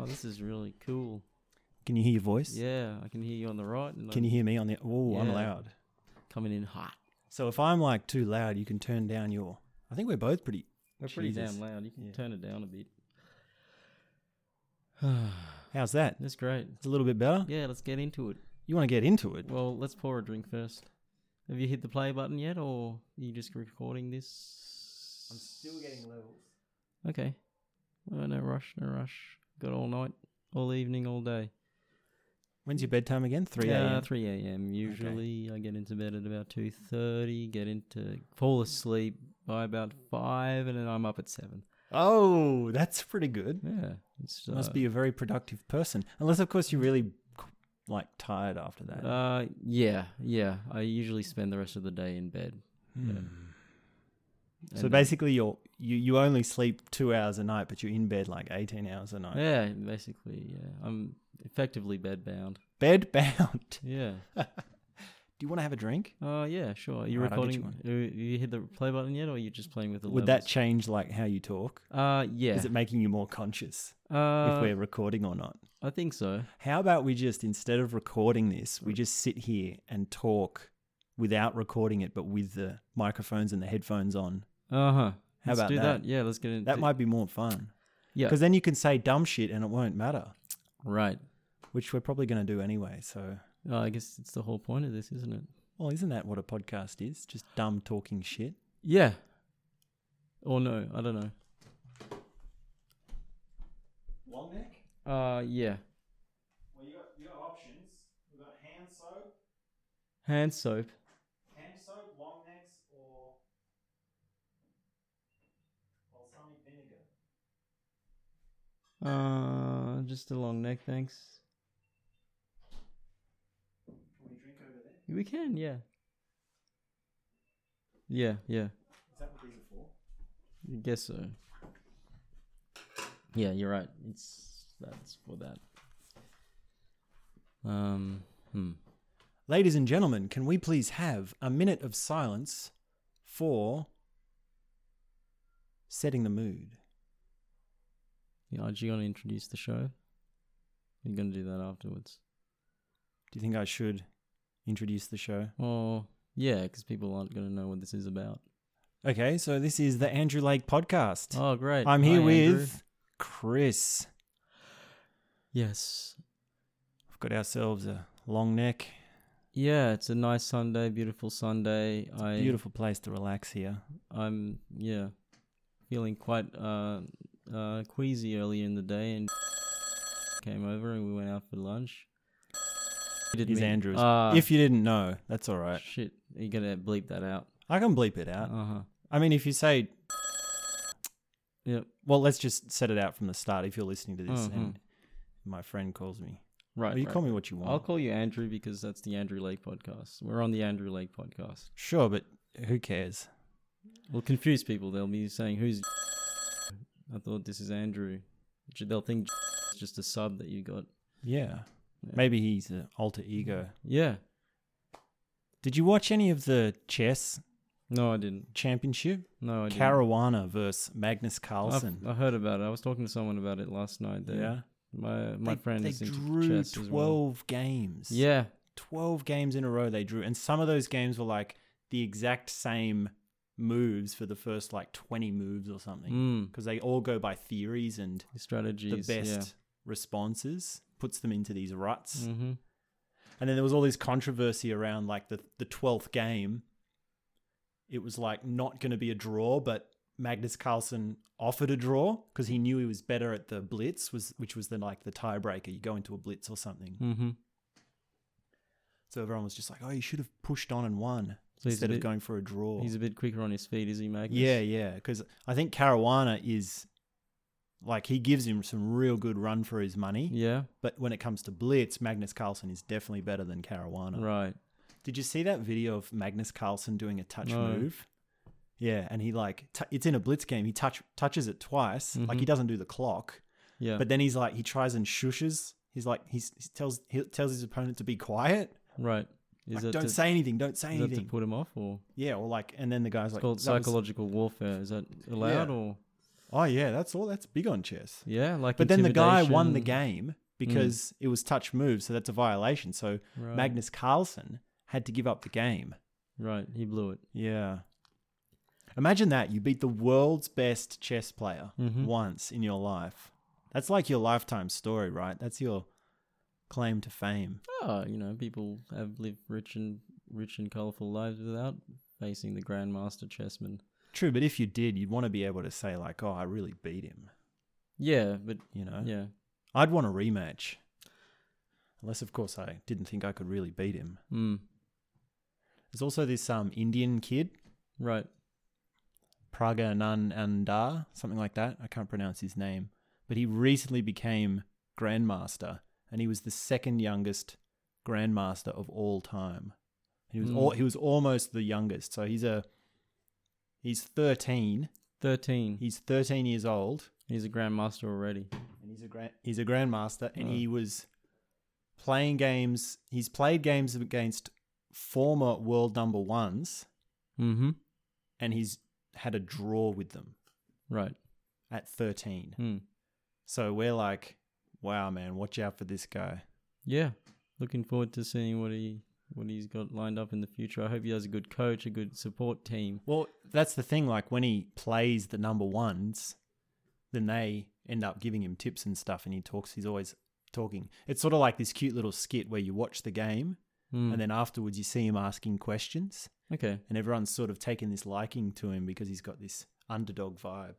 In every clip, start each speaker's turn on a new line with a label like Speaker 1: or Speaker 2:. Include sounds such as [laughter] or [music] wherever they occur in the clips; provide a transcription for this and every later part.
Speaker 1: Oh, this is really cool.
Speaker 2: Can you hear your voice?
Speaker 1: Yeah, I can hear you on the right. And
Speaker 2: Can
Speaker 1: I'm
Speaker 2: you hear me on the? Oh, I'm
Speaker 1: Yeah.
Speaker 2: loud.
Speaker 1: coming in hot?
Speaker 2: So if I'm like too loud, you can turn down your. I think we're both Oh, pretty.
Speaker 1: We're pretty
Speaker 2: Jesus.
Speaker 1: damn loud. You can
Speaker 2: Yeah.
Speaker 1: turn it down a bit.
Speaker 2: How's that?
Speaker 1: That's great.
Speaker 2: It's a little bit better.
Speaker 1: Yeah, let's get into it.
Speaker 2: You want to get into it?
Speaker 1: Well, let's pour a drink first. Have you hit the play button yet, or are you just recording this? I'm still getting levels. Okay. No, no rush, no rush. Got all night, all evening, all day.
Speaker 2: When's your bedtime again? Three a.m.
Speaker 1: Uh, Three a.m. Usually, I get into bed at about two thirty. Get into fall asleep by about five, and then I'm up at seven.
Speaker 2: Oh, that's pretty good.
Speaker 1: Yeah, it's uh,
Speaker 2: Must be a very productive person, unless of course you're really like tired after that.
Speaker 1: Uh, yeah, yeah. I usually spend the rest of the day in bed. Yeah.
Speaker 2: Hmm. so
Speaker 1: And, uh,
Speaker 2: basically, you're you you only sleep two hours a night, but you're in bed like eighteen hours a night.
Speaker 1: Yeah, basically, yeah. I'm effectively bed bound.
Speaker 2: Bed bound.
Speaker 1: Yeah.
Speaker 2: [laughs] Do you want to have a drink?
Speaker 1: Uh, yeah, sure. Are you
Speaker 2: Alright, I'll get you
Speaker 1: recording? You, you hit the play button yet, or are you just playing with the
Speaker 2: Would that
Speaker 1: levels?
Speaker 2: change like how you talk?
Speaker 1: uh, yeah.
Speaker 2: Is it making you more conscious
Speaker 1: uh,
Speaker 2: if we're recording or not?
Speaker 1: I think so.
Speaker 2: How about we just instead of recording this, we just sit here and talk without recording it, but with the microphones and the headphones on.
Speaker 1: Uh huh.
Speaker 2: How
Speaker 1: let's
Speaker 2: about
Speaker 1: do
Speaker 2: that?
Speaker 1: that? Yeah, let's get into
Speaker 2: That might be more fun.
Speaker 1: Yeah.
Speaker 2: Because then you can say dumb shit and it won't matter,
Speaker 1: Right.
Speaker 2: which we're probably going to do anyway. So,
Speaker 1: Uh, I guess it's the whole point of this, isn't it?
Speaker 2: well, isn't that what a podcast is? Just dumb talking shit.
Speaker 1: Yeah. Or no, I don't know.
Speaker 2: Long neck?
Speaker 1: Uh, yeah.
Speaker 2: Well, you got, you got options. We've got hand soap,
Speaker 1: Hand soap.
Speaker 2: hand soap, long necks, or balsamic vinegar.
Speaker 1: Uh, just a long neck, thanks.
Speaker 2: Can we drink over there?
Speaker 1: We can, yeah. Yeah, yeah.
Speaker 2: Is that what these are for?
Speaker 1: I guess so. Yeah, you're right. It's that's for that. Um. Hmm.
Speaker 2: Ladies and gentlemen, can we please have a minute of silence for setting the mood?
Speaker 1: Yeah, are you gonna introduce the show? You're gonna do that afterwards.
Speaker 2: Do you think I should introduce the show?
Speaker 1: Oh, yeah, because people aren't gonna know what this is about.
Speaker 2: Okay, so this is the Andrew Lake podcast.
Speaker 1: Oh, great!
Speaker 2: I'm here
Speaker 1: Hi,
Speaker 2: with
Speaker 1: Andrew.
Speaker 2: Chris.
Speaker 1: Yes.
Speaker 2: We've got ourselves a long neck.
Speaker 1: Yeah, it's a nice Sunday, beautiful Sunday. I
Speaker 2: Beautiful place to relax here.
Speaker 1: I'm yeah, feeling quite uh, uh, queasy earlier in the day, and came over and we went out for lunch. You did
Speaker 2: Is
Speaker 1: meet-
Speaker 2: Andrew's.
Speaker 1: Ah,
Speaker 2: if you didn't know, that's all right.
Speaker 1: shit, you're gonna bleep that out.
Speaker 2: I can bleep it out.
Speaker 1: Uh huh.
Speaker 2: I mean, if you say,
Speaker 1: Yep.
Speaker 2: well, let's just set it out from the start if you're listening to this
Speaker 1: Mhm.
Speaker 2: and my friend calls me.
Speaker 1: Right.
Speaker 2: Well, you
Speaker 1: right.
Speaker 2: call me what you want.
Speaker 1: I'll call you Andrew because that's the Andrew Lake podcast. We're on the Andrew Lake podcast.
Speaker 2: Sure, but who cares?
Speaker 1: We'll confuse people. They'll be saying, "Who's?" [laughs] I thought this is Andrew. They'll think [laughs] it's just a sub that you got.
Speaker 2: Yeah.
Speaker 1: Yeah. Mm-hmm.
Speaker 2: Maybe he's an alter ego.
Speaker 1: Yeah.
Speaker 2: Did you watch any of the chess
Speaker 1: No, I didn't.
Speaker 2: championship?
Speaker 1: No, I didn't.
Speaker 2: Caruana versus Magnus
Speaker 1: I've-
Speaker 2: Carlsen.
Speaker 1: I heard about it. I was talking to someone about it last night. They,
Speaker 2: yeah.
Speaker 1: My my
Speaker 2: They-
Speaker 1: friend
Speaker 2: they
Speaker 1: is into
Speaker 2: drew
Speaker 1: chess as well.
Speaker 2: 12 games.
Speaker 1: Yeah.
Speaker 2: 12 games in a row they drew. And some of those games were like the exact same moves for the first like 20 moves or something.
Speaker 1: Mm.
Speaker 2: Because they all go by theories and
Speaker 1: Strategies.
Speaker 2: the best responses puts them into these ruts.
Speaker 1: Yeah. hmm
Speaker 2: And then there was all this controversy around like the the twelfth game. It was like not going to be a draw, but Magnus Carlsen offered a draw because he knew he was better at the blitz, was which was the like the tiebreaker. You go into a blitz or something.
Speaker 1: hmm
Speaker 2: So everyone was just like, "Oh, you should have pushed on and won
Speaker 1: So he's a
Speaker 2: instead of
Speaker 1: bit-
Speaker 2: going for a draw."
Speaker 1: He's a bit quicker on his feet, is he, Magnus?
Speaker 2: yeah, yeah, because I think Caruana is like he gives him some real good run for his money.
Speaker 1: Yeah.
Speaker 2: But when it comes to blitz, Magnus Carlsen is definitely better than Caruana.
Speaker 1: Right.
Speaker 2: Did you see that video of Magnus Carlsen doing a touch
Speaker 1: No.
Speaker 2: move? Yeah, and he like t- it's in a blitz game. He touch touches it twice. Like he
Speaker 1: Mhm.
Speaker 2: doesn't do the clock,
Speaker 1: Yeah.
Speaker 2: but then he's like he tries and shushes. He's like he's, he tells he tells his opponent to be quiet.
Speaker 1: right. Is
Speaker 2: Like,
Speaker 1: that
Speaker 2: don't
Speaker 1: to,
Speaker 2: say anything. Don't say
Speaker 1: is that to
Speaker 2: anything.
Speaker 1: put him off, or
Speaker 2: yeah, or like, and then the guy's
Speaker 1: it's
Speaker 2: like
Speaker 1: called
Speaker 2: "That was-
Speaker 1: psychological warfare? Is that allowed, or
Speaker 2: Oh yeah, that's all. That's big on chess.
Speaker 1: Yeah, like.
Speaker 2: But then the guy won the
Speaker 1: intimidation. Mm.
Speaker 2: game because it was touch move, so that's a violation. So
Speaker 1: Right.
Speaker 2: Magnus Carlsen had to give up the game.
Speaker 1: Right, he blew it.
Speaker 2: Yeah. Imagine that you beat the world's best chess player
Speaker 1: Mhm.
Speaker 2: once in your life. That's like your lifetime story, right? That's your claim to fame.
Speaker 1: Oh, you know, people have lived rich and rich and colorful lives without facing the grandmaster chessman.
Speaker 2: True, but if you did, you'd want to be able to say like, "Oh, I really beat him."
Speaker 1: Yeah, but
Speaker 2: You know.
Speaker 1: yeah,
Speaker 2: I'd want a rematch. Unless, of course, I didn't think I could really beat him.
Speaker 1: mm,
Speaker 2: There's also this um, Indian kid,
Speaker 1: right.
Speaker 2: Praga Nananda, something like that. I can't pronounce his name. But he recently became Grandmaster, and he was the second youngest Grandmaster of all time. He was,
Speaker 1: Mm.
Speaker 2: al- he was almost the youngest. So he's a. He's 13.
Speaker 1: Thirteen.
Speaker 2: He's 13 years old.
Speaker 1: He's a grandmaster already.
Speaker 2: and he's a grand he's a grandmaster and
Speaker 1: Oh.
Speaker 2: he was playing games he's played games against former world number ones
Speaker 1: Mm-hmm.
Speaker 2: and he's had a draw with them
Speaker 1: Right.
Speaker 2: at 13
Speaker 1: Mm.
Speaker 2: so we're like wow man watch out for this guy
Speaker 1: Yeah. Looking forward to seeing what he what he's got lined up in the future. I hope he has a good coach, a good support team.
Speaker 2: well that's the thing like when he plays the number ones then they end up giving him tips and stuff and he talks he's always talking it's sort of like this cute little skit where you watch the game
Speaker 1: Mm.
Speaker 2: and then afterwards you see him asking questions
Speaker 1: okay.
Speaker 2: and everyone's sort of taken this liking to him because he's got this underdog vibe.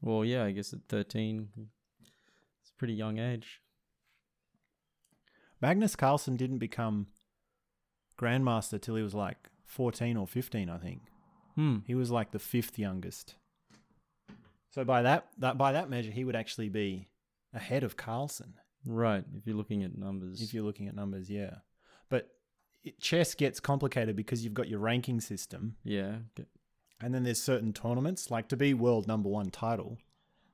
Speaker 1: Well, yeah, I guess at thirteen, it's a pretty young age.
Speaker 2: Magnus Carlsen didn't become grandmaster till he was like 14 or 15, I think.
Speaker 1: Hmm.
Speaker 2: He was like the fifth youngest. So by that, that by that measure, he would actually be ahead of Carlsen
Speaker 1: Right. If you're looking at numbers.
Speaker 2: if you're looking at numbers. Yeah, but it, chess gets complicated because you've got your ranking system,
Speaker 1: yeah. Okay.
Speaker 2: and then there's certain tournaments. Like to be world number one title,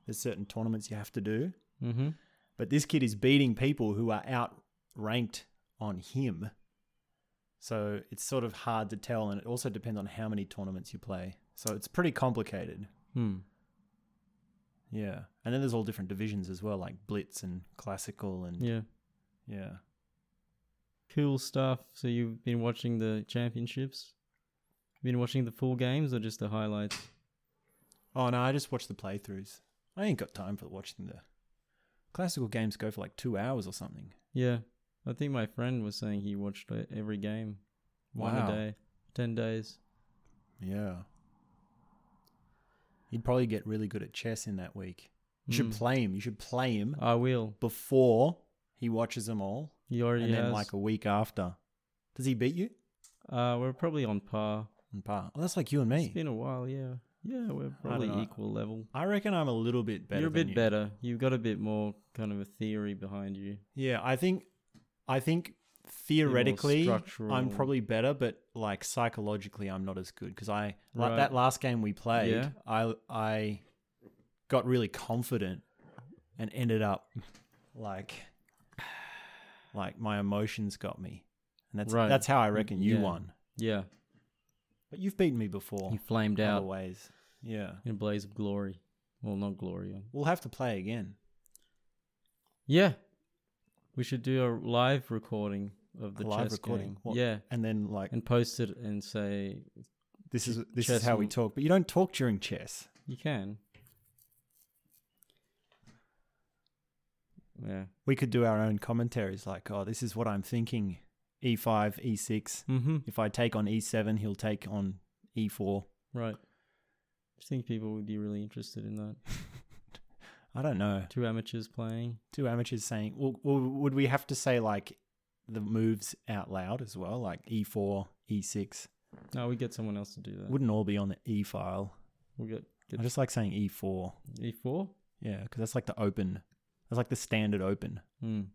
Speaker 2: there's certain tournaments you have to do.
Speaker 1: Mm-hmm.
Speaker 2: But this kid is beating people who are outranked on him. So it's sort of hard to tell, and it also depends on how many tournaments you play. So it's pretty complicated.
Speaker 1: Hmm.
Speaker 2: Yeah. And then there's all different divisions as well, like Blitz and Classical and yeah.
Speaker 1: Yeah. Cool stuff. So you've been watching the championships? Been watching the full games or just the highlights?
Speaker 2: Oh no, I just watch the playthroughs. I ain't got time for watching the classical games go for like two hours or something.
Speaker 1: Yeah. I think my friend was saying he watched e- every game. One
Speaker 2: Wow.
Speaker 1: a day. Ten days.
Speaker 2: Yeah. You'd probably get really good at chess in that week. You should
Speaker 1: Mm.
Speaker 2: play him. You should play him
Speaker 1: I will.
Speaker 2: before he watches them all,
Speaker 1: He already
Speaker 2: and
Speaker 1: has.
Speaker 2: then like a week after, does he beat you?
Speaker 1: uh, we're probably on par.
Speaker 2: And par. Oh, that's like you and
Speaker 1: It's
Speaker 2: me.
Speaker 1: been a while, yeah. Yeah, we're probably
Speaker 2: know.
Speaker 1: equal level.
Speaker 2: I reckon I'm a little bit better.
Speaker 1: You're a
Speaker 2: than
Speaker 1: bit
Speaker 2: you.
Speaker 1: better. You've got a bit more kind of a theory behind you.
Speaker 2: Yeah, I think, I think theoretically I'm
Speaker 1: structural.
Speaker 2: probably better, but like psychologically I'm not as good because I like
Speaker 1: Right.
Speaker 2: that last game we played.
Speaker 1: Yeah.
Speaker 2: I I got really confident and ended up like like my emotions got me, and that's
Speaker 1: Right.
Speaker 2: that's how I reckon you
Speaker 1: Yeah.
Speaker 2: won.
Speaker 1: Yeah.
Speaker 2: But you've beaten me before.
Speaker 1: You flamed
Speaker 2: other
Speaker 1: out
Speaker 2: ways. Yeah.
Speaker 1: in a blaze of glory. Well, not glory. um,
Speaker 2: We'll have to play again.
Speaker 1: Yeah. We should do a live recording of the
Speaker 2: A live
Speaker 1: chess
Speaker 2: recording?
Speaker 1: game.
Speaker 2: What?
Speaker 1: Yeah.
Speaker 2: And then like
Speaker 1: And post it and say
Speaker 2: this is this
Speaker 1: chess
Speaker 2: is how we
Speaker 1: and-
Speaker 2: talk, but you don't talk during chess.
Speaker 1: you can. Yeah.
Speaker 2: We could do our own commentaries like, "Oh, this is what I'm thinking. E E5, E6.
Speaker 1: Mm-hmm.
Speaker 2: If I take on E7, he'll take on E E4."
Speaker 1: Right. I think people would be really interested in that.
Speaker 2: I don't know.
Speaker 1: Two amateurs playing.
Speaker 2: Two amateurs saying, well, well, would we have to say like the moves out loud as well, like E E4, E6?
Speaker 1: No, we get someone else to do that.
Speaker 2: Wouldn't all be on the E file.
Speaker 1: We'll get,
Speaker 2: I
Speaker 1: get E
Speaker 2: just like saying E4.
Speaker 1: E4.
Speaker 2: Yeah, because that's like the open. That's like the standard open.
Speaker 1: Mm.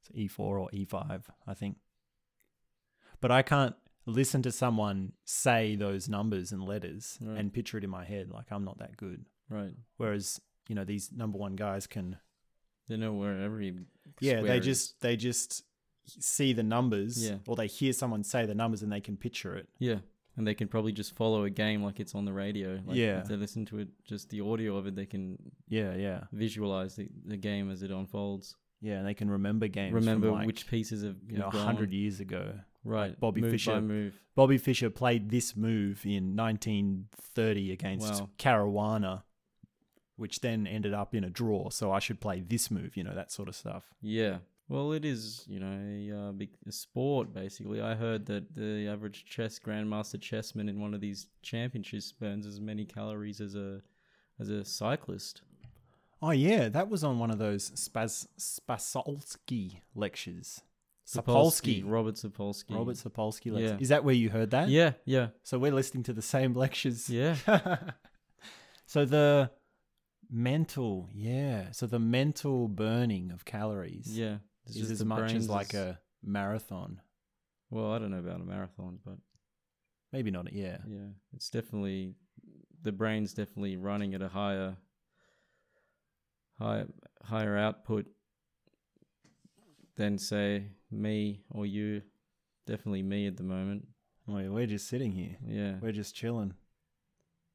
Speaker 2: It's E4 E or E5, I think. But I can't listen to someone say those numbers and letters
Speaker 1: Right.
Speaker 2: and picture it in my head. Like, I'm not that good.
Speaker 1: Right.
Speaker 2: Whereas, you know, these number one guys can.
Speaker 1: They know where every.
Speaker 2: Yeah,
Speaker 1: square
Speaker 2: they
Speaker 1: is.
Speaker 2: just they just see the numbers
Speaker 1: Yeah.
Speaker 2: or they hear someone say the numbers and they can picture it.
Speaker 1: Yeah. and they can probably just follow a game like it's on the radio. Like
Speaker 2: Yeah.
Speaker 1: if they listen to it, just the audio of it, they can
Speaker 2: Yeah, yeah,
Speaker 1: visualize the, the game as it unfolds.
Speaker 2: yeah. And they can remember games. from,
Speaker 1: Remember
Speaker 2: like,
Speaker 1: which pieces of
Speaker 2: you know, hundred years ago.
Speaker 1: right?
Speaker 2: Bobby
Speaker 1: move by
Speaker 2: Fischer.
Speaker 1: move.
Speaker 2: Bobby Fischer played this move in 1930 against
Speaker 1: Wow.
Speaker 2: Caruana, which then ended up in a draw. So I should play this move, you know, that sort of stuff.
Speaker 1: Yeah. Well, it is, you know, a, uh, big a sport, basically. I heard that the average chess grandmaster chessman in one of these championships burns as many calories as a as a cyclist.
Speaker 2: Oh yeah, that was on one of those Spaz Spasolsky lectures. Sapolsky,
Speaker 1: Robert Sapolsky.
Speaker 2: Robert Sapolsky lecture.
Speaker 1: Yeah.
Speaker 2: Is that where you heard that?
Speaker 1: Yeah, yeah,
Speaker 2: So we're listening to the same lectures.
Speaker 1: yeah.
Speaker 2: [laughs] so the mental, yeah. So the mental burning of calories
Speaker 1: Yeah. It's
Speaker 2: is
Speaker 1: just
Speaker 2: as
Speaker 1: the
Speaker 2: much
Speaker 1: brains
Speaker 2: as like
Speaker 1: is-
Speaker 2: a marathon.
Speaker 1: Well, I don't know about a marathon, but
Speaker 2: Maybe not. Yeah.
Speaker 1: yeah, it's definitely the brain's definitely running at a higher, higher, higher output than say me or you. Definitely me at the moment.
Speaker 2: Wait, we're just sitting here.
Speaker 1: Yeah.
Speaker 2: We're just chilling.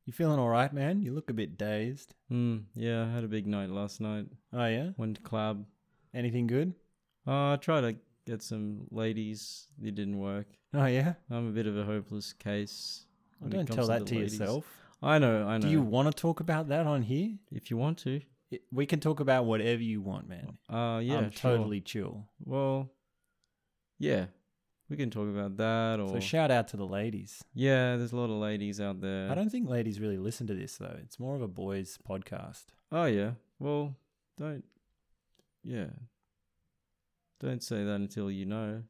Speaker 2: You feeling all right, man? You look a bit dazed.
Speaker 1: Mm, yeah. I had a big night last night.
Speaker 2: Oh yeah.
Speaker 1: Went to club.
Speaker 2: Anything good?
Speaker 1: Uh, I tried to get some ladies. It didn't work.
Speaker 2: Oh yeah.
Speaker 1: I'm a bit of a hopeless case.
Speaker 2: Well,
Speaker 1: when it comes
Speaker 2: don't tell
Speaker 1: the
Speaker 2: that to
Speaker 1: ladies.
Speaker 2: yourself.
Speaker 1: I know. I know.
Speaker 2: Do you want to talk about that on here?
Speaker 1: if you want to.
Speaker 2: It- we can talk about whatever you want, man.
Speaker 1: Uh, yeah.
Speaker 2: I'm
Speaker 1: sure.
Speaker 2: totally chill.
Speaker 1: Well, yeah, we can talk about that. Or
Speaker 2: So shout out to the ladies.
Speaker 1: yeah, there's a lot of ladies out there.
Speaker 2: I don't think ladies really listen to this though. It's more of a boys podcast.
Speaker 1: oh yeah. Well, don't. Yeah. Don't say that until you know,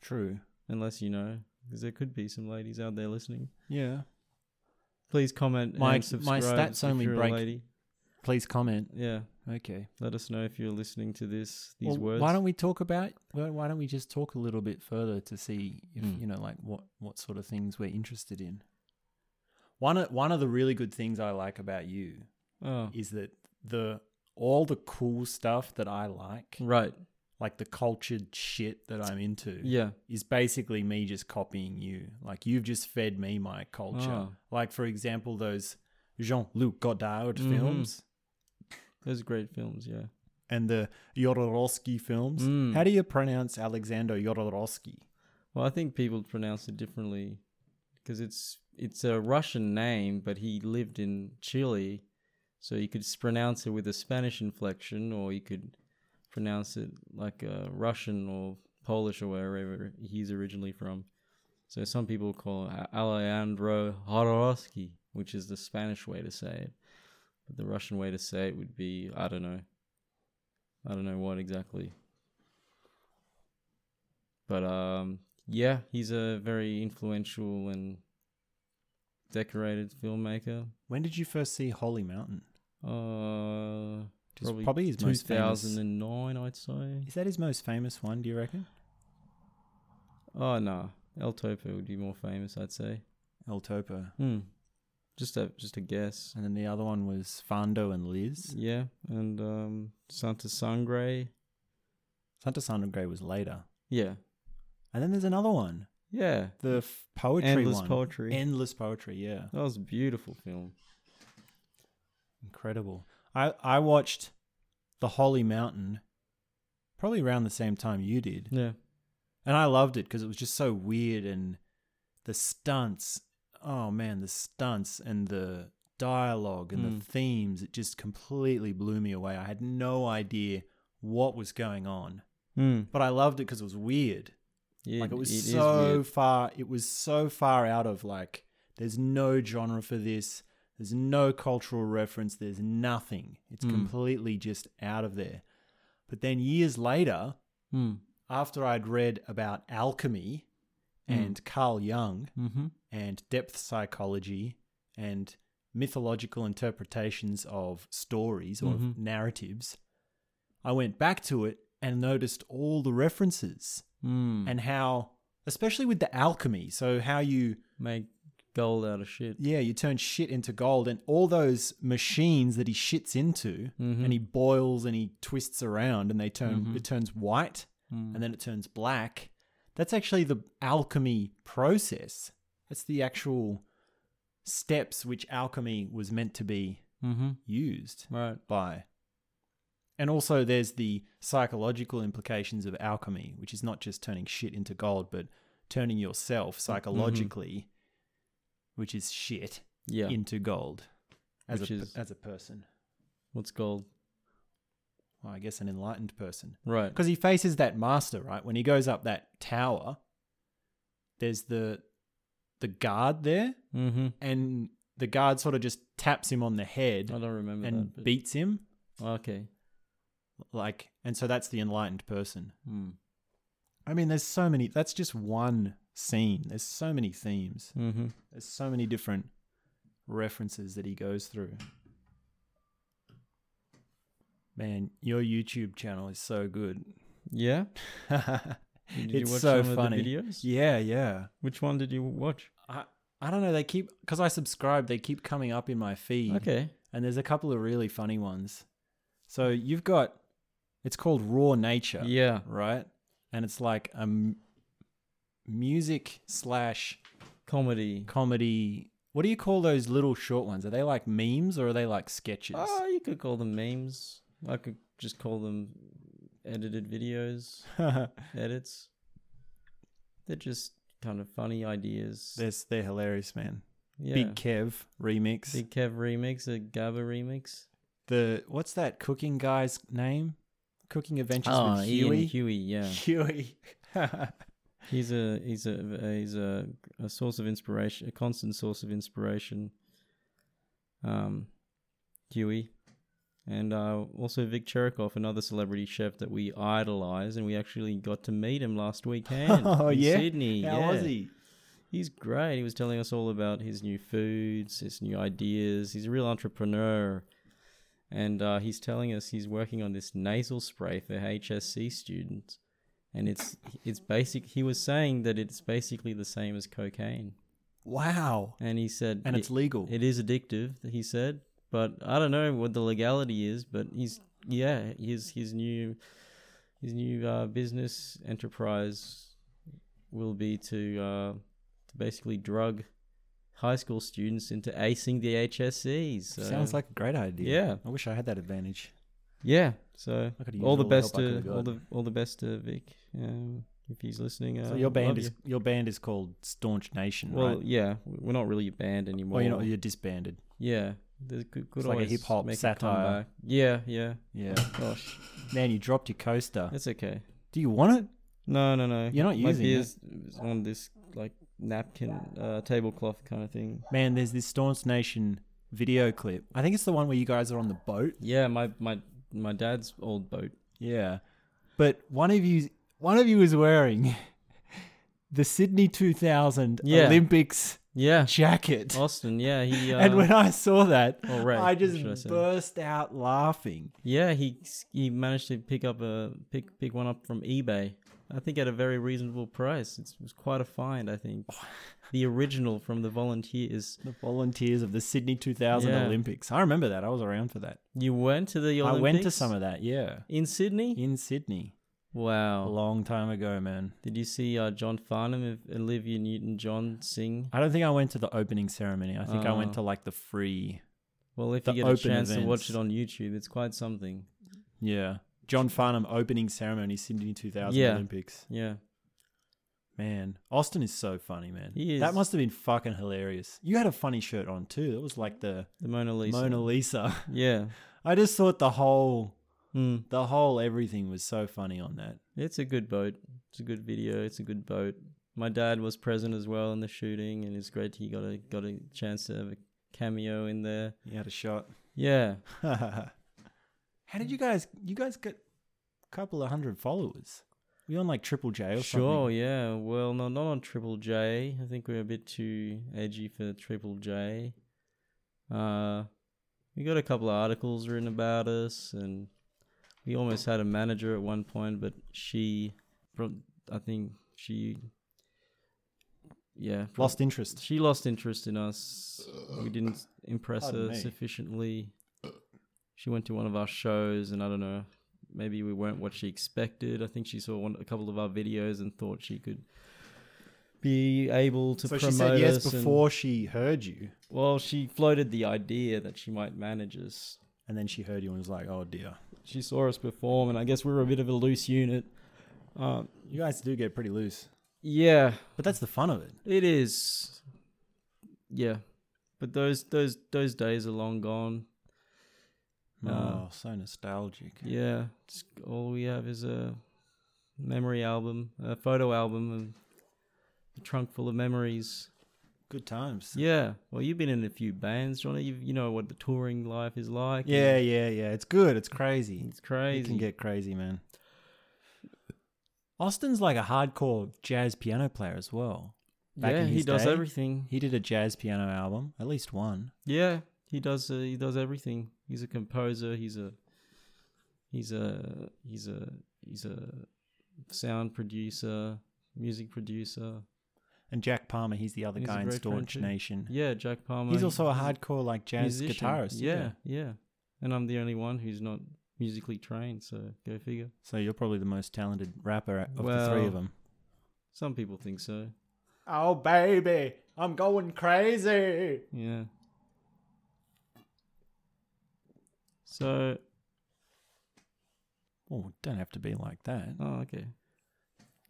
Speaker 2: True.
Speaker 1: unless you know, because there could be some ladies out there listening.
Speaker 2: Yeah.
Speaker 1: Please comment.
Speaker 2: My- my
Speaker 1: and subscribe
Speaker 2: stats
Speaker 1: if
Speaker 2: only
Speaker 1: you're a
Speaker 2: break-
Speaker 1: lady.
Speaker 2: Please comment.
Speaker 1: Yeah,
Speaker 2: Okay.
Speaker 1: let us know if you're listening to this. These
Speaker 2: Well,
Speaker 1: words.
Speaker 2: Why don't we talk about? Why why don't we just talk a little bit further to see if
Speaker 1: Mm.
Speaker 2: you know, like what what sort of things we're interested in. One of, one of the really good things I like about you
Speaker 1: Oh,
Speaker 2: is that the all the cool stuff that I like,
Speaker 1: right.
Speaker 2: like the cultured shit that I'm into,
Speaker 1: Yeah.
Speaker 2: is basically me just copying you. Like you've just fed me my culture.
Speaker 1: Oh.
Speaker 2: Like for example, those Jean Luc Godard
Speaker 1: Mhm.
Speaker 2: films
Speaker 1: Those are great films. Yeah.
Speaker 2: and the Jodorowsky films.
Speaker 1: Mm.
Speaker 2: How do you pronounce Alexander Jodorowsky?
Speaker 1: Well, I think people pronounce it differently because it's it's a Russian name, but he lived in Chile, so you could s- pronounce it with a Spanish inflection, or you could pronounce it like a Russian or Polish or wherever he's originally from. So some people call it A- Alejandro Jodorowsky, which is the Spanish way to say it, but the Russian way to say it would be I don't know, I don't know what exactly. But um, yeah, he's a very influential and decorated filmmaker.
Speaker 2: When did you first see Holy Mountain?
Speaker 1: Uh,
Speaker 2: Which is
Speaker 1: probably,
Speaker 2: probably his most famous.
Speaker 1: 2009, I'd say.
Speaker 2: Is that his most famous one? Do you reckon?
Speaker 1: Oh no, El Topo would be more famous, I'd say.
Speaker 2: El Topo,
Speaker 1: Hmm, just a just a guess.
Speaker 2: and then the other one was Fando and Liz.
Speaker 1: Yeah, and um, Santa Sangre.
Speaker 2: Santa Sangre was later,
Speaker 1: Yeah,
Speaker 2: and then there's another one,
Speaker 1: yeah.
Speaker 2: the f- poetry
Speaker 1: Endless
Speaker 2: one.
Speaker 1: poetry.
Speaker 2: Endless poetry, yeah.
Speaker 1: that was a beautiful film.
Speaker 2: Incredible. I I watched The Holy Mountain probably around the same time you did,
Speaker 1: Yeah,
Speaker 2: and I loved it because it was just so weird and the stunts. Oh man, the stunts and the dialogue and the
Speaker 1: Mm.
Speaker 2: themes it just completely blew me away. I had no idea what was going on,
Speaker 1: Hmm.
Speaker 2: but I loved it because it was weird.
Speaker 1: yeah.
Speaker 2: Like it was
Speaker 1: is
Speaker 2: so
Speaker 1: weird.
Speaker 2: far it was so far out of like there's no genre for this. There's no cultural reference. There's nothing. It's
Speaker 1: Mm.
Speaker 2: completely just out of there. But then years later,
Speaker 1: Hmm.
Speaker 2: after I'd read about alchemy
Speaker 1: Mm.
Speaker 2: and Carl Jung
Speaker 1: Mm-hmm.
Speaker 2: and depth psychology and mythological interpretations of stories or
Speaker 1: Mhm.
Speaker 2: narratives, I went back to it and noticed all the references
Speaker 1: Mm.
Speaker 2: and how especially with the alchemy so how you
Speaker 1: Make gold out of shit.
Speaker 2: yeah you turn shit into gold and all those machines that he shits into
Speaker 1: Mhm.
Speaker 2: and he boils and he twists around and they turn
Speaker 1: Mhm.
Speaker 2: it turns white
Speaker 1: Mm.
Speaker 2: and then it turns black that's actually the alchemy process That's the actual steps which alchemy was meant to be
Speaker 1: Mm-hmm.
Speaker 2: used
Speaker 1: Right.
Speaker 2: by. And also, there's the psychological implications of alchemy, which is not just turning shit into gold, but turning yourself
Speaker 1: Mm-hmm.
Speaker 2: psychologically, which is shit,
Speaker 1: Yeah.
Speaker 2: into gold as
Speaker 1: Which
Speaker 2: a,
Speaker 1: is-
Speaker 2: as a person.
Speaker 1: What's gold?
Speaker 2: Well, I guess an enlightened person.
Speaker 1: Right.
Speaker 2: Because he faces that master, right? When he goes up that tower, there's the the guard there,
Speaker 1: Mm-hmm.
Speaker 2: and the guard sort of just taps him on the
Speaker 1: I
Speaker 2: head
Speaker 1: don't remember
Speaker 2: and
Speaker 1: that. but-
Speaker 2: beats him.
Speaker 1: Okay.
Speaker 2: Like, and so that's the enlightened person.
Speaker 1: Mm.
Speaker 2: I mean, there's so many. That's just one scene. There's so many themes.
Speaker 1: Mm-hmm.
Speaker 2: There's so many different references that he goes through. Man, your YouTube channel is so good. [laughs]
Speaker 1: Yeah. Did
Speaker 2: It's
Speaker 1: you watch
Speaker 2: so
Speaker 1: some
Speaker 2: funny.
Speaker 1: of the videos?
Speaker 2: yeah, yeah.
Speaker 1: Which one did you watch?
Speaker 2: I I don't know. They keep because I subscribe. They keep coming up in my feed.
Speaker 1: Okay.
Speaker 2: And there's a couple of really funny ones. So you've got it's called Raw Nature,
Speaker 1: Yeah.
Speaker 2: right? And it's like a m- music slash
Speaker 1: Comedy.
Speaker 2: comedy. What do you call those little short ones? Are they like memes or are they like sketches?
Speaker 1: Oh, you could call them memes. I could just call them edited
Speaker 2: [laughs]
Speaker 1: videos, [laughs] edits. They're just kind of funny ideas.
Speaker 2: they're, s- they're hilarious, man.
Speaker 1: yeah.
Speaker 2: Big Kev remix.
Speaker 1: Big Kev remix, a Gabba remix.
Speaker 2: The what's that cooking guy's name? Cooking Adventures with
Speaker 1: Oh, Ah, Ian
Speaker 2: Huey.
Speaker 1: Huey, yeah.
Speaker 2: [laughs] Huey.
Speaker 1: He's a he's a he's a, a source of inspiration, a constant source of inspiration. Um, Huey, and uh, also Vic Cherikov, another celebrity chef that we idolize, and we actually got to meet him last weekend
Speaker 2: [laughs] Oh,
Speaker 1: in
Speaker 2: yeah?
Speaker 1: Sydney.
Speaker 2: How
Speaker 1: yeah.
Speaker 2: was he?
Speaker 1: He's great. He was telling us all about his new foods, his new ideas. He's a real entrepreneur. And uh, he's telling us he's working on this nasal spray for HSC students. And it's it's basic. He was saying that it's basically the same as cocaine.
Speaker 2: Wow.
Speaker 1: And he said,
Speaker 2: And it's legal.
Speaker 1: it is addictive. He said, but I don't know what the legality is. But he's yeah, his his new his new uh, business enterprise will be to uh, to basically drug high school students into acing the HSEs. So,
Speaker 2: Sounds like a great idea.
Speaker 1: Yeah.
Speaker 2: I wish I had that advantage.
Speaker 1: yeah. So
Speaker 2: I could use
Speaker 1: all the
Speaker 2: all the
Speaker 1: best
Speaker 2: help I
Speaker 1: to
Speaker 2: could've
Speaker 1: all
Speaker 2: got.
Speaker 1: the all the best to Vic um, if he's listening. Uh,
Speaker 2: so your band
Speaker 1: love
Speaker 2: [laughs] is
Speaker 1: you.
Speaker 2: your band is called Staunch Nation,
Speaker 1: well,
Speaker 2: right?
Speaker 1: yeah. We're not really a band anymore.
Speaker 2: Or you're not, you're disbanded.
Speaker 1: Yeah, there's good, good
Speaker 2: It's like a
Speaker 1: always
Speaker 2: hip hop
Speaker 1: make
Speaker 2: satire.
Speaker 1: comeback. Yeah, yeah. Oh,
Speaker 2: Yeah.
Speaker 1: [laughs] Gosh,
Speaker 2: Man, you dropped your coaster.
Speaker 1: that's okay.
Speaker 2: Do you want it?
Speaker 1: No, no, no.
Speaker 2: You're not
Speaker 1: My
Speaker 2: using it.
Speaker 1: beer's is on this like napkin, uh, tablecloth kind of thing.
Speaker 2: Man, there's this Staunch Nation video clip. I think it's the one where you guys are on the boat.
Speaker 1: Yeah, my my my dad's old boat.
Speaker 2: Yeah. But one of you one of you is wearing [laughs] the Sydney 2000
Speaker 1: Yeah.
Speaker 2: Olympics
Speaker 1: Yeah, [laughs]
Speaker 2: jacket.
Speaker 1: Austin. Yeah,
Speaker 2: [laughs]
Speaker 1: he. Uh, [laughs]
Speaker 2: and when I saw that,
Speaker 1: Oh, Ray,
Speaker 2: I
Speaker 1: should I say.
Speaker 2: just burst out laughing.
Speaker 1: yeah, he he managed to pick up a pick pick one up from eBay. I think at a very reasonable price. It's, it was quite a find. I
Speaker 2: [laughs]
Speaker 1: think the original from the volunteers.
Speaker 2: The volunteers of the Sydney 2000
Speaker 1: Yeah.
Speaker 2: Olympics. I remember that. I was around for that.
Speaker 1: You went to the Olympics.
Speaker 2: I went to some of that, yeah.
Speaker 1: in Sydney.
Speaker 2: In Sydney. A
Speaker 1: Wow.
Speaker 2: long time ago, man.
Speaker 1: Did you see uh, John Farnham of Olivia Newton John sing?
Speaker 2: I don't think I went to the opening ceremony. I think I
Speaker 1: Oh.
Speaker 2: went to like the free.
Speaker 1: Well, if
Speaker 2: The
Speaker 1: you get a
Speaker 2: open
Speaker 1: chance to watch
Speaker 2: events.
Speaker 1: it on YouTube, it's quite something.
Speaker 2: Yeah. John Farnham opening ceremony, Sydney 2000
Speaker 1: Yeah.
Speaker 2: Olympics.
Speaker 1: Yeah.
Speaker 2: Man, Austin is so funny, man.
Speaker 1: He
Speaker 2: That
Speaker 1: is.
Speaker 2: must have been fucking hilarious. You had a funny shirt on too. That was like the
Speaker 1: The Mona Lisa.
Speaker 2: Mona Lisa. [laughs]
Speaker 1: Yeah.
Speaker 2: I just thought the whole
Speaker 1: Mm.
Speaker 2: the whole everything was so funny on that.
Speaker 1: It's a good boat. It's a good video. It's a good boat. My dad was present as well in the shooting, and it's great he got a got a chance to have a cameo in there.
Speaker 2: You had a shot.
Speaker 1: Yeah.
Speaker 2: How did you guys? You guys get a couple of hundred followers. We on like Triple J or
Speaker 1: Sure,
Speaker 2: something?
Speaker 1: yeah. Well, no, not on Triple J. I think we're a bit too edgy for Triple J. Uh, we got a couple of articles written about us, and we almost had a manager at one point, but she, prob- I think she, yeah, prob-
Speaker 2: Lost interest.
Speaker 1: She lost interest in us. We didn't impress
Speaker 2: Uh, Pardon
Speaker 1: her
Speaker 2: me. Uh,
Speaker 1: sufficiently. She went to one of our shows, and I don't know, maybe we weren't what she expected. I think she saw one, a couple of our videos and thought she could be able to
Speaker 2: so
Speaker 1: promote
Speaker 2: she said yes
Speaker 1: us and-
Speaker 2: before she heard you,
Speaker 1: well, she floated the idea that she might manage us.
Speaker 2: and then she heard you and was like, "Oh dear."
Speaker 1: She saw us perform, and I guess we were a bit of a loose unit. Um,
Speaker 2: You guys do get pretty loose,
Speaker 1: yeah,
Speaker 2: but that's the fun of it.
Speaker 1: It is. Yeah. But those those those days are long gone. Uh,
Speaker 2: oh, so nostalgic.
Speaker 1: Yeah. It's, all we have is a memory album, a photo album and a trunk full of memories.
Speaker 2: Good times.
Speaker 1: Yeah. Well, you've been in a few bands, Johnny. You you know what the touring life is like.
Speaker 2: Yeah, yeah, yeah. It's good. It's crazy.
Speaker 1: It's crazy.
Speaker 2: It can get crazy, man. Austin's like a hardcore jazz piano player as well. back
Speaker 1: yeah,
Speaker 2: in
Speaker 1: he
Speaker 2: his
Speaker 1: does
Speaker 2: day.
Speaker 1: everything.
Speaker 2: He did a jazz piano album, at least one.
Speaker 1: Yeah, he does. Uh, he does everything. He's a composer. He's a he's a he's a he's a sound producer, music producer.
Speaker 2: And Jack Palmer, he's the other
Speaker 1: He's a
Speaker 2: guy in
Speaker 1: great friend
Speaker 2: Staunch
Speaker 1: too.
Speaker 2: Nation.
Speaker 1: Yeah, Jack Palmer.
Speaker 2: He's also a hardcore like jazz
Speaker 1: musician.
Speaker 2: guitarist.
Speaker 1: Yeah, yeah. And I'm the only one who's not musically trained, so go figure.
Speaker 2: So you're probably the most talented rapper of the three
Speaker 1: Well-
Speaker 2: of them.
Speaker 1: Some people think so.
Speaker 2: Oh baby, I'm going crazy.
Speaker 1: Yeah. So,
Speaker 2: Oh, don't have to be like that.
Speaker 1: oh, okay.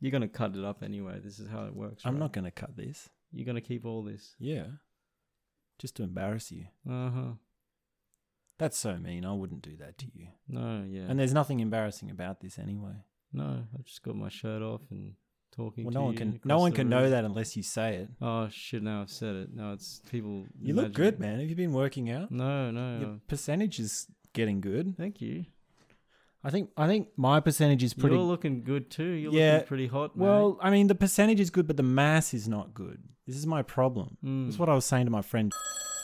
Speaker 1: You're gonna cut it up anyway. This is how it works.
Speaker 2: I'm
Speaker 1: right?
Speaker 2: not going to cut this.
Speaker 1: You're gonna keep all this.
Speaker 2: Yeah. Just to embarrass you.
Speaker 1: Uh huh.
Speaker 2: That's so mean. I wouldn't do that to you.
Speaker 1: No, yeah.
Speaker 2: And there's nothing embarrassing about this anyway.
Speaker 1: No, I've just got my shirt off and talking.
Speaker 2: Well,
Speaker 1: to
Speaker 2: no one
Speaker 1: you
Speaker 2: can no
Speaker 1: across
Speaker 2: one
Speaker 1: the
Speaker 2: can
Speaker 1: room.
Speaker 2: know that unless you say it.
Speaker 1: Oh shit! Now I've said it. No, it's people.
Speaker 2: You look
Speaker 1: imagine-
Speaker 2: good, man. Have you been working out?
Speaker 1: No, no.
Speaker 2: Your percentage is getting good.
Speaker 1: Thank you.
Speaker 2: I think I think my percentage is pretty
Speaker 1: You're looking good too. You're
Speaker 2: Yeah,
Speaker 1: looking pretty hot. mate.
Speaker 2: Well, I mean the percentage is good, but the mass is not good. This is my problem.
Speaker 1: Mm.
Speaker 2: That's what I was saying to my friend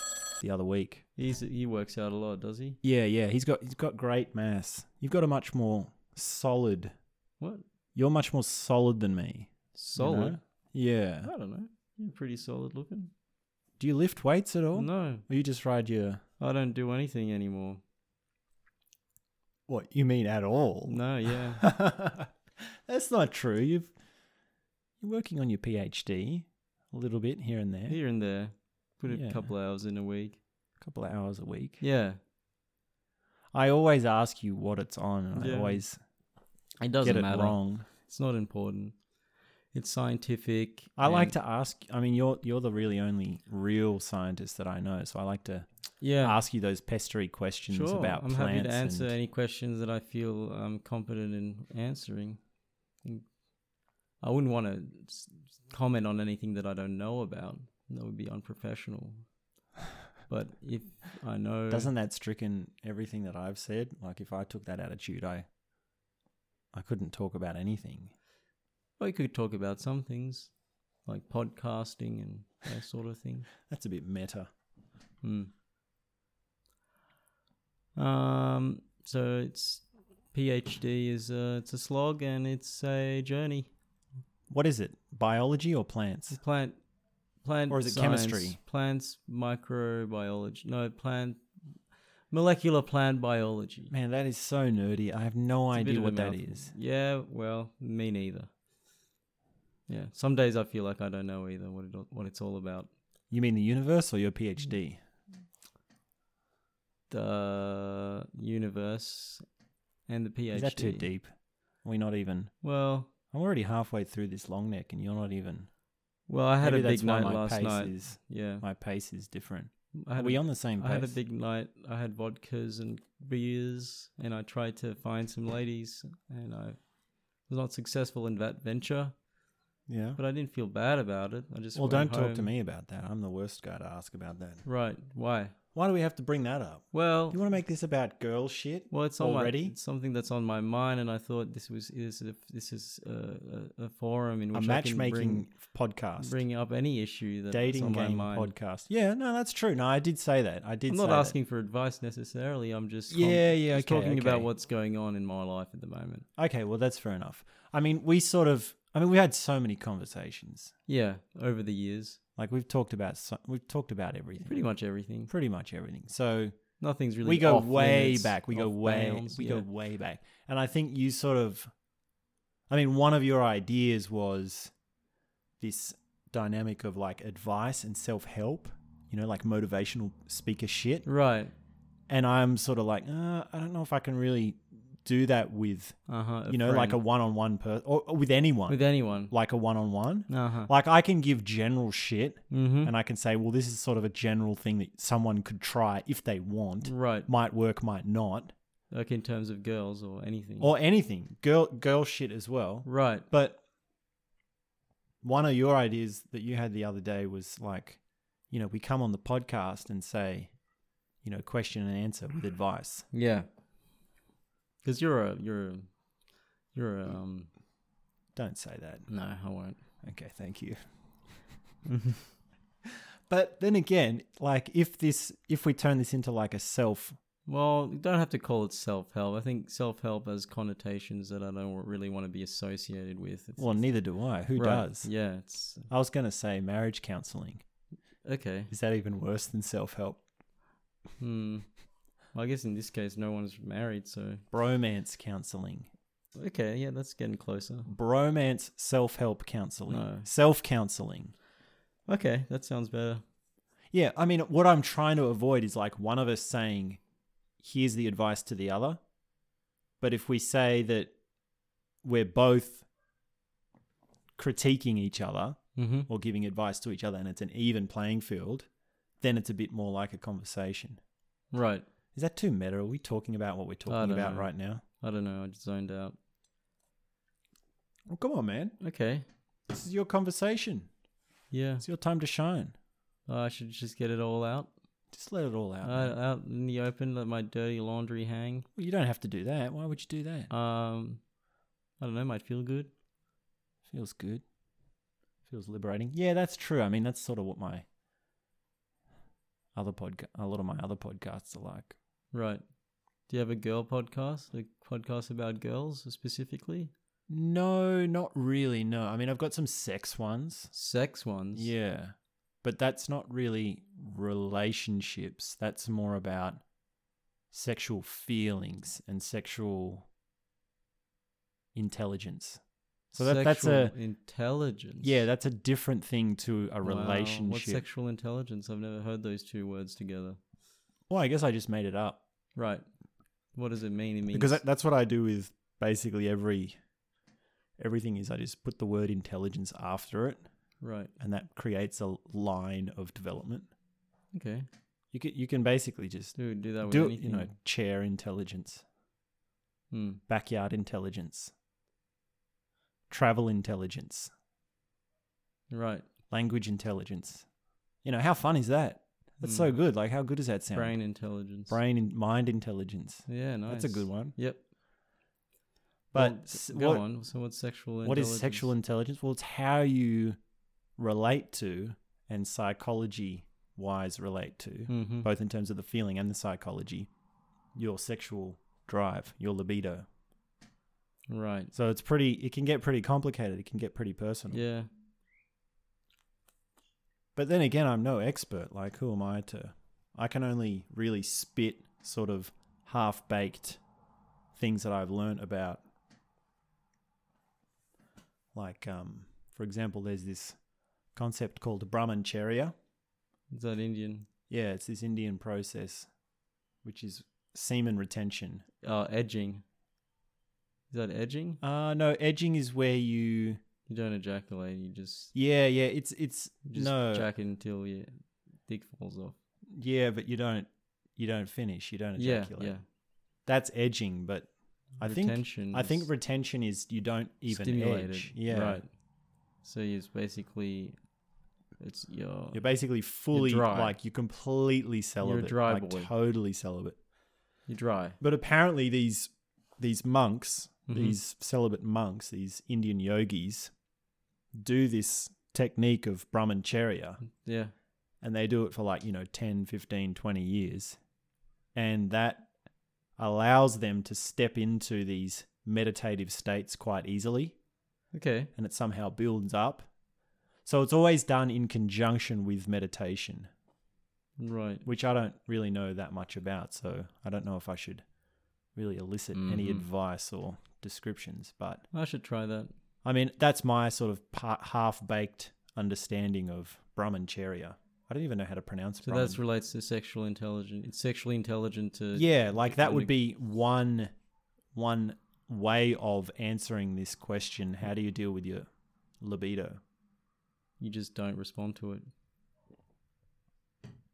Speaker 2: [laughs] the other week.
Speaker 1: He's, he works out a lot, does he?
Speaker 2: Yeah, yeah. He's got he's got great mass. You've got a much more solid
Speaker 1: What
Speaker 2: you're much more solid than me. you know?
Speaker 1: solid?
Speaker 2: Yeah.
Speaker 1: I don't know. You're pretty solid looking.
Speaker 2: Do you lift weights at all?
Speaker 1: No,
Speaker 2: Or you just ride your
Speaker 1: I don't do anything anymore.
Speaker 2: What you mean at all?
Speaker 1: No, yeah.
Speaker 2: [laughs] That's not true. You've you're working on your PhD a little bit here and there,
Speaker 1: Here and there, put a
Speaker 2: Yeah.
Speaker 1: couple hours in a week.
Speaker 2: a couple of hours a week.
Speaker 1: Yeah,
Speaker 2: I always ask you what it's on, and I
Speaker 1: Yeah.
Speaker 2: always
Speaker 1: it doesn't
Speaker 2: get it
Speaker 1: matter.
Speaker 2: wrong.
Speaker 1: It's not important. It's scientific.
Speaker 2: I like
Speaker 1: and-
Speaker 2: to ask. I mean, you're you're the really only real scientist that I know, so I like to
Speaker 1: yeah.
Speaker 2: ask you those pestery questions about
Speaker 1: I'm
Speaker 2: plants.
Speaker 1: happy to answer
Speaker 2: and-
Speaker 1: any questions that I feel I'm competent in answering. Mm. I wouldn't want to comment on anything that I don't know about. That would be
Speaker 2: [sighs]
Speaker 1: unprofessional. But if I know,
Speaker 2: Doesn't that stricken everything that I've said? Like, if I took that attitude, I I couldn't talk about anything.
Speaker 1: I could talk about some things like podcasting and that sort of thing.
Speaker 2: That's a bit meta.
Speaker 1: Hmm. Um. So it's PhD is a, it's a slog and it's a journey.
Speaker 2: What is it? Biology or plants?
Speaker 1: It's plant, plant,
Speaker 2: Or is it
Speaker 1: science,
Speaker 2: chemistry?
Speaker 1: Plants microbiology. No, plant, molecular plant biology.
Speaker 2: Man, that is so nerdy. I have no
Speaker 1: It's a bit
Speaker 2: idea
Speaker 1: of a
Speaker 2: what that
Speaker 1: mouthful.
Speaker 2: is.
Speaker 1: Yeah, well, me neither. Yeah, some days I feel like I don't know either what it, what it's all about.
Speaker 2: You mean the universe or your PhD?
Speaker 1: The universe and the PhD.
Speaker 2: Is that too deep? Are we not even.
Speaker 1: Well,
Speaker 2: I'm already halfway through this long neck, and you're not even.
Speaker 1: well, I had a
Speaker 2: Maybe
Speaker 1: big
Speaker 2: that's why
Speaker 1: night
Speaker 2: my
Speaker 1: last
Speaker 2: pace
Speaker 1: night.
Speaker 2: is
Speaker 1: yeah,
Speaker 2: my pace is different.
Speaker 1: I
Speaker 2: Are
Speaker 1: had a
Speaker 2: we on the same pace?
Speaker 1: I had a big night. I had vodkas and beers, and I tried to find some ladies, and I was not successful in that venture.
Speaker 2: yeah.
Speaker 1: But I didn't feel bad about it. I just
Speaker 2: Well,
Speaker 1: went
Speaker 2: don't talk to
Speaker 1: home.
Speaker 2: me about that. I'm the worst guy to ask about that.
Speaker 1: Right? Why?
Speaker 2: Why do we have to bring that up?
Speaker 1: Well,
Speaker 2: You want to make this about girl shit?
Speaker 1: well, it's on my-
Speaker 2: already?
Speaker 1: it's something that's on my mind, and I thought this was is a, this is a, a, a forum in
Speaker 2: A
Speaker 1: which I can
Speaker 2: matchmaking podcast,
Speaker 1: bring, bring up any issue that's
Speaker 2: dating
Speaker 1: on my
Speaker 2: game
Speaker 1: mind.
Speaker 2: podcast. Yeah, no, that's true. No, I did say that. I did.
Speaker 1: I'm
Speaker 2: say
Speaker 1: not
Speaker 2: that.
Speaker 1: asking for advice necessarily. I'm just com-
Speaker 2: Yeah, yeah,
Speaker 1: just
Speaker 2: okay,
Speaker 1: talking about
Speaker 2: okay.
Speaker 1: what's going on in my life at the moment.
Speaker 2: Okay, well that's fair enough. I mean, we sort of I mean, we had so many conversations.
Speaker 1: Yeah, over the years,
Speaker 2: Like we've talked about so, we've talked about everything.
Speaker 1: pretty much everything.
Speaker 2: pretty much everything. So
Speaker 1: Nothing's really.
Speaker 2: we go
Speaker 1: off
Speaker 2: way
Speaker 1: limits,
Speaker 2: back. We go
Speaker 1: off
Speaker 2: way
Speaker 1: bounds,
Speaker 2: we
Speaker 1: yeah.
Speaker 2: go way back. And I think you sort of I mean, one of your ideas was this dynamic of like advice and self help, you know, like motivational speaker shit.
Speaker 1: Right.
Speaker 2: And I'm sort of like, uh, I don't know if I can really do that with,
Speaker 1: Uh huh.
Speaker 2: you know, like Uh-huh, a one on one person or, or with anyone,
Speaker 1: with anyone.
Speaker 2: like a one on one.
Speaker 1: Uh huh.
Speaker 2: Like I can give general shit
Speaker 1: Mm-hmm.
Speaker 2: and I can say, well, this is sort of a general thing that someone could try if they want.
Speaker 1: Right.
Speaker 2: Might work, might not,
Speaker 1: Like in terms of girls or anything.
Speaker 2: or anything. Girl, girl shit as well.
Speaker 1: right.
Speaker 2: But one of your ideas that you had the other day was like, you know, we come on the podcast and say, you know, question and answer with advice.
Speaker 1: Yeah. Because you're a you're a you're a, um
Speaker 2: Don't say that.
Speaker 1: no I won't.
Speaker 2: Okay, thank you. but then again, like if this if we turn this into like a self
Speaker 1: Well, you don't have to call it self help. I think self help has connotations that I don't really want to be associated with. It's,
Speaker 2: well, neither do I. Who
Speaker 1: right.
Speaker 2: does?
Speaker 1: Yeah. It's
Speaker 2: I was gonna say marriage counseling.
Speaker 1: okay.
Speaker 2: Is that even worse than self help?
Speaker 1: Hmm. Well, I guess in this case, no one's married, so
Speaker 2: Bromance counseling.
Speaker 1: okay. Yeah, that's getting closer.
Speaker 2: Bromance self help counseling.
Speaker 1: No.
Speaker 2: Self counseling.
Speaker 1: Okay, that sounds better.
Speaker 2: Yeah, I mean, what I'm trying to avoid is like one of us saying, here's the advice to the other. But if we say that we're both critiquing each other
Speaker 1: Mm-hmm.
Speaker 2: or giving advice to each other and it's an even playing field, then it's a bit more like a conversation.
Speaker 1: Right.
Speaker 2: Is that too meta? Are we talking about what we're
Speaker 1: I
Speaker 2: talking
Speaker 1: don't
Speaker 2: about
Speaker 1: know.
Speaker 2: right now?
Speaker 1: I don't know. I just zoned out.
Speaker 2: Well, come on, man.
Speaker 1: Okay.
Speaker 2: This is your conversation.
Speaker 1: Yeah.
Speaker 2: It's your time to shine.
Speaker 1: I should just get it all out.
Speaker 2: Just let it all out. man.
Speaker 1: Out, out in the open, let my dirty laundry hang.
Speaker 2: well, you don't have to do that. Why would you do that?
Speaker 1: Um, I don't know. Might feel good.
Speaker 2: Feels good. Feels liberating. Yeah, that's true. I mean, that's sort of what my other podcast, a lot of my other podcasts are like.
Speaker 1: Right. Do you have a girl podcast? A podcast about girls specifically?
Speaker 2: No, not really. No, I mean, I've got some sex ones.
Speaker 1: Sex ones.
Speaker 2: Yeah, but that's not really relationships. That's more about sexual feelings and sexual intelligence. So that, that's
Speaker 1: Sexual
Speaker 2: a
Speaker 1: intelligence.
Speaker 2: yeah, that's a different thing to a
Speaker 1: Wow,
Speaker 2: relationship.
Speaker 1: What's sexual intelligence? I've never heard those two words together.
Speaker 2: well, I guess I just made it up.
Speaker 1: Right. What does it mean? It means
Speaker 2: because that- that's what I do with basically every everything is I just put the word intelligence after it,
Speaker 1: right.
Speaker 2: and that creates a line of development.
Speaker 1: Okay.
Speaker 2: You can you can basically just
Speaker 1: Dude, do that with
Speaker 2: do it,
Speaker 1: anything.
Speaker 2: you know chair intelligence,
Speaker 1: Hmm.
Speaker 2: backyard intelligence, travel intelligence,
Speaker 1: Right.
Speaker 2: language intelligence. You know how fun is that? That's so
Speaker 1: Mm.
Speaker 2: good. Like how good does that sound?
Speaker 1: Brain intelligence.
Speaker 2: brain and mind intelligence.
Speaker 1: Yeah, nice.
Speaker 2: That's a good one.
Speaker 1: Yep.
Speaker 2: But
Speaker 1: Well,
Speaker 2: s-
Speaker 1: go
Speaker 2: what-
Speaker 1: on. So what's sexual
Speaker 2: What
Speaker 1: intelligence?
Speaker 2: is sexual intelligence? Well, it's how you relate to and psychology wise relate to,
Speaker 1: Mm-hmm.
Speaker 2: both in terms of the feeling and the psychology, your sexual drive, your libido.
Speaker 1: Right.
Speaker 2: So it's pretty, it can get pretty complicated. It can get pretty personal.
Speaker 1: Yeah.
Speaker 2: But then again, I'm no expert. Like, who am I to? I can only really spit sort of half baked things that I've learnt about. Like, um, for example, there's this concept called Brahmacharya.
Speaker 1: Is that Indian?
Speaker 2: Yeah, it's this Indian process, which is semen retention.
Speaker 1: Oh, edging. Is that edging?
Speaker 2: Uh, no, edging is where you.
Speaker 1: You don't ejaculate. You just
Speaker 2: Yeah, yeah, it's it's
Speaker 1: you just
Speaker 2: no,
Speaker 1: jack it until your dick falls off.
Speaker 2: yeah, but you don't you don't finish, you don't ejaculate.
Speaker 1: Yeah. Yeah.
Speaker 2: That's edging, but I think
Speaker 1: Retention
Speaker 2: I think
Speaker 1: is
Speaker 2: retention is you don't even
Speaker 1: stimulated.
Speaker 2: edge. Yeah.
Speaker 1: Right. So it's basically it's your
Speaker 2: You're basically fully
Speaker 1: dry.
Speaker 2: like you're completely celibate.
Speaker 1: dry
Speaker 2: like
Speaker 1: boy.
Speaker 2: totally celibate.
Speaker 1: you're dry.
Speaker 2: But apparently these these monks,
Speaker 1: Mhm.
Speaker 2: these celibate monks, these Indian yogis do this technique of brahmacharya
Speaker 1: Yeah.
Speaker 2: and they do it for like, you know, 10, 15, 20 years. And that allows them to step into these meditative states quite easily.
Speaker 1: Okay.
Speaker 2: and it somehow builds up. So it's always done in conjunction with meditation,
Speaker 1: Right.
Speaker 2: which I don't really know that much about. So I don't know if I should really elicit any
Speaker 1: Mhm.
Speaker 2: advice or descriptions. But
Speaker 1: I should try that.
Speaker 2: I mean, that's my sort of part, half baked understanding of Brahmacharya. I don't even know how to pronounce
Speaker 1: So
Speaker 2: Brahman.
Speaker 1: that relates to sexual intelligence. It's sexually intelligent to
Speaker 2: yeah like that would
Speaker 1: Iconic.
Speaker 2: be one one way of answering this question how do you deal with your libido
Speaker 1: you just don't respond to it.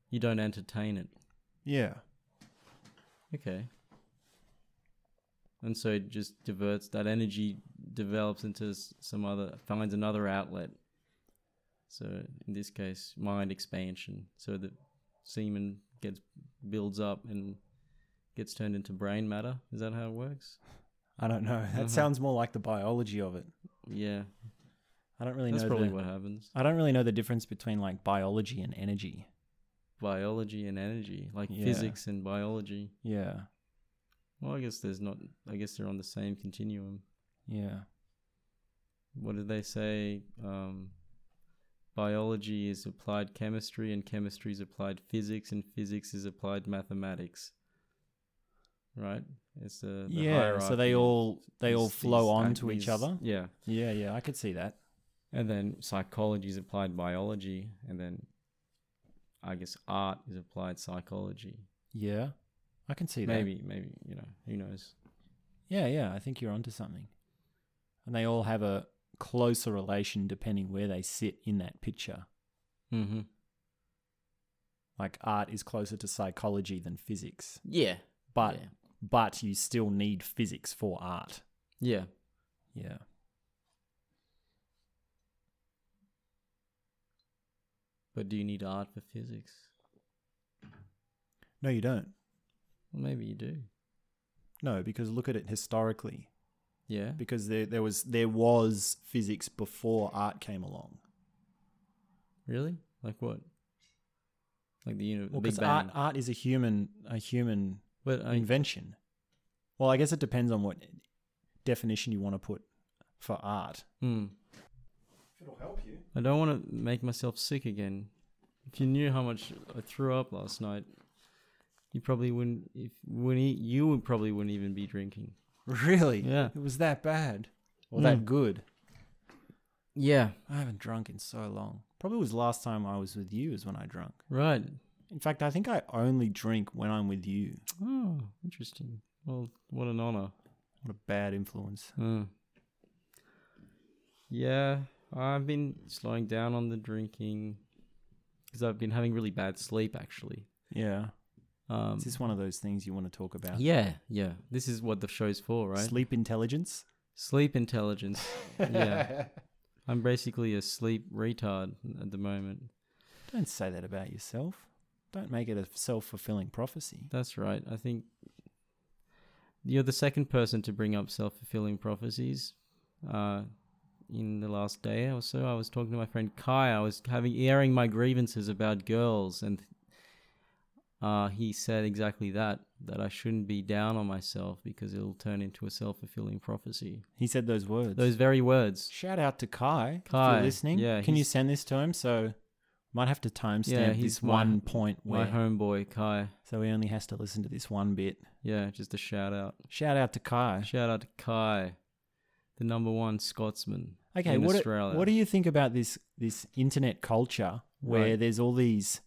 Speaker 1: You don't entertain it.
Speaker 2: yeah
Speaker 1: Okay. And so it just diverts that energy develops into s- some other finds another outlet. So in this case, mind expansion. So the semen gets builds up and gets turned into brain matter. Is that how it works?
Speaker 2: i don't know [laughs] that sounds more like the biology of it
Speaker 1: Yeah,
Speaker 2: i don't really
Speaker 1: that's
Speaker 2: know
Speaker 1: probably
Speaker 2: the,
Speaker 1: what happens.
Speaker 2: i don't really know the difference between like biology and energy
Speaker 1: Biology and energy, like
Speaker 2: Yeah.
Speaker 1: physics and biology.
Speaker 2: yeah
Speaker 1: Well, I guess there's not. I guess they're on the same continuum.
Speaker 2: yeah
Speaker 1: what did they say? Um, biology is applied chemistry, and chemistry is applied physics, and physics is applied mathematics. Right? It's the, the
Speaker 2: yeah so they
Speaker 1: hierarchy.
Speaker 2: all they all
Speaker 1: These-
Speaker 2: flow
Speaker 1: these
Speaker 2: on
Speaker 1: act-
Speaker 2: to each
Speaker 1: these-
Speaker 2: other
Speaker 1: Yeah,
Speaker 2: yeah yeah i could see that
Speaker 1: and then psychology is applied biology, and then I guess art is applied psychology.
Speaker 2: yeah i can see that
Speaker 1: Maybe, maybe you know, who knows?
Speaker 2: Yeah, yeah, I think you're onto something. And they all have a closer relation depending where they sit in that picture.
Speaker 1: Mm-hmm.
Speaker 2: Like art is closer to psychology than physics,
Speaker 1: Yeah,
Speaker 2: but
Speaker 1: Yeah.
Speaker 2: but you still need physics for art.
Speaker 1: yeah.
Speaker 2: Yeah.
Speaker 1: But do you need art for physics?
Speaker 2: No, you don't.
Speaker 1: Well, maybe you do.
Speaker 2: No, because look at it historically.
Speaker 1: Yeah.
Speaker 2: Because there there was there was physics before art came along.
Speaker 1: Really? Like what? Like the uni-
Speaker 2: Well,
Speaker 1: the Big
Speaker 2: because
Speaker 1: Bang.
Speaker 2: art art is a human a human
Speaker 1: but I,
Speaker 2: invention. Well, I guess it depends on what definition you want to put for art.
Speaker 1: Hmm.
Speaker 2: It'll help you.
Speaker 1: I don't want to make myself sick again. If you knew how much I threw up last night, you probably wouldn't. If wouldn't eat, you would probably wouldn't even be drinking.
Speaker 2: Really?
Speaker 1: Yeah.
Speaker 2: It was that bad. Or that good.
Speaker 1: Yeah.
Speaker 2: I haven't drunk in so long. Probably was last time I was with you is when I drunk.
Speaker 1: Right.
Speaker 2: In fact, I think I only drink when I'm with you.
Speaker 1: Oh, interesting. Well, what an honor.
Speaker 2: What a bad influence.
Speaker 1: Hmm. Yeah, I've been slowing down on the drinking because I've been having really bad sleep actually.
Speaker 2: Yeah.
Speaker 1: Um,
Speaker 2: Is this one of those things you want to talk about?
Speaker 1: yeah, yeah. This is what the show's for, right?
Speaker 2: Sleep intelligence?
Speaker 1: Sleep
Speaker 2: [laughs]
Speaker 1: intelligence. yeah. I'm basically a sleep retard at the moment.
Speaker 2: Don't say that about yourself. Don't make it a self fulfilling prophecy.
Speaker 1: That's right. I think you're the second person to bring up self fulfilling prophecies. Uh, in the last day or so, I was talking to my friend Kai. I was having airing my grievances about girls, and uh, he said exactly that that I shouldn't be down on myself because it'll turn into a self fulfilling prophecy.
Speaker 2: He said those words.
Speaker 1: Those very words.
Speaker 2: Shout out to Kai. If
Speaker 1: Kai,
Speaker 2: you're listening.
Speaker 1: yeah,
Speaker 2: Can you
Speaker 1: he's-
Speaker 2: send this to him? So might have to timestamp
Speaker 1: Yeah, he's
Speaker 2: this
Speaker 1: my-
Speaker 2: one point
Speaker 1: My
Speaker 2: where
Speaker 1: homeboy, Kai.
Speaker 2: so he only has to listen to this one bit.
Speaker 1: Yeah, just a shout out.
Speaker 2: Shout out to Kai.
Speaker 1: Shout out to Kai, the number one Scotsman
Speaker 2: Okay,
Speaker 1: in
Speaker 2: what do,
Speaker 1: Australia.
Speaker 2: what do you think about this this internet culture where
Speaker 1: Right.
Speaker 2: there's all these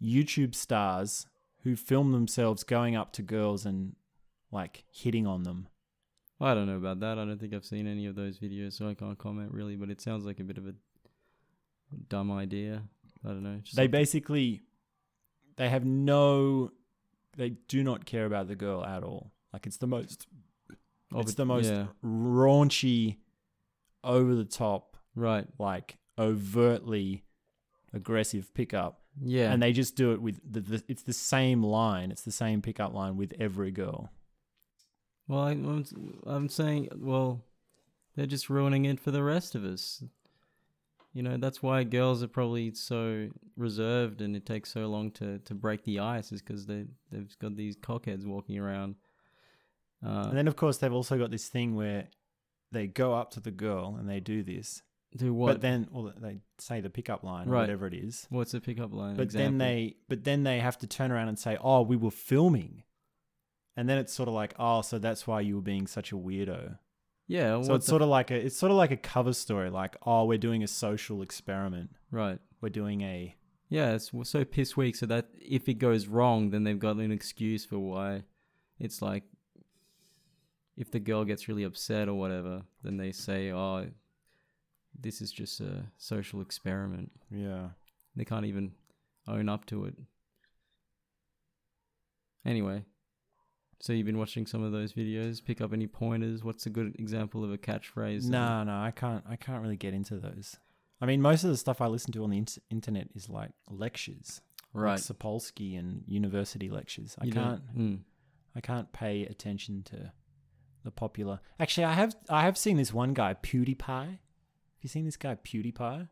Speaker 2: YouTube stars who film themselves going up to girls and like hitting on them?
Speaker 1: I don't know about that. I don't think I've seen any of those videos, so I can't comment really. But it sounds like a bit of a dumb idea. I don't know. Just
Speaker 2: They
Speaker 1: like-
Speaker 2: basically they have no they do not care about the girl at all. Like it's the most
Speaker 1: oh,
Speaker 2: it's
Speaker 1: but-
Speaker 2: the most
Speaker 1: yeah,
Speaker 2: raunchy over the top
Speaker 1: right.
Speaker 2: like overtly aggressive pickup
Speaker 1: Yeah,
Speaker 2: and they just do it with the, the it's the same line it's the same pickup line with every girl
Speaker 1: Well, I, I'm, I'm saying, well, they're just ruining it for the rest of us. You know, that's why girls are probably so reserved and it takes so long to, to break the ice, is because they, they've got these cockheads walking around. Uh,
Speaker 2: and then of course they've also got this thing where they go up to the girl and they do this
Speaker 1: do what?
Speaker 2: but then well they say the pickup line or
Speaker 1: Right.
Speaker 2: whatever it is
Speaker 1: What's the pickup line?
Speaker 2: but then
Speaker 1: example?
Speaker 2: they but then they have to turn around and say oh we were filming and then it's sort of like oh so that's why you were being such a weirdo
Speaker 1: Yeah.
Speaker 2: So it's sort of like a it's sort of like a cover story, like oh, we're doing a social experiment.
Speaker 1: right.
Speaker 2: We're doing a
Speaker 1: Yeah, it's w- so piss weak. So that if it goes wrong, then they've got an excuse for why. It's like if the girl gets really upset or whatever, then they say, "Oh, this is just a social experiment."
Speaker 2: yeah.
Speaker 1: They can't even own up to it. Anyway, so you've been watching some of those videos. Pick up any pointers? What's a good example of a catchphrase? that-
Speaker 2: No, no, I can't. I can't really get into those. I mean, most of the stuff I listen to on the int- internet is like lectures,
Speaker 1: right?
Speaker 2: Like Sapolsky and university lectures. I
Speaker 1: You
Speaker 2: can't.
Speaker 1: don't- Mm.
Speaker 2: I can't pay attention to the popular. Actually, I have. I have seen this one guy, PewDiePie. Have you seen this guy, PewDiePie?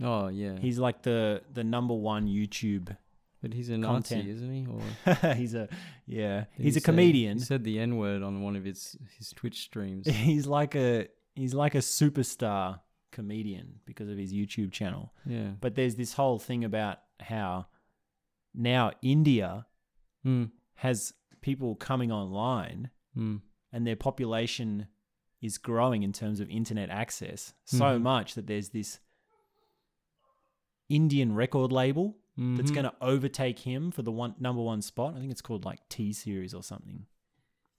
Speaker 1: Oh yeah,
Speaker 2: He's like the the number one YouTube. [laughs]
Speaker 1: but he's a Nazi,
Speaker 2: content.
Speaker 1: isn't he? Or
Speaker 2: he's a yeah.
Speaker 1: Did
Speaker 2: he's
Speaker 1: he
Speaker 2: a
Speaker 1: say-
Speaker 2: comedian.
Speaker 1: He
Speaker 2: [laughs]
Speaker 1: said the N word on one of his his Twitch [laughs] streams.
Speaker 2: he's like a he's like a superstar comedian because of his YouTube channel.
Speaker 1: yeah.
Speaker 2: But there's this whole thing about how now India
Speaker 1: Mm,
Speaker 2: has people coming online
Speaker 1: mm,
Speaker 2: and their population is growing in terms of internet access so
Speaker 1: Mhm.
Speaker 2: much that there's this Indian record label that's
Speaker 1: mhm.
Speaker 2: going to overtake him for the one number one spot. I think it's called like T series or something.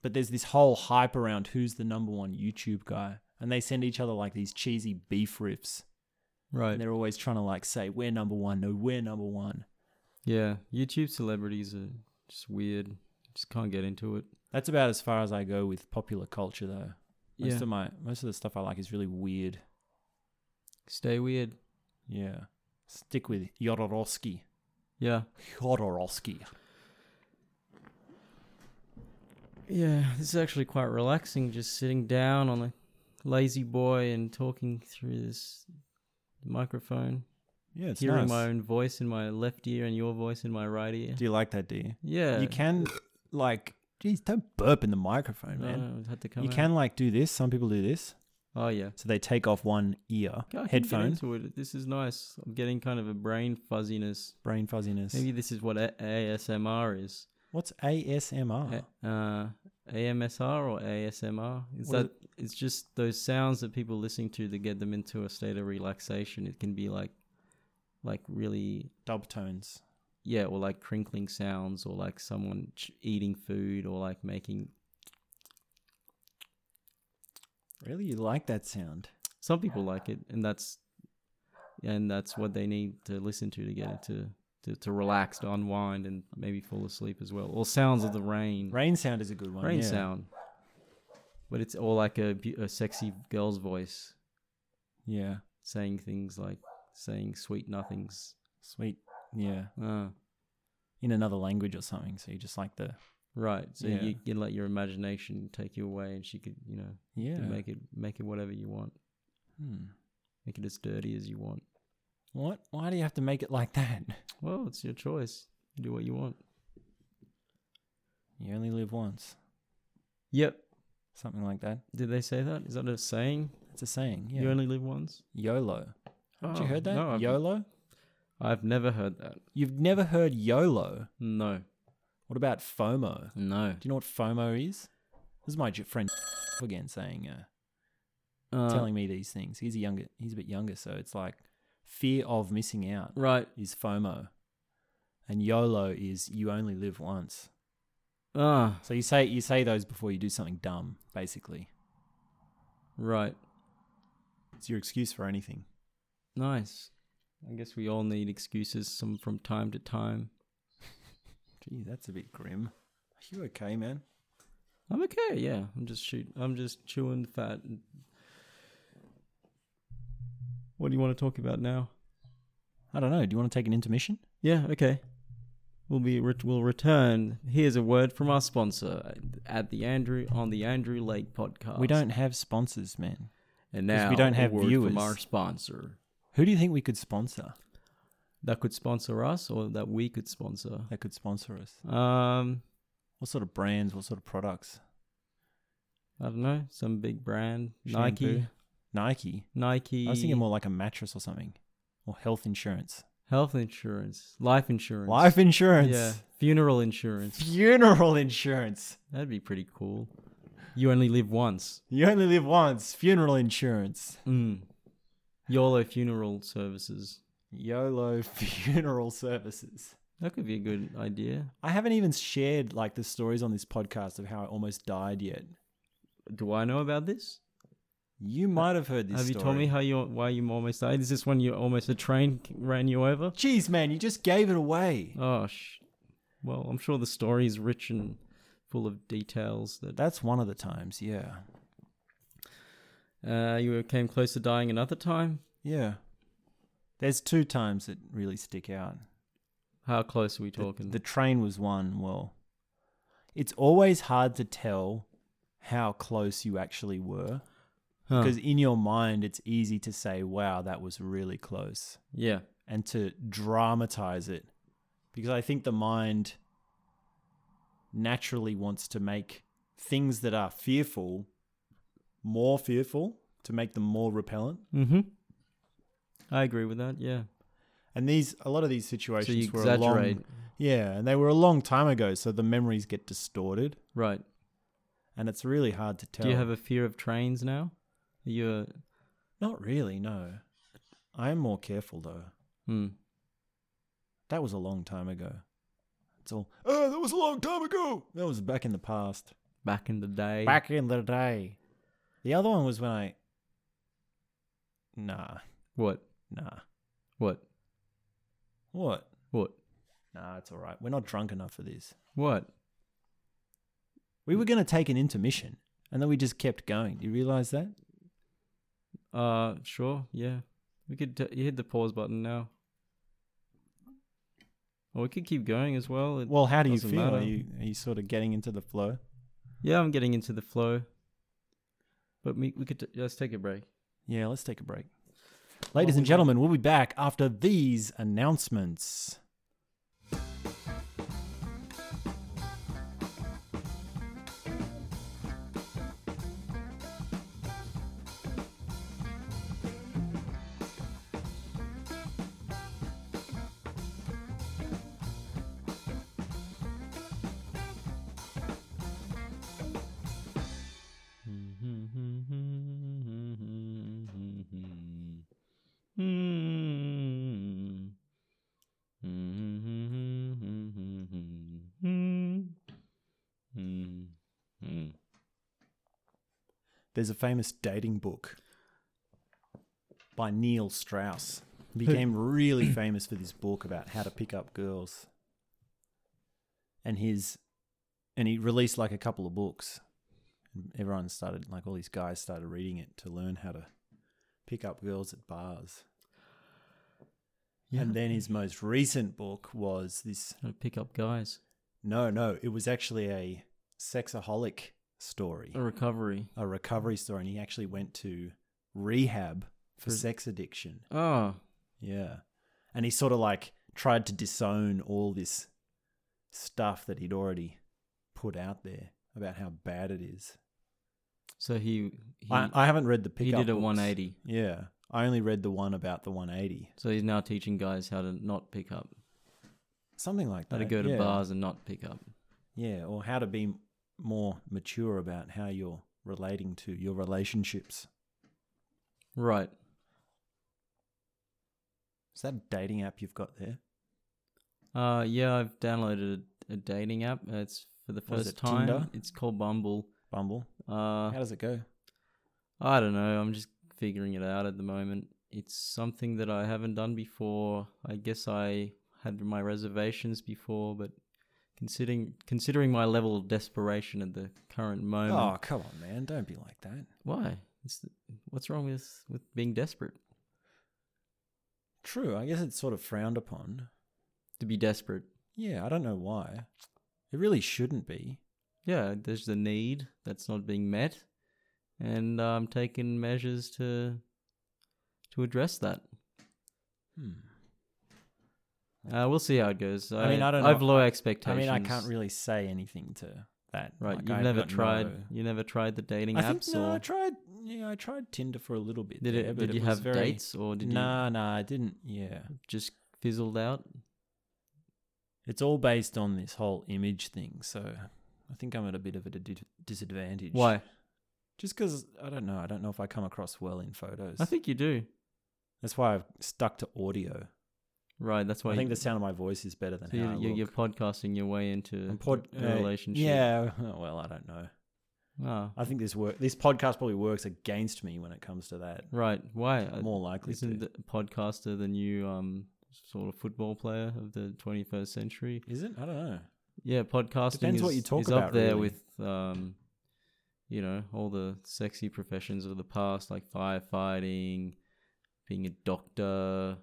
Speaker 2: But there's this whole hype around who's the number one YouTube guy, and they send each other like these cheesy beef riffs,
Speaker 1: right.
Speaker 2: and they're always trying to like say we're number one, no, we're number one.
Speaker 1: Yeah, YouTube celebrities are just weird. Just can't get into it.
Speaker 2: That's about as far as I go with popular culture, though. Most
Speaker 1: Yeah,
Speaker 2: of my most of the stuff I like is really weird.
Speaker 1: stay weird.
Speaker 2: Yeah, stick with Yodorovsky.
Speaker 1: Yeah.
Speaker 2: Yodorovsky.
Speaker 1: Yeah, this is actually quite relaxing. Just sitting down on a lazy boy and talking through this microphone,
Speaker 2: Yeah, it's
Speaker 1: hearing
Speaker 2: nice.
Speaker 1: my own voice in my left ear and your voice in my right ear.
Speaker 2: Do you like that? Do you?
Speaker 1: Yeah.
Speaker 2: You can like, geez, don't burp in the microphone,
Speaker 1: No,
Speaker 2: man.
Speaker 1: no, it had to come
Speaker 2: you
Speaker 1: out.
Speaker 2: can like do this. Some people do this,
Speaker 1: Oh yeah.
Speaker 2: so they take off one ear,
Speaker 1: Yeah, I can get
Speaker 2: headphone,
Speaker 1: into it. This is nice. I'm getting kind of a brain fuzziness.
Speaker 2: brain fuzziness.
Speaker 1: Maybe this is what a- ASMR is.
Speaker 2: What's ASMR?
Speaker 1: A- uh, AMSR or ASMR? Is
Speaker 2: What is
Speaker 1: that it's just those sounds that people listen to to get them into a state of relaxation. It can be like like really
Speaker 2: Dub tones.
Speaker 1: yeah, or like crinkling sounds or like someone ch- eating food or like making
Speaker 2: Really, you like that sound?
Speaker 1: some people like it and that's and that's what they need to listen to to get into to, to relax, to unwind and maybe fall asleep as well. Or sounds of the rain.
Speaker 2: Rain sound is a good one.
Speaker 1: rain
Speaker 2: yeah.
Speaker 1: sound. But it's all like a, beau- a sexy girl's voice
Speaker 2: Yeah,
Speaker 1: saying things like saying sweet nothings.
Speaker 2: sweet. Yeah,
Speaker 1: Ah,
Speaker 2: in another language or something. So you just like the
Speaker 1: right. So
Speaker 2: Yeah.
Speaker 1: you can let your imagination take you away, and she could, you know,
Speaker 2: yeah.
Speaker 1: could make it make it whatever you want,
Speaker 2: Hmm.
Speaker 1: make it as dirty as you want.
Speaker 2: What? Why do you have to make it like that? [laughs]
Speaker 1: Well, it's your choice. You do what you want.
Speaker 2: You only live once.
Speaker 1: Yep.
Speaker 2: Something like that.
Speaker 1: Did they say that? Is that a saying?
Speaker 2: It's a saying. Yeah.
Speaker 1: You only live once.
Speaker 2: YOLO. Haven't
Speaker 1: Oh,
Speaker 2: you heard that?
Speaker 1: No, I've,
Speaker 2: YOLO.
Speaker 1: I've never heard that.
Speaker 2: You've never heard YOLO.
Speaker 1: No,
Speaker 2: What about FOMO?
Speaker 1: no.
Speaker 2: Do you know what FOMO is? This is my j- friend [laughs] again saying, uh,
Speaker 1: Uh,
Speaker 2: telling me these things. He's a younger, he's a bit younger, so it's like fear of missing out
Speaker 1: Right.
Speaker 2: is FOMO, and YOLO is you only live once.
Speaker 1: Ah,
Speaker 2: So you say you say those before you do something dumb. Basically,
Speaker 1: right.
Speaker 2: it's your excuse for anything.
Speaker 1: Nice. I guess we all need excuses some from time to time.
Speaker 2: Gee, that's a bit grim. Are you okay, man?
Speaker 1: I'm okay, yeah. I'm just shoot I'm just chewing fat. What do you want to talk about now?
Speaker 2: I don't know. Do you want to take an intermission?
Speaker 1: Yeah, okay. We'll be ret- we'll return. Here's a word from our sponsor at the Andrew on the Andrew Lake podcast.
Speaker 2: We don't have sponsors, man.
Speaker 1: and
Speaker 2: 'cause
Speaker 1: now
Speaker 2: we don't
Speaker 1: a
Speaker 2: have
Speaker 1: word
Speaker 2: viewers.
Speaker 1: from our sponsor
Speaker 2: Who do you think we could sponsor?
Speaker 1: that could sponsor us or that we could sponsor.
Speaker 2: That could sponsor us.
Speaker 1: Um,
Speaker 2: What sort of brands? What sort of products?
Speaker 1: I don't know, some big brand, Nike,
Speaker 2: Shampoo? Nike.
Speaker 1: Nike.
Speaker 2: I was thinking more like a mattress or something, or health insurance,
Speaker 1: health insurance, life insurance,
Speaker 2: life insurance,
Speaker 1: yeah, funeral insurance.
Speaker 2: funeral insurance.
Speaker 1: That'd be pretty cool. You only live once.
Speaker 2: You only live once. Funeral insurance.
Speaker 1: Mm. YOLO Funeral Services.
Speaker 2: YOLO [laughs] funeral services.
Speaker 1: That could be a good idea.
Speaker 2: I haven't even shared like the stories on this podcast of how I almost died yet.
Speaker 1: Do I know about this?
Speaker 2: You might have heard this.
Speaker 1: Have you
Speaker 2: story.
Speaker 1: told me how you why you almost died? Is this when you almost a train ran you
Speaker 2: [laughs]
Speaker 1: over?
Speaker 2: Jeez, man, you just gave it away.
Speaker 1: Oh, sh- well, I'm sure the story is rich and full of details that
Speaker 2: That's one of the times. Yeah,
Speaker 1: uh, you came close to dying another time.
Speaker 2: yeah. There's two times that really stick out.
Speaker 1: How close are we
Speaker 2: The-
Speaker 1: talking?
Speaker 2: The, train was one. Well, it's always hard to tell how close you actually were
Speaker 1: Huh.
Speaker 2: because in your mind it's easy to say, "Wow, that was really close."
Speaker 1: Yeah.
Speaker 2: and to dramatize it because I think the mind naturally wants to make things that are fearful more fearful to make them more repellent.
Speaker 1: Mm-hmm. I agree with that. Yeah.
Speaker 2: And these, a lot of these
Speaker 1: So
Speaker 2: situations
Speaker 1: you
Speaker 2: were a
Speaker 1: exaggerate.
Speaker 2: long, yeah, and they were a long time ago, so the memories get distorted,
Speaker 1: Right.
Speaker 2: and it's really hard to tell.
Speaker 1: Do you have a fear of trains now? Are you a
Speaker 2: Not really, no. I am more careful though.
Speaker 1: hmm.
Speaker 2: That was a long time ago. It's all. Oh, that was a long time ago. That was back in the past.
Speaker 1: back in the day?
Speaker 2: back in the day. The other one was when I. Nah,
Speaker 1: What?
Speaker 2: nah.
Speaker 1: What?
Speaker 2: What?
Speaker 1: What?
Speaker 2: Nah, it's all right. We're not drunk enough for this.
Speaker 1: What?
Speaker 2: We were going to take an intermission, and then we just kept going. Do you realize that?
Speaker 1: Uh, sure. Yeah. We could. T- you hit the pause button now. Or we could keep going as well. It-
Speaker 2: Well, how do you
Speaker 1: Doesn't
Speaker 2: feel? Are
Speaker 1: matter.
Speaker 2: you, are you sort of getting into the flow?
Speaker 1: yeah, I'm getting into the flow. But we, we could. T- let's take a break.
Speaker 2: Yeah, let's take a break. Ladies
Speaker 1: we
Speaker 2: and
Speaker 1: wait.
Speaker 2: gentlemen, we'll be back after these announcements. There's a famous dating book by Neil Strauss. He became really famous for this book about how to pick up girls. And his and he released like a couple of books. And everyone started like all these guys started reading it to learn how to pick up girls at bars. And then his most recent book was this
Speaker 1: Gotta pick up guys.
Speaker 2: no, no, it was actually a sexaholic story
Speaker 1: A recovery.
Speaker 2: a recovery story and he actually went to rehab for
Speaker 1: For-
Speaker 2: sex addiction.
Speaker 1: Oh,
Speaker 2: Yeah. And he sort of like tried to disown all this stuff that he'd already put out there about how bad it is.
Speaker 1: so he he,
Speaker 2: I, I haven't read the
Speaker 1: he
Speaker 2: pickup.
Speaker 1: did a
Speaker 2: books.
Speaker 1: 180.
Speaker 2: Yeah. I only read the one about the 180.
Speaker 1: So he's now teaching guys how to not pick up,
Speaker 2: Something like
Speaker 1: how
Speaker 2: that.
Speaker 1: to go to
Speaker 2: Uh, yeah.
Speaker 1: bars and not pick up.
Speaker 2: Yeah. Or how to be more mature about how you're relating to your relationships.
Speaker 1: Right.
Speaker 2: Is that a dating app you've got there?
Speaker 1: Uh, yeah, I've downloaded a, a dating app. Uh, It's for the
Speaker 2: What is
Speaker 1: first
Speaker 2: it,
Speaker 1: time.
Speaker 2: Tinder?
Speaker 1: It's called Bumble.
Speaker 2: Bumble?
Speaker 1: Uh,
Speaker 2: How does it go?
Speaker 1: I don't know. I'm just figuring it out at the moment. It's something that I haven't done before. I guess I had my reservations before, but considering considering my level of desperation at the current moment,
Speaker 2: Oh, come on, man. Don't be like that.
Speaker 1: why? It's, what's wrong with with being desperate?
Speaker 2: True. I guess it's sort of frowned upon.
Speaker 1: To be desperate,
Speaker 2: Yeah, I don't know why. It really shouldn't be.
Speaker 1: yeah. There's the need that's not being met, and I'm taking measures to to address that.
Speaker 2: Hmm.
Speaker 1: Uh, we'll see how it goes. I,
Speaker 2: I mean, I don't know.
Speaker 1: I've low
Speaker 2: I
Speaker 1: expectations.
Speaker 2: mean, I can't really say anything to that.
Speaker 1: Right,
Speaker 2: Like,
Speaker 1: you've
Speaker 2: I
Speaker 1: never
Speaker 2: don't
Speaker 1: tried.
Speaker 2: know.
Speaker 1: You never tried the dating
Speaker 2: I
Speaker 1: apps,
Speaker 2: think no,
Speaker 1: or
Speaker 2: I tried. Yeah, I tried Tinder for a little bit.
Speaker 1: did
Speaker 2: there,
Speaker 1: it?
Speaker 2: but
Speaker 1: Did you
Speaker 2: was
Speaker 1: have
Speaker 2: very,
Speaker 1: dates, or did
Speaker 2: nah, nah, I didn't. Yeah,
Speaker 1: you just fizzled out?
Speaker 2: it's all based on this whole image thing. So I think I'm at a bit of a di- disadvantage.
Speaker 1: Why?
Speaker 2: Just because I don't know. I don't know if I come across well in photos.
Speaker 1: I think you do.
Speaker 2: that's why I've stuck to audio.
Speaker 1: Right, that's why
Speaker 2: I
Speaker 1: you-
Speaker 2: think the sound of my voice is better than
Speaker 1: so
Speaker 2: how
Speaker 1: you're,
Speaker 2: I
Speaker 1: you're,
Speaker 2: look.
Speaker 1: you're podcasting your way into
Speaker 2: I'm pod-
Speaker 1: a
Speaker 2: uh,
Speaker 1: relationship. Oh,
Speaker 2: Yeah. Well, I don't know.
Speaker 1: Ah,
Speaker 2: I think this work. This podcast probably works against me when it comes to that.
Speaker 1: right. Why? Uh,
Speaker 2: More likely to.
Speaker 1: Isn't the podcaster the new um sort of football player of the 21st century?
Speaker 2: is it? I don't know.
Speaker 1: Yeah, podcasting
Speaker 2: Depends
Speaker 1: is,
Speaker 2: what you talk
Speaker 1: is up
Speaker 2: about,
Speaker 1: there
Speaker 2: really.
Speaker 1: with um, you know, all the sexy professions of the past, like firefighting, being a doctor.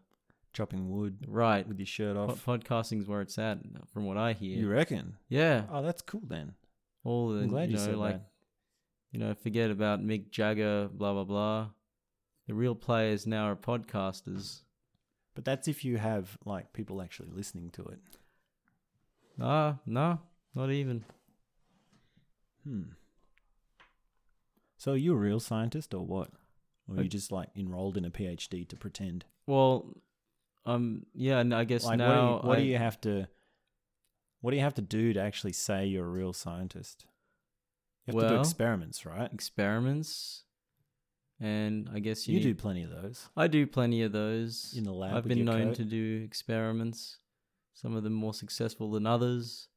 Speaker 2: Chopping wood
Speaker 1: Right,
Speaker 2: with your shirt
Speaker 1: po-
Speaker 2: off.
Speaker 1: podcasting's where it's at, from what I hear.
Speaker 2: You reckon?
Speaker 1: yeah,
Speaker 2: Oh, that's cool then.
Speaker 1: all the
Speaker 2: I'm glad
Speaker 1: you
Speaker 2: you,
Speaker 1: know,
Speaker 2: said
Speaker 1: like
Speaker 2: that.
Speaker 1: you know, forget about Mick Jagger, blah blah blah. The real players now are podcasters.
Speaker 2: But that's if you have like people actually listening to it.
Speaker 1: Ah, no, not even.
Speaker 2: Hmm. So are you a real scientist or what? Or
Speaker 1: I-
Speaker 2: you just like enrolled in a PhD to pretend?
Speaker 1: Well, um, yeah, and I guess
Speaker 2: Like
Speaker 1: now
Speaker 2: what, do you, what
Speaker 1: I,
Speaker 2: do you have to what do you have to do to actually say you're a real scientist? You have to do
Speaker 1: Well,
Speaker 2: experiments, right?
Speaker 1: experiments, and I guess you, need-
Speaker 2: You do plenty of those.
Speaker 1: I do plenty of those
Speaker 2: In the lab
Speaker 1: I've
Speaker 2: with
Speaker 1: been
Speaker 2: your
Speaker 1: known
Speaker 2: coat?
Speaker 1: to do experiments, some of them more successful than others.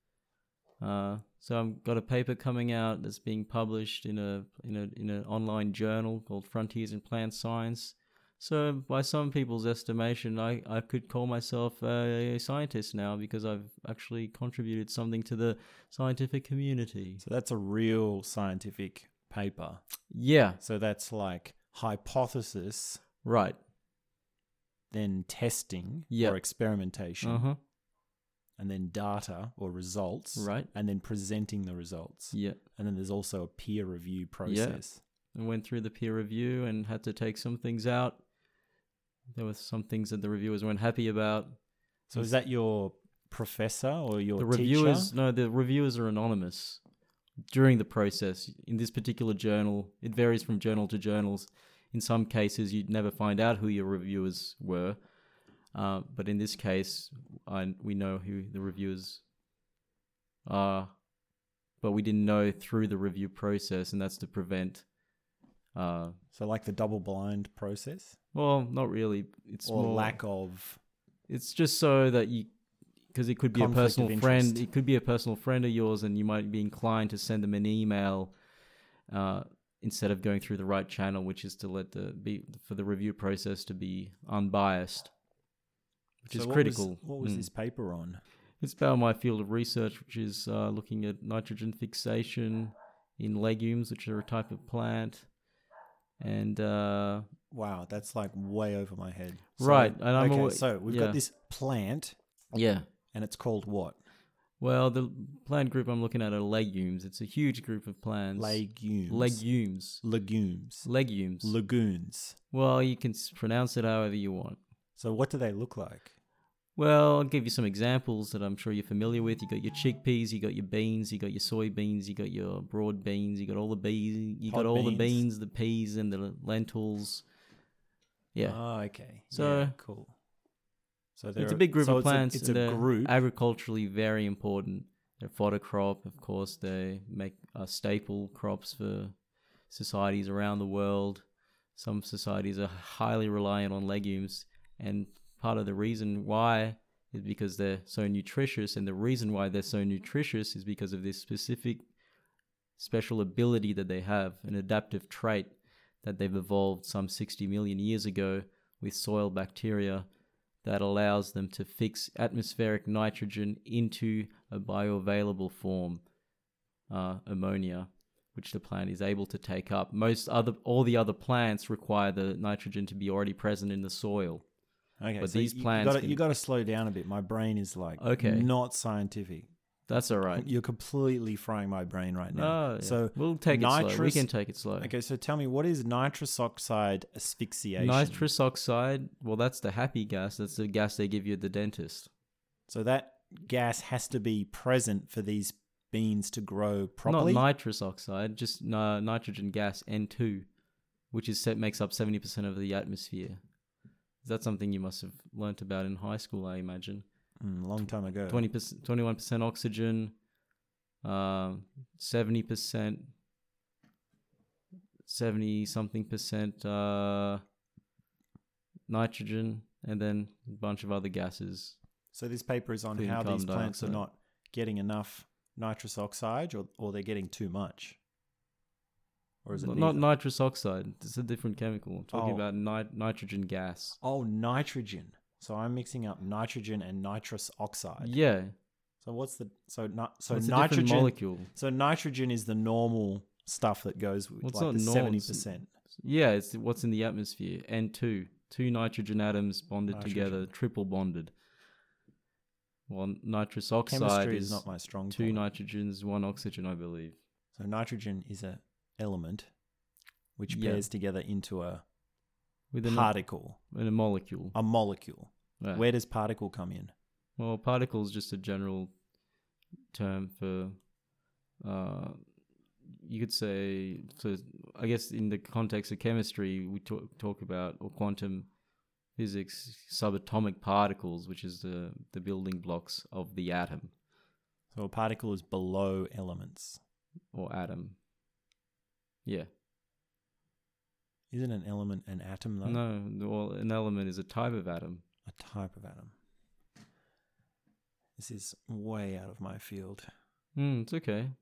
Speaker 1: Uh, so I've got a paper coming out that's being published in a in a in an online journal called Frontiers in Plant Science. So by some people's estimation, I, I could call myself a scientist now because I've actually contributed something to the scientific community.
Speaker 2: So that's a real scientific paper.
Speaker 1: Yeah,
Speaker 2: So that's like hypothesis,
Speaker 1: right.
Speaker 2: then testing
Speaker 1: Yep.
Speaker 2: or experimentation,
Speaker 1: Uh huh.
Speaker 2: and then data or results,
Speaker 1: Right.
Speaker 2: and then presenting the results.
Speaker 1: Yeah.
Speaker 2: And then there's also a peer review process.
Speaker 1: and went through the peer review and had to take some things out. There were some things that the reviewers weren't happy about.
Speaker 2: So is that your professor or your
Speaker 1: the
Speaker 2: teacher?
Speaker 1: reviewers, no, the reviewers are anonymous during the process. In this particular journal, it varies from journal to journals. In some cases, you'd never find out who your reviewers were, uh, but in this case, I, we know who the reviewers are, but we didn't know through the review process, and that's to prevent. Uh,
Speaker 2: So like the double blind process
Speaker 1: Well, not really. It's
Speaker 2: or
Speaker 1: more
Speaker 2: lack of
Speaker 1: It's just so that you, because it could be a
Speaker 2: Conflict of
Speaker 1: personal friend.
Speaker 2: interest.
Speaker 1: It could be a personal friend of yours, and you might be inclined to send them an email, uh, instead of going through the right channel, which is to let the be for the review process to be unbiased, which
Speaker 2: So
Speaker 1: is
Speaker 2: what was-
Speaker 1: critical.
Speaker 2: what was
Speaker 1: Mm.
Speaker 2: this paper on?
Speaker 1: It's about my field of research, which is uh, looking at nitrogen fixation in legumes, which are a type of plant, and. Uh,
Speaker 2: Wow, that's like way over my head.
Speaker 1: Right, and I'm
Speaker 2: okay,
Speaker 1: awa-
Speaker 2: so we've
Speaker 1: yeah.
Speaker 2: got this plant,
Speaker 1: yeah,
Speaker 2: and it's called what?
Speaker 1: Well, the plant group I'm looking at are legumes. It's a huge group of plants.
Speaker 2: Legumes.
Speaker 1: Legumes.
Speaker 2: Legumes.
Speaker 1: Legumes.
Speaker 2: Lagoons.
Speaker 1: well, you can s- pronounce it however you want.
Speaker 2: So what do they look like?
Speaker 1: Well, I'll give you some examples that I'm sure you're familiar with. You got your chickpeas, you got your beans, you got your soybeans, you got your broad beans, you got all the beans, you
Speaker 2: Pod
Speaker 1: got all the beans,
Speaker 2: beans.
Speaker 1: the peas, and the lentils. Yeah,
Speaker 2: Oh, okay.
Speaker 1: So-
Speaker 2: Yeah, cool. So
Speaker 1: it's
Speaker 2: they're-
Speaker 1: a big group
Speaker 2: so
Speaker 1: of
Speaker 2: it's a-
Speaker 1: plants.
Speaker 2: It's
Speaker 1: and
Speaker 2: a,
Speaker 1: they're
Speaker 2: group.
Speaker 1: agriculturally very important. They're fodder crop, of course. They make uh, staple crops for societies around the world. Some societies are highly reliant on legumes, and part of the reason why is because they're so nutritious. And the reason why they're so nutritious is because of this specific, special ability that they have, an adaptive trait that they've evolved some 60 million years ago with soil bacteria that allows them to fix atmospheric nitrogen into a bioavailable form, uh, ammonia, which the plant is able to take up. Most other, all the other plants require the nitrogen to be already present in the soil.
Speaker 2: Okay,
Speaker 1: but
Speaker 2: so
Speaker 1: these
Speaker 2: you
Speaker 1: plants
Speaker 2: Gotta,
Speaker 1: can-
Speaker 2: You got to slow down a bit. My brain is like
Speaker 1: Okay.
Speaker 2: not scientific.
Speaker 1: That's all right.
Speaker 2: You're completely frying my brain right now.
Speaker 1: Oh, yeah.
Speaker 2: So
Speaker 1: we'll take it slow. We
Speaker 2: nitrous-
Speaker 1: can take it slow.
Speaker 2: okay, so tell me what is nitrous oxide asphyxiation?
Speaker 1: Nitrous oxide. Well, that's the happy gas. That's the gas they give you at the dentist.
Speaker 2: So that gas has to be present for these beans to grow properly.
Speaker 1: Not nitrous oxide, just uh, nitrogen gas N2, which is set, makes up 70% of the atmosphere. Is that something you must have learnt about
Speaker 2: Hmm,
Speaker 1: in high school, I imagine?
Speaker 2: Mm, long time ago.
Speaker 1: 20%, 21% oxygen, um, 70%, 70 something percent uh, nitrogen, and then a bunch of other gases.
Speaker 2: So this paper is on
Speaker 1: Including
Speaker 2: how these
Speaker 1: carbon
Speaker 2: plants are
Speaker 1: dioxide.
Speaker 2: not getting enough nitrous oxide, or or they're getting too much, or is it
Speaker 1: N- not
Speaker 2: neither?
Speaker 1: nitrous oxide? It's a different chemical. I'm talking
Speaker 2: Oh.
Speaker 1: about nit- nitrogen gas.
Speaker 2: Oh, nitrogen. So I'm mixing up nitrogen and nitrous oxide.
Speaker 1: Yeah,
Speaker 2: So what's the so not so
Speaker 1: it's a different
Speaker 2: nitrogen?
Speaker 1: molecule.
Speaker 2: So nitrogen is the normal stuff that goes with
Speaker 1: Well, it's
Speaker 2: like the
Speaker 1: not normal,
Speaker 2: seventy
Speaker 1: it's-
Speaker 2: percent.
Speaker 1: Yeah, it's what's in the atmosphere. N two, two nitrogen atoms bonded together,
Speaker 2: Nitrogen.
Speaker 1: triple bonded. Well, nitrous oxide
Speaker 2: Chemistry
Speaker 1: is,
Speaker 2: is not my strong
Speaker 1: two
Speaker 2: point.
Speaker 1: nitrogens, one oxygen, I believe.
Speaker 2: so nitrogen is a element which
Speaker 1: Yeah.
Speaker 2: pairs together into a
Speaker 1: With an-
Speaker 2: particle,
Speaker 1: in a molecule.
Speaker 2: a molecule.
Speaker 1: Right.
Speaker 2: Where does particle come in?
Speaker 1: Well, particle is just a general term for, uh, you could say, so I guess in the context of chemistry, we talk, talk about, or quantum physics, subatomic particles, which is the, the building blocks of the atom
Speaker 2: So a particle is below elements.
Speaker 1: or atom. Yeah.
Speaker 2: Isn't an element an atom though?
Speaker 1: No, well, an element is a type of atom.
Speaker 2: A type of atom. This is way out of my field.
Speaker 1: Mm, it's okay.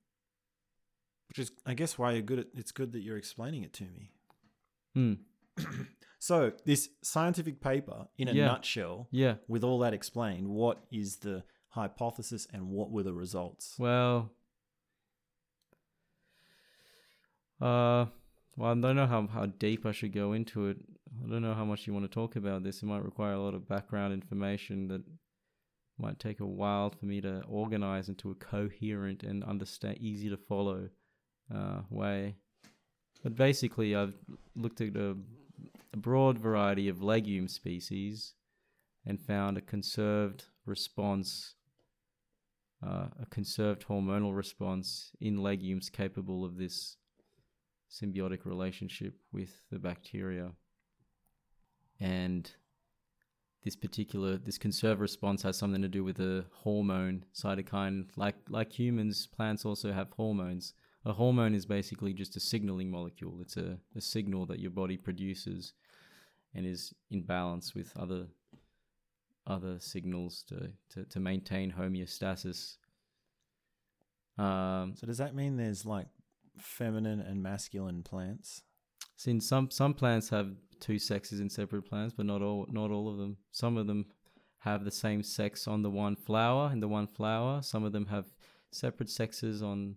Speaker 2: Which is I guess why you're good at it's good that you're explaining it to me.
Speaker 1: Hmm.
Speaker 2: So this scientific paper, in a
Speaker 1: Yeah.
Speaker 2: nutshell,
Speaker 1: Yeah.
Speaker 2: with all that explained, what is the hypothesis and what were the results?
Speaker 1: Well, uh, well, I don't know how how deep I should go into it. I don't know how much you want to talk about this. It might require a lot of background information that might take a while for me to organize into a coherent and understand, easy to follow uh, way. But basically, I've looked at a, a broad variety of legume species and found a conserved response uh, a conserved hormonal response in legumes capable of this symbiotic relationship with the bacteria. And this particular this conserved response has something to do with the hormone cytokine. Like like humans, plants also have hormones. A hormone is basically just a signaling molecule. It's a, a signal that your body produces and is in balance with other other signals to, to, to maintain homeostasis. Um,
Speaker 2: So does that mean there's like feminine and masculine plants?
Speaker 1: since some some plants have two sexes in separate plants, but not all not all of them. Some of them have the same sex on the one flower and the one flower. Some of them have separate sexes on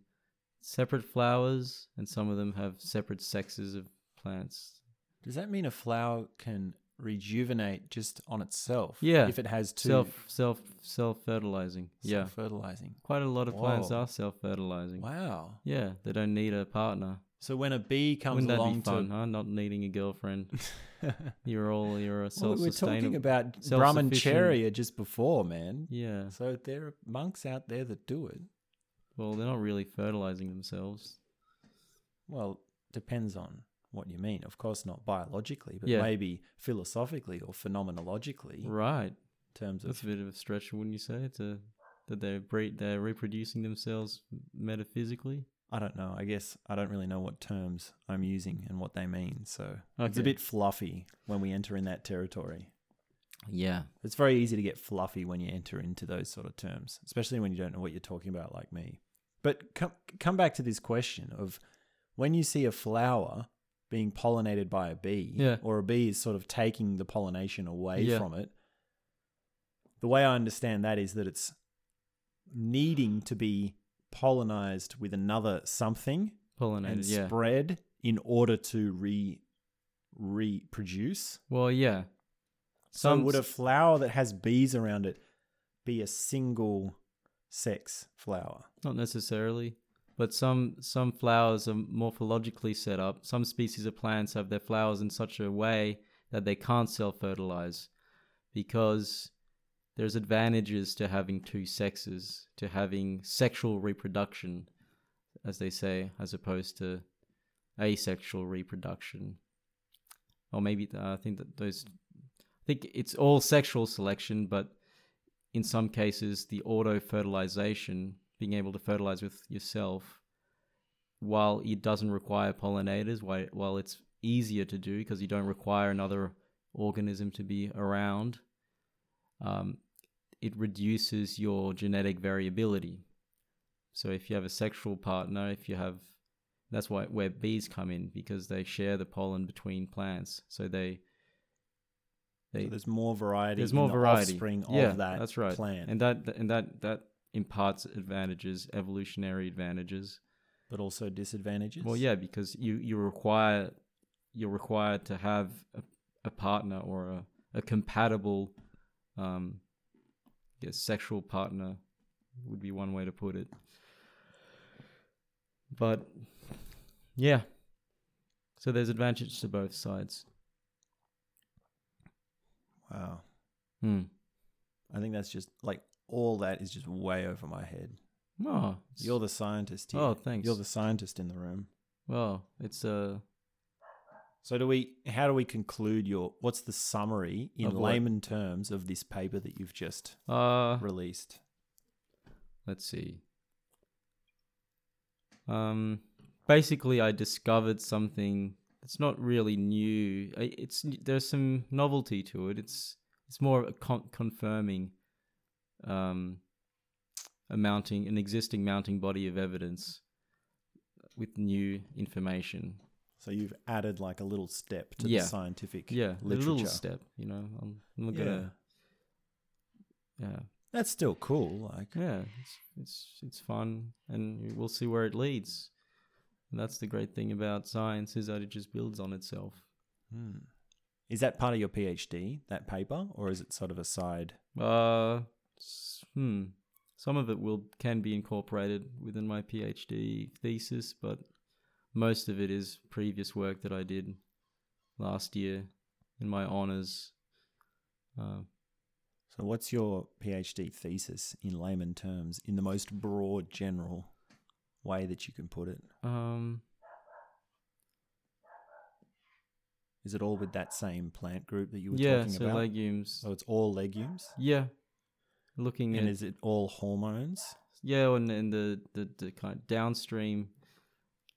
Speaker 1: separate flowers, and some of them have separate sexes of plants.
Speaker 2: Does that mean a flower can rejuvenate just on itself?
Speaker 1: Yeah.
Speaker 2: If it has two
Speaker 1: Self self self fertilizing. Yeah,
Speaker 2: fertilizing.
Speaker 1: quite a lot of plants
Speaker 2: Whoa.
Speaker 1: are self fertilizing.
Speaker 2: Wow.
Speaker 1: Yeah, they don't need a partner.
Speaker 2: So when a bee comes
Speaker 1: Wouldn't that
Speaker 2: along
Speaker 1: be fun,
Speaker 2: to
Speaker 1: huh? Not needing a girlfriend.
Speaker 2: [laughs]
Speaker 1: you're all you're a
Speaker 2: well, we we're
Speaker 1: self-sustainable.
Speaker 2: talking about Brahmacharya
Speaker 1: self-sufficient-
Speaker 2: just before, man.
Speaker 1: yeah.
Speaker 2: So there are monks out there that do it.
Speaker 1: Well, they're not really fertilizing themselves.
Speaker 2: Well, depends on what you mean. Of course, not biologically, but
Speaker 1: Yeah.
Speaker 2: maybe philosophically or phenomenologically in
Speaker 1: Right.
Speaker 2: terms
Speaker 1: That's
Speaker 2: of.
Speaker 1: a bit of a stretch, wouldn't you say? To that they're bre- they're reproducing themselves metaphysically.
Speaker 2: I don't know. I guess I don't really know what terms I'm using and what they mean. So it's a
Speaker 1: Okay.
Speaker 2: bit fluffy when we enter in that territory.
Speaker 1: Yeah.
Speaker 2: It's very easy to get fluffy when you enter into those sort of terms, especially when you don't know what you're talking about, like me. But come come back to this question of when you see a flower being pollinated by a bee,
Speaker 1: Yeah.
Speaker 2: or a bee is sort of taking the pollination away
Speaker 1: Yeah.
Speaker 2: from it. The way I understand that is that it's needing to be pollinized with another something
Speaker 1: Pollinated.
Speaker 2: and
Speaker 1: yeah.
Speaker 2: spread in order to re reproduce.
Speaker 1: well, yeah.
Speaker 2: So
Speaker 1: Some-
Speaker 2: would a flower that has bees around it be a single sex flower?
Speaker 1: Not necessarily, but some some flowers are morphologically set up. Some species of plants have their flowers in such a way that they can't self-fertilize because there's advantages to having two sexes, to having sexual reproduction, as they say, as opposed to asexual reproduction. Or maybe uh, I think that those I think it's all sexual selection, but in some cases, the auto fertilization being able to fertilize with yourself, while it doesn't require pollinators, while, while it's easier to do because you don't require another organism to be around, um, it reduces your genetic variability. So if you have a sexual partner, if you have that's why where bees come in because they share the pollen between plants. So they
Speaker 2: So there's more variety.
Speaker 1: there's more
Speaker 2: in the
Speaker 1: variety.
Speaker 2: Offspring
Speaker 1: yeah,
Speaker 2: of that
Speaker 1: that's right.
Speaker 2: plant,
Speaker 1: And that and that that imparts advantages, evolutionary advantages.
Speaker 2: but also disadvantages.
Speaker 1: Well, yeah, because you you require you're required to have a, a partner or a, a compatible, um, I guess sexual partner would be one way to put it. But yeah, so there's advantage to both sides.
Speaker 2: Wow.
Speaker 1: Hmm.
Speaker 2: I think that's just like all that is just way over my head.
Speaker 1: Oh, it's-
Speaker 2: You're the scientist here.
Speaker 1: Oh, thanks.
Speaker 2: You're the scientist in the room.
Speaker 1: well, it's uh,
Speaker 2: So do we? How do we conclude your? What's the summary in
Speaker 1: Of what?
Speaker 2: layman terms of this paper that you've just
Speaker 1: uh,
Speaker 2: released?
Speaker 1: let's see. Um, basically, I discovered something that's not really new. I- It's there's some novelty to it. It's it's more of a con- confirming, um, a mounting an existing mounting body of evidence with new information.
Speaker 2: So you've added like a little step to
Speaker 1: Yeah.
Speaker 2: the scientific
Speaker 1: Yeah, a
Speaker 2: literature.
Speaker 1: little step. You know, I'm, I'm not
Speaker 2: Yeah.
Speaker 1: gonna. Yeah,
Speaker 2: That's still cool. Like
Speaker 1: yeah, it's it's it's fun, and we'll see where it leads. And that's the great thing about science is that it just builds on itself.
Speaker 2: Hmm. Is that part of your PhD, that paper, or is it sort of a side?
Speaker 1: Uh, s- hmm. Some of it will can be incorporated within my PhD thesis, but most of it is previous work that I did last year in my honors. Uh,
Speaker 2: So, what's your PhD thesis in layman terms, in the most broad, general way that you can put it?
Speaker 1: um,
Speaker 2: Is it all with that same plant group that you were
Speaker 1: yeah,
Speaker 2: talking
Speaker 1: so
Speaker 2: about?
Speaker 1: legumes.
Speaker 2: so it's all legumes,
Speaker 1: Yeah, looking
Speaker 2: and
Speaker 1: at
Speaker 2: is it all hormones?
Speaker 1: Yeah, and and the the, the kind of downstream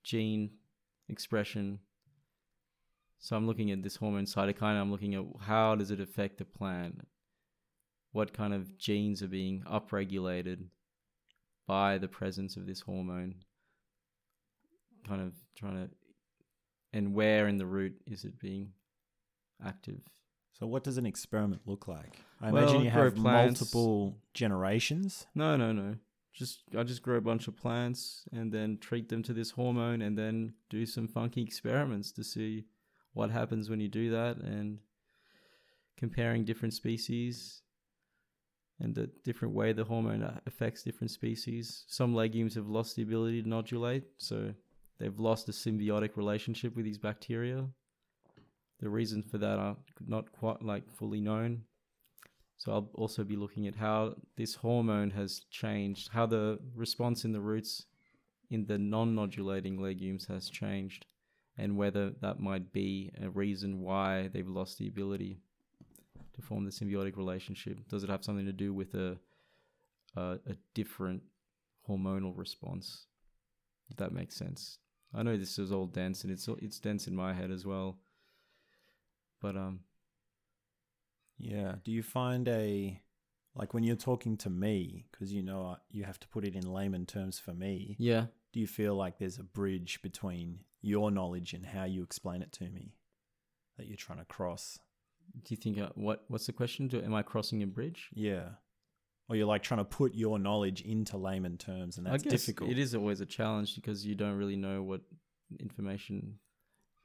Speaker 1: gene expression. So I'm looking at this hormone cytokine. I'm looking at how does it affect the plant? What kind of genes are being upregulated by the presence of this hormone? Kind of trying to, and where in the root is it being active?
Speaker 2: So, what does an experiment look like? I
Speaker 1: Well,
Speaker 2: imagine you
Speaker 1: grow
Speaker 2: have
Speaker 1: plants.
Speaker 2: multiple generations.
Speaker 1: No, no, no. Just I just grow a bunch of plants and then treat them to this hormone and then do some funky experiments to see what happens when you do that and comparing different species and the different way the hormone a- affects different species. Some legumes have lost the ability to nodulate, so they've lost a symbiotic relationship with these bacteria. The reasons for that are not quite like fully known. So I'll also be looking at how this hormone has changed, how the response in the roots in the non nodulating legumes has changed, and whether that might be a reason why they've lost the ability to form the symbiotic relationship. Does it have something to do with a, a, a different hormonal response? If that makes sense. I know this is all dense and it's it's dense in my head as well. But um
Speaker 2: Yeah. Do you find a like when you're talking to me, because you know I- you have to put it in layman terms for me?
Speaker 1: yeah.
Speaker 2: do you feel like there's a bridge between your knowledge and how you explain it to me that you're trying to cross?
Speaker 1: Do you think uh, what what's the question? Do, am I crossing a bridge?
Speaker 2: Yeah. Or you're like trying to put your knowledge into layman terms and
Speaker 1: I
Speaker 2: that's
Speaker 1: guess
Speaker 2: difficult.
Speaker 1: It is always a challenge because you don't really know what information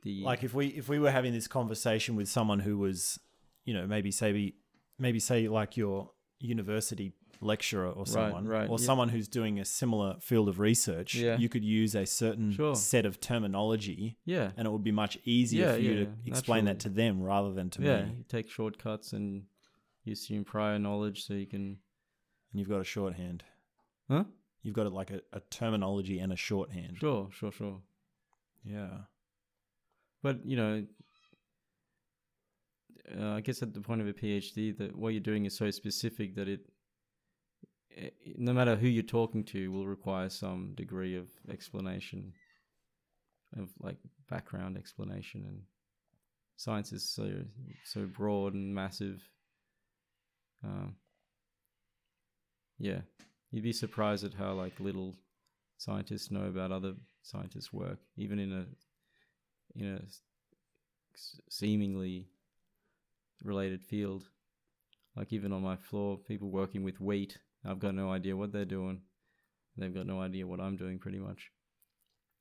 Speaker 1: the
Speaker 2: Like if we if we were having this conversation with someone who was, you know, maybe say maybe say like your university lecturer or someone
Speaker 1: right,
Speaker 2: or
Speaker 1: yeah.
Speaker 2: someone who's doing a similar field of research,
Speaker 1: Yeah.
Speaker 2: you could use a certain
Speaker 1: Sure.
Speaker 2: set of terminology
Speaker 1: yeah
Speaker 2: and it would be much easier
Speaker 1: Yeah,
Speaker 2: for you
Speaker 1: yeah,
Speaker 2: to explain
Speaker 1: naturally.
Speaker 2: that to them rather than to
Speaker 1: yeah
Speaker 2: me.
Speaker 1: you take shortcuts and you assume prior knowledge so you can
Speaker 2: and you've got a shorthand.
Speaker 1: huh
Speaker 2: You've got like a, a terminology and a shorthand.
Speaker 1: sure sure sure
Speaker 2: Yeah.
Speaker 1: but you know uh, i guess at the point of a phd that what you're doing is so specific that it eh, no matter who you're talking to, will require some degree of explanation, of like background explanation, and science is so so broad and massive. Um, yeah, you'd be surprised at how like little scientists know about other scientists' work, even in a in a s- s- seemingly related field. Like even on my floor, people working with wheat, I've got no idea what they're doing. They've got no idea what I'm doing, pretty much.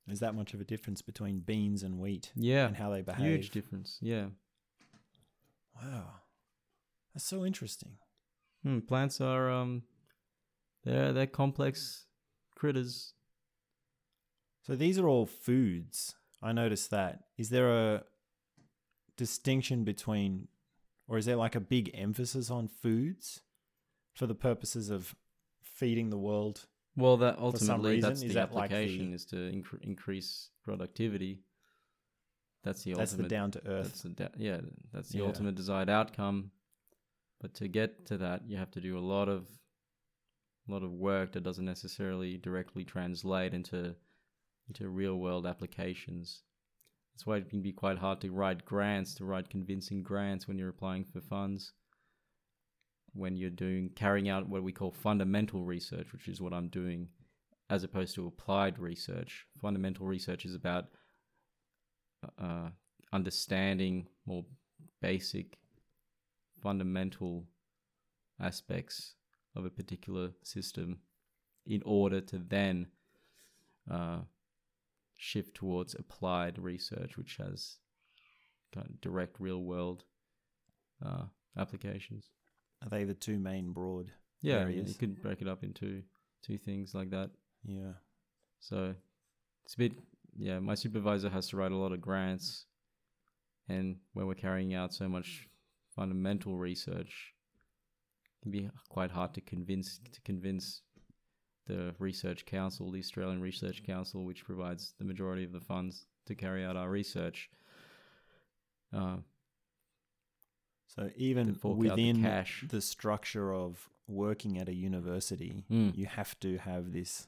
Speaker 2: There's that much of a difference between beans and wheat
Speaker 1: Yeah,
Speaker 2: and how they behave.
Speaker 1: huge difference. Yeah,
Speaker 2: Wow. That's so interesting.
Speaker 1: hmm, plants are um, they're they're complex critters.
Speaker 2: So these are all foods. I noticed that. Is there a distinction between, or is there like a big emphasis on foods for the purposes of feeding the world?
Speaker 1: Well, that
Speaker 2: For some
Speaker 1: ultimately that's
Speaker 2: reason,
Speaker 1: the
Speaker 2: is that like the-
Speaker 1: application is to incre- increase productivity. That's the
Speaker 2: That's the
Speaker 1: ultimate
Speaker 2: down to
Speaker 1: That's
Speaker 2: earth.
Speaker 1: the da- yeah, that's the
Speaker 2: Yeah.
Speaker 1: ultimate desired outcome. But to get to that, you have to do a lot of lot of work that doesn't necessarily directly translate into into real world applications. That's why it can be quite hard to write grants, to write convincing grants when you're applying for funds. When you're doing carrying out what we call fundamental research, which is what I'm doing, as opposed to applied research. Fundamental research is about uh, understanding more basic fundamental aspects of a particular system in order to then uh, shift towards applied research which has kind of direct real world uh, applications
Speaker 2: Are they the two main broad?
Speaker 1: yeah
Speaker 2: There he
Speaker 1: yeah, you
Speaker 2: is.
Speaker 1: could break it up into two things like that
Speaker 2: Yeah.
Speaker 1: so it's a bit, yeah, my supervisor has to write a lot of grants. And when we're carrying out so much fundamental research, it can be quite hard to convince to convince the Research Council, the Australian Research Council, which provides the majority of the funds to carry out our research, uh,
Speaker 2: So
Speaker 1: to
Speaker 2: even
Speaker 1: fork out the
Speaker 2: within
Speaker 1: cash.
Speaker 2: the structure of working at a university,
Speaker 1: Mm.
Speaker 2: you have to have this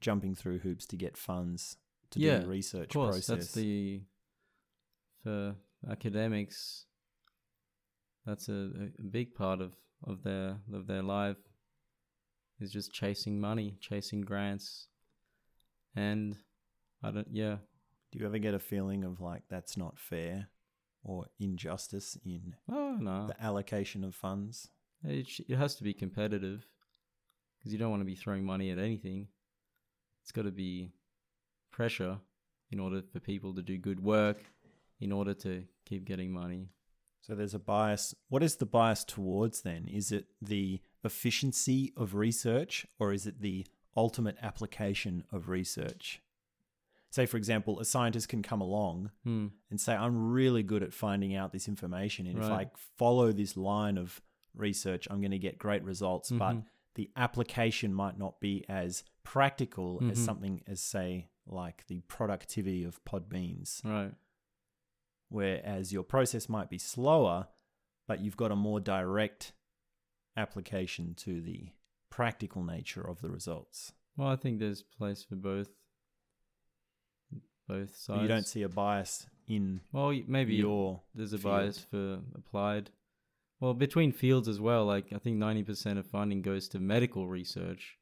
Speaker 2: jumping through hoops to get funds to
Speaker 1: Yeah,
Speaker 2: do the research
Speaker 1: Of course,
Speaker 2: process.
Speaker 1: that's the for academics. That's a, a big part of of their of their life is just chasing money, chasing grants, and I don't. Yeah,
Speaker 2: Do you ever get a feeling of like that's not fair or injustice in
Speaker 1: oh no,
Speaker 2: the allocation of funds?
Speaker 1: it sh- it has to be competitive because you don't want to be throwing money at anything. It's got to be pressure in order for people to do good work, in order to keep getting money.
Speaker 2: So there's a bias. What is the bias towards then? Is it the efficiency of research or is it the ultimate application of research? Say, for example, a scientist can come along
Speaker 1: Hmm.
Speaker 2: and say, I'm really good at finding out this information. And if I
Speaker 1: Right.
Speaker 2: follow this line of research, I'm going to get great results. But
Speaker 1: Mm-hmm.
Speaker 2: the application might not be as practical as
Speaker 1: Mhm.
Speaker 2: something as, say, like the productivity of pod beans,
Speaker 1: Right.
Speaker 2: whereas your process might be slower, but you've got a more direct application to the practical nature of the results.
Speaker 1: Well, I think there's place for both. Both sides.
Speaker 2: You don't see a bias in
Speaker 1: Well, y- maybe
Speaker 2: your
Speaker 1: there's a
Speaker 2: field.
Speaker 1: bias for applied. Well, between fields as well. Like I think ninety percent of funding goes to medical research,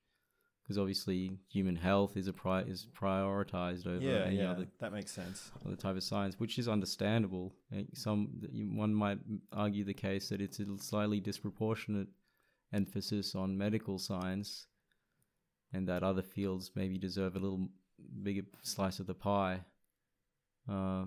Speaker 1: because obviously human health is a pri- is prioritized over
Speaker 2: yeah,
Speaker 1: any
Speaker 2: yeah,
Speaker 1: other
Speaker 2: that makes sense.
Speaker 1: other type of science, which is understandable. Uh, Some you- one might argue the case that it's a slightly disproportionate emphasis on medical science, and that other fields maybe deserve a little bigger slice of the pie. Uh,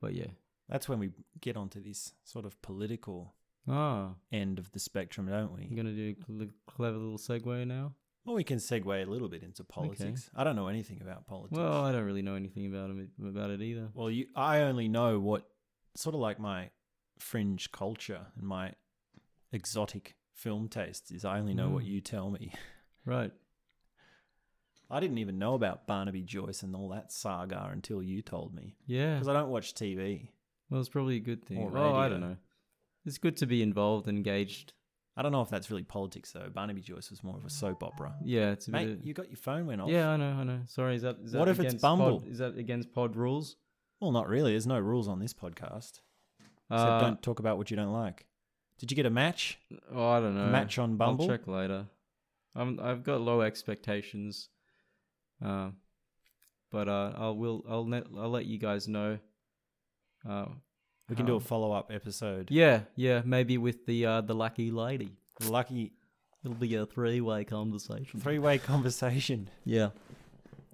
Speaker 1: but yeah,
Speaker 2: That's when we get onto this sort of political
Speaker 1: ah,
Speaker 2: end of the spectrum, don't we?
Speaker 1: I'm gonna do a cl- clever little segue now.
Speaker 2: Well, we can segue a little bit into politics. I don't know anything about politics.
Speaker 1: Well, I don't really know anything about it, about it either.
Speaker 2: Well, you, I only know what sort of like my fringe culture and my exotic film taste is. I only know what
Speaker 1: Mm.
Speaker 2: you tell me. [laughs]
Speaker 1: Right.
Speaker 2: I didn't even know about Barnaby Joyce and all that saga until you told me
Speaker 1: Yeah.
Speaker 2: because I don't watch TV.
Speaker 1: Well, it's probably a good thing.
Speaker 2: Or
Speaker 1: Oh, I
Speaker 2: radio.
Speaker 1: don't know. It's good to be involved, engaged
Speaker 2: I don't know if that's really politics though. Barnaby Joyce was more of a soap opera.
Speaker 1: Mm. Yeah, it's a
Speaker 2: Mate,
Speaker 1: bit. Of,
Speaker 2: you got your phone went off.
Speaker 1: yeah, I know, I know. Sorry, is that is that
Speaker 2: What if it's
Speaker 1: against
Speaker 2: Bumble?
Speaker 1: Pod, is that against pod rules?
Speaker 2: Well, not really. There's no rules on this podcast. Except
Speaker 1: Uh,
Speaker 2: don't talk about what you don't like. Did you get a match?
Speaker 1: oh, I don't know.
Speaker 2: match on Bumble?
Speaker 1: I'll check later. I'm, I've got low expectations, uh, but uh, I will. I'll let I'll let you guys know. Uh,
Speaker 2: We can do a
Speaker 1: Um,
Speaker 2: follow up episode.
Speaker 1: yeah, yeah, maybe with the uh, the lucky lady.
Speaker 2: Lucky
Speaker 1: It'll be a three way conversation.
Speaker 2: three
Speaker 1: [laughs]
Speaker 2: way conversation.
Speaker 1: Yeah.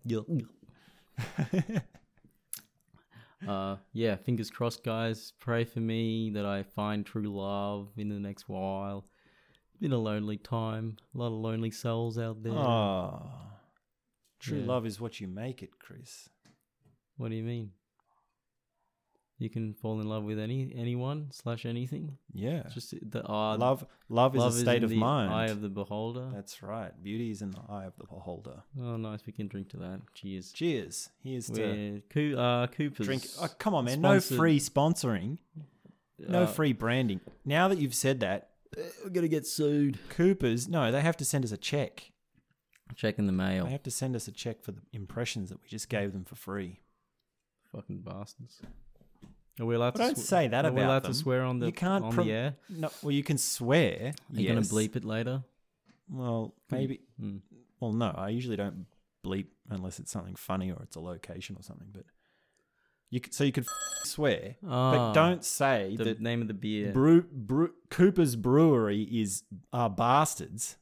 Speaker 1: Yeah. [laughs] uh, yeah, fingers crossed, guys. Pray for me that I find true love in the next while. Been a lonely time. A lot of lonely souls out there.
Speaker 2: Oh. True
Speaker 1: Yeah.
Speaker 2: love is what you make it, Chris.
Speaker 1: What do you mean? You can fall in love with any anyone slash anything.
Speaker 2: Yeah.
Speaker 1: It's just the uh,
Speaker 2: love love is
Speaker 1: love
Speaker 2: a state
Speaker 1: in
Speaker 2: of
Speaker 1: the
Speaker 2: mind.
Speaker 1: Eye of the beholder.
Speaker 2: That's right. Beauty is in the eye of the beholder.
Speaker 1: oh, nice. We can drink to that. Cheers.
Speaker 2: Cheers. Here's to
Speaker 1: We're Coo- uh, Coopers.
Speaker 2: drink. Oh, come on, man.
Speaker 1: Sponsored.
Speaker 2: No free sponsoring. No
Speaker 1: Uh,
Speaker 2: free branding. Now that you've said that,
Speaker 1: We're gonna get sued.
Speaker 2: Coopers, no, they have to send us a check.
Speaker 1: Checking the mail.
Speaker 2: They have to send us a check for the impressions that we just gave them for free.
Speaker 1: Fucking bastards. Are we allowed
Speaker 2: But
Speaker 1: to
Speaker 2: don't say that
Speaker 1: Are we
Speaker 2: about
Speaker 1: allowed
Speaker 2: them.
Speaker 1: to swear on the
Speaker 2: You can't
Speaker 1: on
Speaker 2: pro-
Speaker 1: the air?
Speaker 2: No, well, you can swear.
Speaker 1: Are you gonna
Speaker 2: yes.
Speaker 1: bleep it later?
Speaker 2: Well, maybe.
Speaker 1: Mm.
Speaker 2: Well, no, I usually don't bleep unless it's something funny or it's a location or something. But you could, so you could f- swear,
Speaker 1: Ah,
Speaker 2: but don't say
Speaker 1: the
Speaker 2: that
Speaker 1: name of the beer.
Speaker 2: brew, brew, Cooper's Brewery is are bastards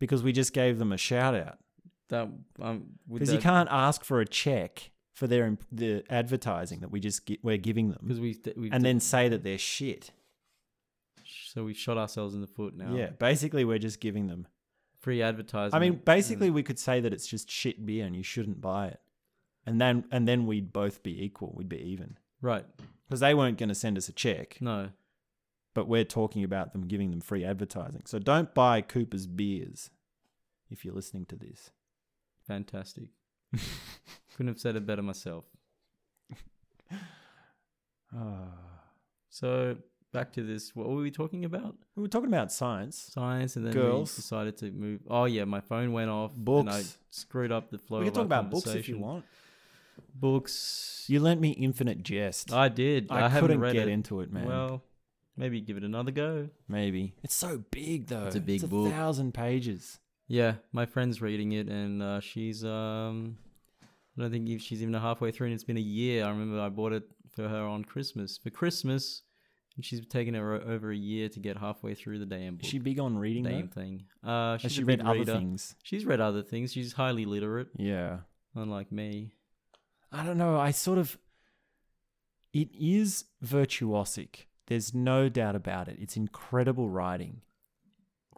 Speaker 2: because we just gave them a shout out.
Speaker 1: that um, with
Speaker 2: Because you
Speaker 1: that-
Speaker 2: can't ask for a check for their imp- the advertising that we just gi- we're giving them,
Speaker 1: 'cause we d- we
Speaker 2: and
Speaker 1: d-
Speaker 2: then say that they're shit.
Speaker 1: so we shot ourselves in the foot now.
Speaker 2: Yeah, basically we're just giving them.
Speaker 1: free advertising.
Speaker 2: I mean, basically
Speaker 1: Mm.
Speaker 2: we could say that it's just shit beer and you shouldn't buy it, and then and then we'd both be equal. We'd be even
Speaker 1: right?
Speaker 2: because they weren't going to send us a check,
Speaker 1: No,
Speaker 2: but we're talking about them giving them free advertising. So don't buy Cooper's beers if you're listening to this. [laughs]
Speaker 1: fantastic. Couldn't have said it better myself. Ah. So back to this. What were we talking about?
Speaker 2: we were talking about science.
Speaker 1: Science, and then
Speaker 2: Girls.
Speaker 1: we decided to move. Oh yeah, my phone went off. and I
Speaker 2: Books.
Speaker 1: screwed up the flow.
Speaker 2: We can
Speaker 1: of our
Speaker 2: talk about books if you
Speaker 1: conversation.
Speaker 2: want.
Speaker 1: Books.
Speaker 2: You lent me Infinite Jest.
Speaker 1: I did. I,
Speaker 2: I,
Speaker 1: haven't
Speaker 2: couldn't
Speaker 1: read
Speaker 2: get
Speaker 1: it.
Speaker 2: into it, man.
Speaker 1: Well, maybe give it another go.
Speaker 2: Maybe it's so big though.
Speaker 1: It's a big book.
Speaker 2: thousand pages.
Speaker 1: Yeah, my friend's reading it, and uh, she's um, I don't think if she's even halfway through, and it's been a year. I remember I bought it for her on Christmas for Christmas, and she's taken her o- over a year to get halfway through the damn book.
Speaker 2: Is she big on reading?
Speaker 1: damn
Speaker 2: Though?
Speaker 1: thing. Uh,
Speaker 2: Has
Speaker 1: she's
Speaker 2: she
Speaker 1: a
Speaker 2: read
Speaker 1: big
Speaker 2: other
Speaker 1: reader.
Speaker 2: things?
Speaker 1: She's read other things. She's highly literate,
Speaker 2: Yeah.
Speaker 1: unlike me.
Speaker 2: I don't know. I sort of. It is virtuosic. There's no doubt about it. It's incredible writing.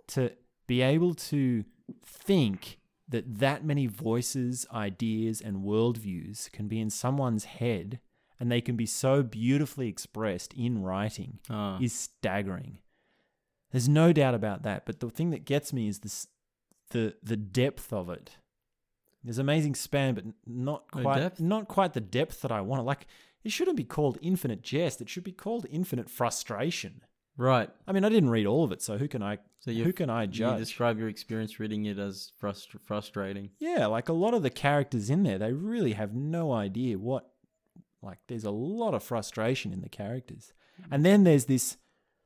Speaker 2: To be able to think that that many voices, ideas, and worldviews can be in someone's head and they can be so beautifully expressed in writing
Speaker 1: Uh,
Speaker 2: is staggering. There's no doubt about that. But the thing that gets me is this the the depth of it. There's amazing span, but n- not
Speaker 1: No
Speaker 2: quite
Speaker 1: depth?
Speaker 2: not quite the depth that I want. Like it shouldn't be called infinite jest. It should be called infinite frustration.
Speaker 1: right.
Speaker 2: I mean, I didn't read all of it, so who can I
Speaker 1: So you
Speaker 2: who can I
Speaker 1: you
Speaker 2: judge?
Speaker 1: describe your experience reading it as frustr frustrating.
Speaker 2: yeah, like a lot of the characters in there, they really have no idea what. Like, there's a lot of frustration in the characters, and then there's this.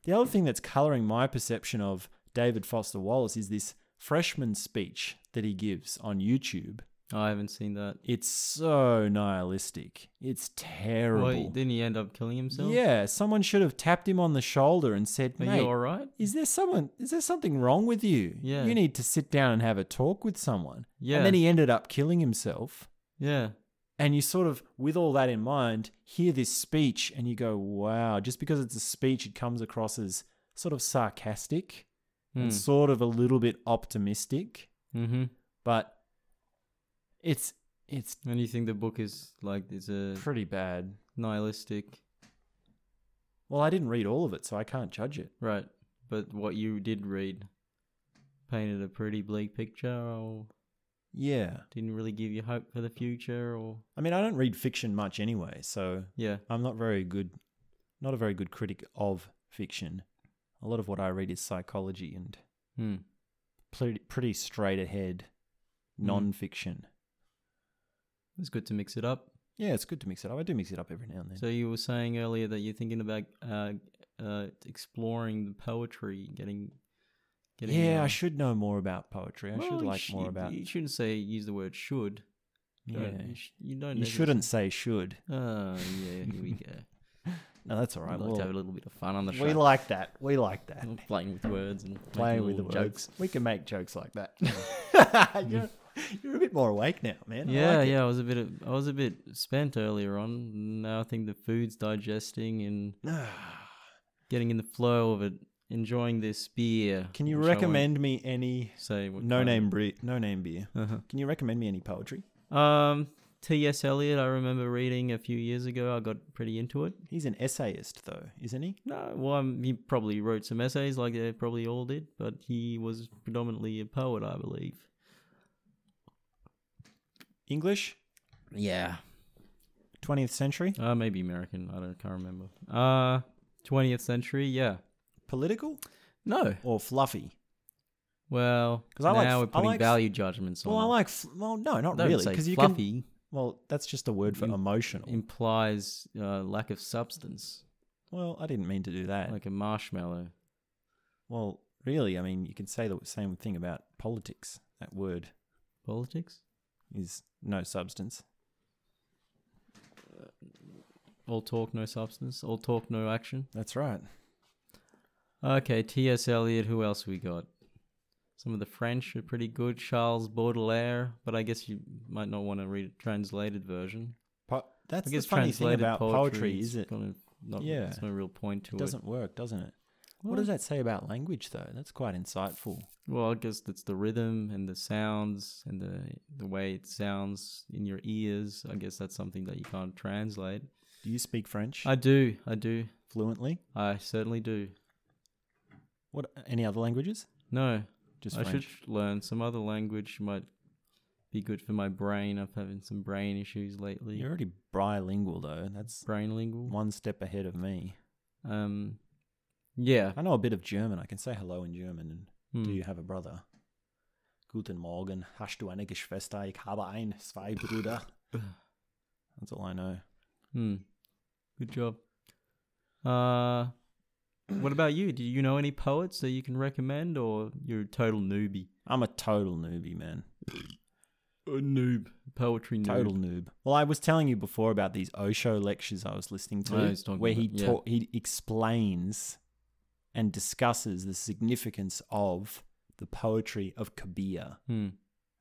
Speaker 2: The other thing that's coloring my perception of David Foster Wallace is this freshman speech that he gives on YouTube.
Speaker 1: I haven't seen that.
Speaker 2: It's so nihilistic. It's
Speaker 1: Well,
Speaker 2: terrible.
Speaker 1: didn't he end up killing himself?
Speaker 2: yeah, someone should have tapped him on the shoulder and said,
Speaker 1: Are
Speaker 2: "Mate,
Speaker 1: you all right?
Speaker 2: is there someone? Is there something wrong with you?
Speaker 1: Yeah.
Speaker 2: you need to sit down and have a talk with someone."
Speaker 1: Yeah.
Speaker 2: and then he ended up killing himself.
Speaker 1: Yeah.
Speaker 2: and you sort of with all that in mind hear this speech and you go wow just because it's a speech it comes across as sort of sarcastic
Speaker 1: Hmm.
Speaker 2: and sort of a little bit optimistic
Speaker 1: Mm-hmm.
Speaker 2: but it's it's
Speaker 1: And you think the book is like it's a
Speaker 2: pretty bad
Speaker 1: nihilistic,
Speaker 2: well i didn't read all of it so i can't judge it
Speaker 1: right? But what you did read painted a pretty bleak picture, or
Speaker 2: yeah
Speaker 1: didn't really give you hope for the future, or
Speaker 2: i mean i don't read fiction much anyway so
Speaker 1: yeah.
Speaker 2: i'm not very good not a very good critic of fiction a lot of what I read is psychology and
Speaker 1: Hmm.
Speaker 2: pretty, pretty straight ahead
Speaker 1: Mm.
Speaker 2: non-fiction.
Speaker 1: It's good to mix it up.
Speaker 2: Yeah, it's good to mix it up. I do mix it up every now and then.
Speaker 1: So you were saying earlier that you're thinking about uh, uh, exploring the poetry, getting, getting.
Speaker 2: yeah,
Speaker 1: uh,
Speaker 2: I should know more about poetry. I
Speaker 1: well,
Speaker 2: should
Speaker 1: you
Speaker 2: like
Speaker 1: sh-
Speaker 2: more
Speaker 1: you-
Speaker 2: about.
Speaker 1: You shouldn't say use the word should.
Speaker 2: yeah.
Speaker 1: You, sh- you don't.
Speaker 2: You
Speaker 1: necess-
Speaker 2: shouldn't say should.
Speaker 1: Oh yeah, here
Speaker 2: [laughs]
Speaker 1: we go.
Speaker 2: No, that's all
Speaker 1: I
Speaker 2: right.
Speaker 1: like to have a little bit of fun on the [laughs]
Speaker 2: we
Speaker 1: show.
Speaker 2: like that. We like that.
Speaker 1: Like playing with words and making
Speaker 2: Playing with the
Speaker 1: little
Speaker 2: words.
Speaker 1: jokes.
Speaker 2: We can make jokes like that. [laughs] you're, you're a bit more awake now, man. I
Speaker 1: Mm. Yeah,
Speaker 2: like it.
Speaker 1: yeah. I was a bit. Of, I was a bit spent earlier on. Now I think the food's digesting and
Speaker 2: [sighs]
Speaker 1: getting in the flow of it, enjoying this beer.
Speaker 2: Can you
Speaker 1: which I won't
Speaker 2: recommend me any
Speaker 1: Say what
Speaker 2: no
Speaker 1: kind.
Speaker 2: name bre- no name beer?
Speaker 1: Uh-huh.
Speaker 2: Can you recommend me any poetry?
Speaker 1: [laughs] Um, T.S. Eliot, I remember reading a few years ago. I got pretty into it.
Speaker 2: He's an essayist, though, isn't he?
Speaker 1: No, well, um, he probably wrote some essays like they probably all did, but he was predominantly a poet, I believe.
Speaker 2: English,
Speaker 1: Yeah.
Speaker 2: 20th century,
Speaker 1: Uh, maybe American. I don't. Can't remember. Uh, twentieth century. Yeah.
Speaker 2: political,
Speaker 1: No.
Speaker 2: or fluffy?
Speaker 1: Well,
Speaker 2: 'Cause I like
Speaker 1: now
Speaker 2: f-
Speaker 1: we're
Speaker 2: I
Speaker 1: putting
Speaker 2: like f-
Speaker 1: value judgments on.
Speaker 2: Well, I
Speaker 1: it.
Speaker 2: like. F- well, no, not
Speaker 1: Don't
Speaker 2: really,
Speaker 1: say
Speaker 2: because you can.
Speaker 1: fluffy
Speaker 2: Well, that's just a word for
Speaker 1: You-
Speaker 2: emotional.
Speaker 1: implies uh, lack of substance,
Speaker 2: well, I didn't mean to do that.
Speaker 1: like a marshmallow.
Speaker 2: well, really, I mean, you can say the same thing about politics. That word
Speaker 1: Politics,
Speaker 2: is no substance.
Speaker 1: all talk, no substance. All talk, no action.
Speaker 2: That's right.
Speaker 1: Okay, T.S. Eliot. Who else we got? Some of the French are pretty good. Charles Baudelaire, but I guess you might not want to read a translated version.
Speaker 2: Po- that's
Speaker 1: I
Speaker 2: the
Speaker 1: guess
Speaker 2: funny thing
Speaker 1: translated
Speaker 2: about poetry,
Speaker 1: it's
Speaker 2: is it?
Speaker 1: Gonna not,
Speaker 2: Yeah.
Speaker 1: there's no real point to
Speaker 2: It
Speaker 1: it.
Speaker 2: doesn't work, doesn't it? What does that say about language, though? That's quite insightful.
Speaker 1: Well, I guess that's the rhythm and the sounds and the the way it sounds in your ears. I guess that's something that you can't translate.
Speaker 2: Do you speak French
Speaker 1: I do, I do,
Speaker 2: fluently?
Speaker 1: I certainly do.
Speaker 2: What any other languages?
Speaker 1: No,
Speaker 2: Just
Speaker 1: I
Speaker 2: French.
Speaker 1: should learn some other language. Might be good for my brain. I'm having some brain issues lately.
Speaker 2: You're already bilingual, though. That's
Speaker 1: brain lingual.
Speaker 2: one step ahead of me.
Speaker 1: Um, yeah.
Speaker 2: I know a bit of German. I can say hello in German. And do
Speaker 1: Hmm.
Speaker 2: you have a brother? Guten Morgen. Hast du eine Geschwister? Ich habe ein,
Speaker 1: [laughs]
Speaker 2: zwei Brüder. That's all I know.
Speaker 1: Hmm. Good job. Uh, what about you? Do you know any poets that you can recommend, or you're a total newbie?
Speaker 2: I'm a total newbie, man.
Speaker 1: A noob. Poetry noob.
Speaker 2: Total noob. Well, I was telling you before about these Osho lectures I was listening to,
Speaker 1: Oh, he's talking
Speaker 2: where he
Speaker 1: about- yeah.
Speaker 2: ta- he explains and discusses the significance of the poetry of Kabir,
Speaker 1: Hmm.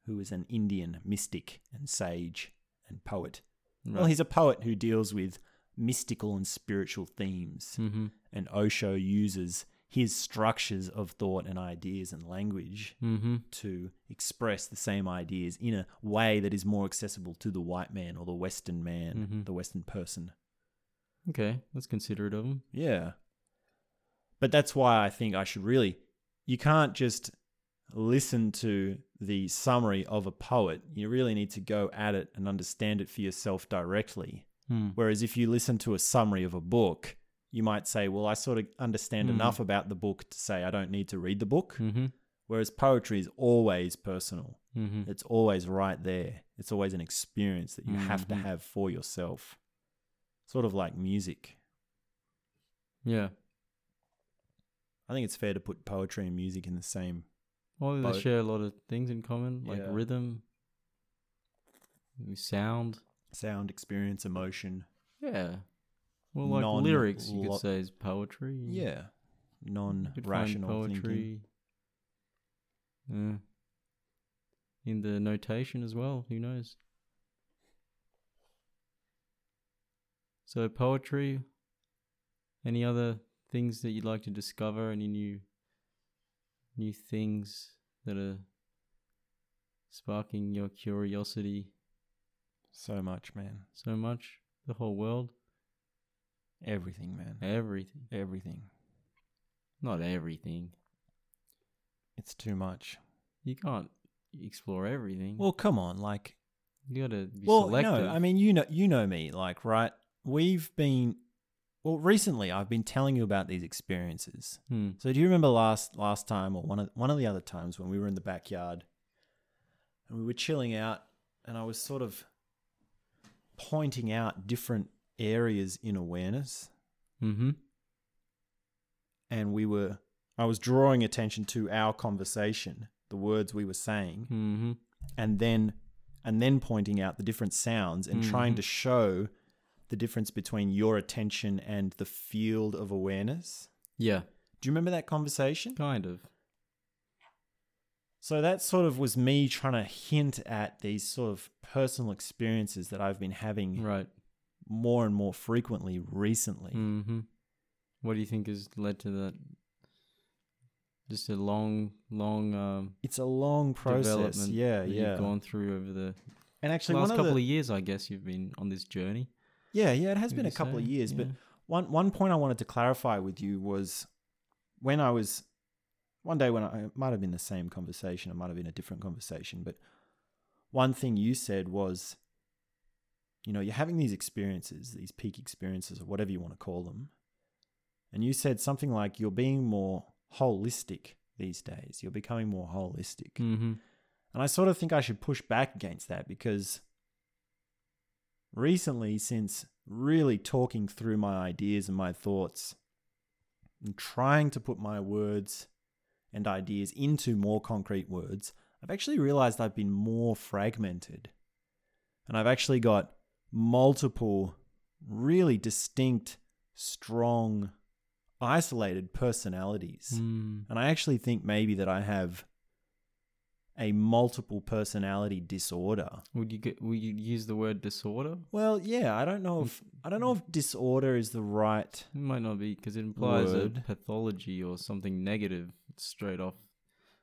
Speaker 2: who is an Indian mystic and sage and poet. Well,
Speaker 1: right.
Speaker 2: he's a poet who deals with mystical and spiritual themes,
Speaker 1: Mhm.
Speaker 2: and Osho uses his structures of thought and ideas and language
Speaker 1: Mhm.
Speaker 2: to express the same ideas in a way that is more accessible to the white man or the Western man,
Speaker 1: Mhm.
Speaker 2: the Western person.
Speaker 1: Okay, that's considerate of him.
Speaker 2: Yeah. But that's why I think I should really, you can't just listen to the summary of a poet. You really need to go at it and understand it for yourself directly.
Speaker 1: Hmm.
Speaker 2: Whereas if you listen to a summary of a book, you might say, well, I sort of understand
Speaker 1: Mm.
Speaker 2: enough about the book to say I don't need to read the book.
Speaker 1: Mhm.
Speaker 2: Whereas poetry is always personal.
Speaker 1: Mhm.
Speaker 2: It's always right there. It's always an experience that you have to
Speaker 1: Mhm.
Speaker 2: have for yourself. Sort of like music.
Speaker 1: Yeah.
Speaker 2: I think it's fair to put poetry and music in the same.
Speaker 1: Well, they
Speaker 2: Boat.
Speaker 1: share a lot of things in common, like
Speaker 2: Yeah.
Speaker 1: rhythm, sound.
Speaker 2: Sound, experience, emotion.
Speaker 1: Yeah. Well, like
Speaker 2: Non-
Speaker 1: lyrics, you
Speaker 2: lo-
Speaker 1: could say is poetry.
Speaker 2: Yeah.
Speaker 1: Hmm. You
Speaker 2: Non
Speaker 1: could find
Speaker 2: rational thinking.
Speaker 1: poetry. Yeah. In the notation as well. Who knows? So poetry. Any other things that you'd like to discover? Any new, new things that are sparking your curiosity
Speaker 2: So much, man.
Speaker 1: so much? The whole world,
Speaker 2: Everything, man.
Speaker 1: everything.
Speaker 2: Everything.
Speaker 1: Not everything.
Speaker 2: It's too much.
Speaker 1: You can't explore everything.
Speaker 2: Well, come on. Like,
Speaker 1: You gotta be
Speaker 2: well,
Speaker 1: selective.
Speaker 2: no. I mean, you know, you know me. Like, right? We've been, Well, recently I've been telling you about these experiences.
Speaker 1: Hmm.
Speaker 2: So do you remember last last time or one of one of the other times when we were in the backyard and we were chilling out and I was sort of pointing out different areas in awareness
Speaker 1: Mm-hmm.
Speaker 2: and we were I was drawing attention to our conversation, the words we were saying,
Speaker 1: Mm-hmm.
Speaker 2: and then and then pointing out the different sounds and
Speaker 1: Mm-hmm.
Speaker 2: trying to show the difference between your attention and the field of awareness.
Speaker 1: Yeah.
Speaker 2: Do you remember that conversation?
Speaker 1: Kind of.
Speaker 2: So that sort of was me trying to hint at these sort of personal experiences that I've been having
Speaker 1: Right.
Speaker 2: more and more frequently recently.
Speaker 1: Mm-hmm. What do you think has led to that? Just a long, long um,
Speaker 2: It's a long process.
Speaker 1: development
Speaker 2: Yeah,
Speaker 1: that
Speaker 2: yeah.
Speaker 1: you've gone through over the
Speaker 2: and actually,
Speaker 1: last
Speaker 2: one of
Speaker 1: couple
Speaker 2: the,
Speaker 1: of, years. I guess you've been on this journey.
Speaker 2: yeah, yeah, it has
Speaker 1: would
Speaker 2: been a
Speaker 1: you
Speaker 2: couple of
Speaker 1: say?
Speaker 2: years, but
Speaker 1: Yeah.
Speaker 2: one one point I wanted to clarify with you was when I was one day when I it might have been the same conversation, it might have been a different conversation, but one thing you said was, you know, you're having these experiences, these peak experiences, or whatever you want to call them, and you said something like you're being more holistic these days. You're becoming more holistic.
Speaker 1: Mm-hmm.
Speaker 2: And I sort of think I should push back against that because recently, since really talking through my ideas and my thoughts and trying to put my words and ideas into more concrete words, I've actually realized I've been more fragmented. And I've actually got multiple really distinct, strong, isolated personalities.
Speaker 1: Mm.
Speaker 2: And I actually think maybe that I have a multiple personality disorder.
Speaker 1: Would you get? Would you use the word disorder?
Speaker 2: Well, yeah, I don't know if I don't know if disorder is the right.
Speaker 1: It might not be because it implies
Speaker 2: Word.
Speaker 1: a pathology or something negative straight off.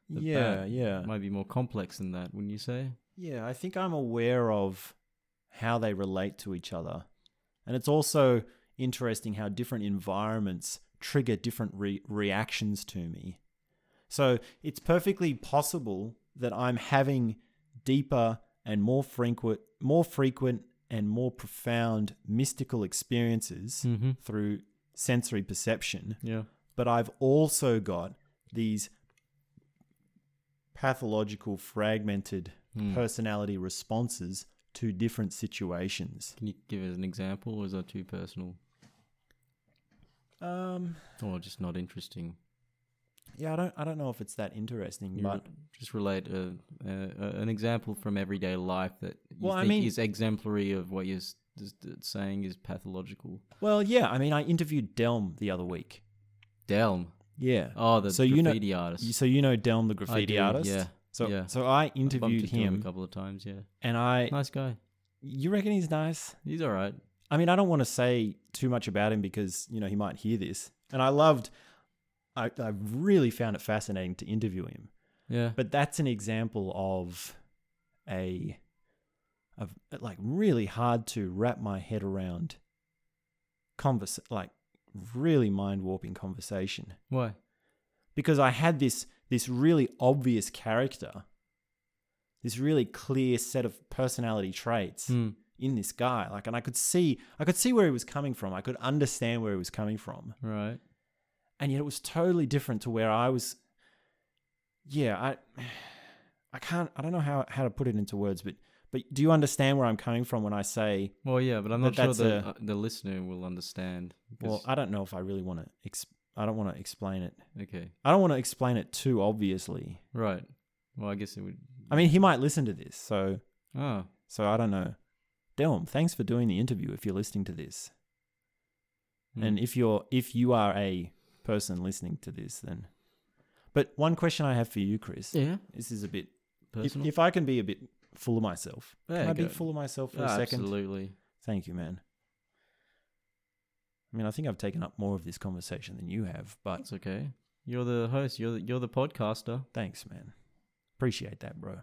Speaker 1: the
Speaker 2: yeah,
Speaker 1: bat.
Speaker 2: yeah.
Speaker 1: Might be more complex than that, wouldn't you say?
Speaker 2: Yeah, I think I'm aware of how they relate to each other. And it's also interesting how different environments trigger different re- reactions to me. So it's perfectly possible that I'm having deeper and more frequent, more frequent and more profound mystical experiences
Speaker 1: Mm-hmm.
Speaker 2: through sensory perception
Speaker 1: Yeah.
Speaker 2: but I've also got these pathological, fragmented
Speaker 1: Hmm.
Speaker 2: personality responses to different situations.
Speaker 1: Can you give us an example, or is that too personal,
Speaker 2: Um,
Speaker 1: or Oh, just not interesting?
Speaker 2: yeah, I don't, I don't know if it's that interesting,
Speaker 1: You
Speaker 2: but
Speaker 1: re- just relate a, a, a, an example from everyday life that you
Speaker 2: Well, I
Speaker 1: think
Speaker 2: mean-
Speaker 1: is exemplary of what you're s- s- saying is pathological.
Speaker 2: well, yeah, I mean, I interviewed Delm the other week. Uh,
Speaker 1: Delm.
Speaker 2: Yeah,
Speaker 1: Oh, the
Speaker 2: So you know-
Speaker 1: graffiti artist.
Speaker 2: You- so you know Delm the graffiti
Speaker 1: do,
Speaker 2: artist.
Speaker 1: yeah,
Speaker 2: So,
Speaker 1: yeah.
Speaker 2: so
Speaker 1: I
Speaker 2: I
Speaker 1: bumped
Speaker 2: interviewed
Speaker 1: into him,
Speaker 2: him,
Speaker 1: a couple of times. Yeah,
Speaker 2: and I,
Speaker 1: nice guy.
Speaker 2: you reckon he's nice?
Speaker 1: He's all right.
Speaker 2: I mean, I don't want to say too much about him because, you know, he might hear this. And I loved, I, I really found it fascinating to interview him.
Speaker 1: Yeah,
Speaker 2: But that's an example of a, of like really hard to wrap my head around convers, like really mind warping conversation
Speaker 1: why?
Speaker 2: because I had this, this really obvious character, this really clear set of personality traits
Speaker 1: Hmm.
Speaker 2: in this guy like and i could see i could see where he was coming from i could understand where he was coming from
Speaker 1: Right.
Speaker 2: and yet it was totally different to where i was yeah i [sighs] i can't i don't know how how to put it into words but but do you understand where i'm coming from when i say
Speaker 1: Well, yeah, but I'm not
Speaker 2: But
Speaker 1: sure
Speaker 2: that's
Speaker 1: the
Speaker 2: a-
Speaker 1: uh, the listener will understand.
Speaker 2: well
Speaker 1: 'cause-
Speaker 2: i don't know if i really want to exp- i don't want to explain it
Speaker 1: okay,
Speaker 2: i don't want to explain it too obviously
Speaker 1: right. Well, I guess it would.
Speaker 2: i mean he might listen to this so
Speaker 1: Ah,
Speaker 2: so i don't know delm thanks for doing the interview if you're listening to this
Speaker 1: Hmm. Mm.
Speaker 2: and if you're if you are a person listening to this then but one question i have for you chris
Speaker 1: yeah,
Speaker 2: this is a bit if,
Speaker 1: personal.
Speaker 2: if i can be a bit full of myself
Speaker 1: There
Speaker 2: can
Speaker 1: you
Speaker 2: i be
Speaker 1: go.
Speaker 2: full of myself for
Speaker 1: Ah,
Speaker 2: a second
Speaker 1: absolutely.
Speaker 2: thank you man i mean i think i've taken up more of this conversation than you have but
Speaker 1: It's okay. You're the host. You're the, you're the podcaster.
Speaker 2: thanks man appreciate that bro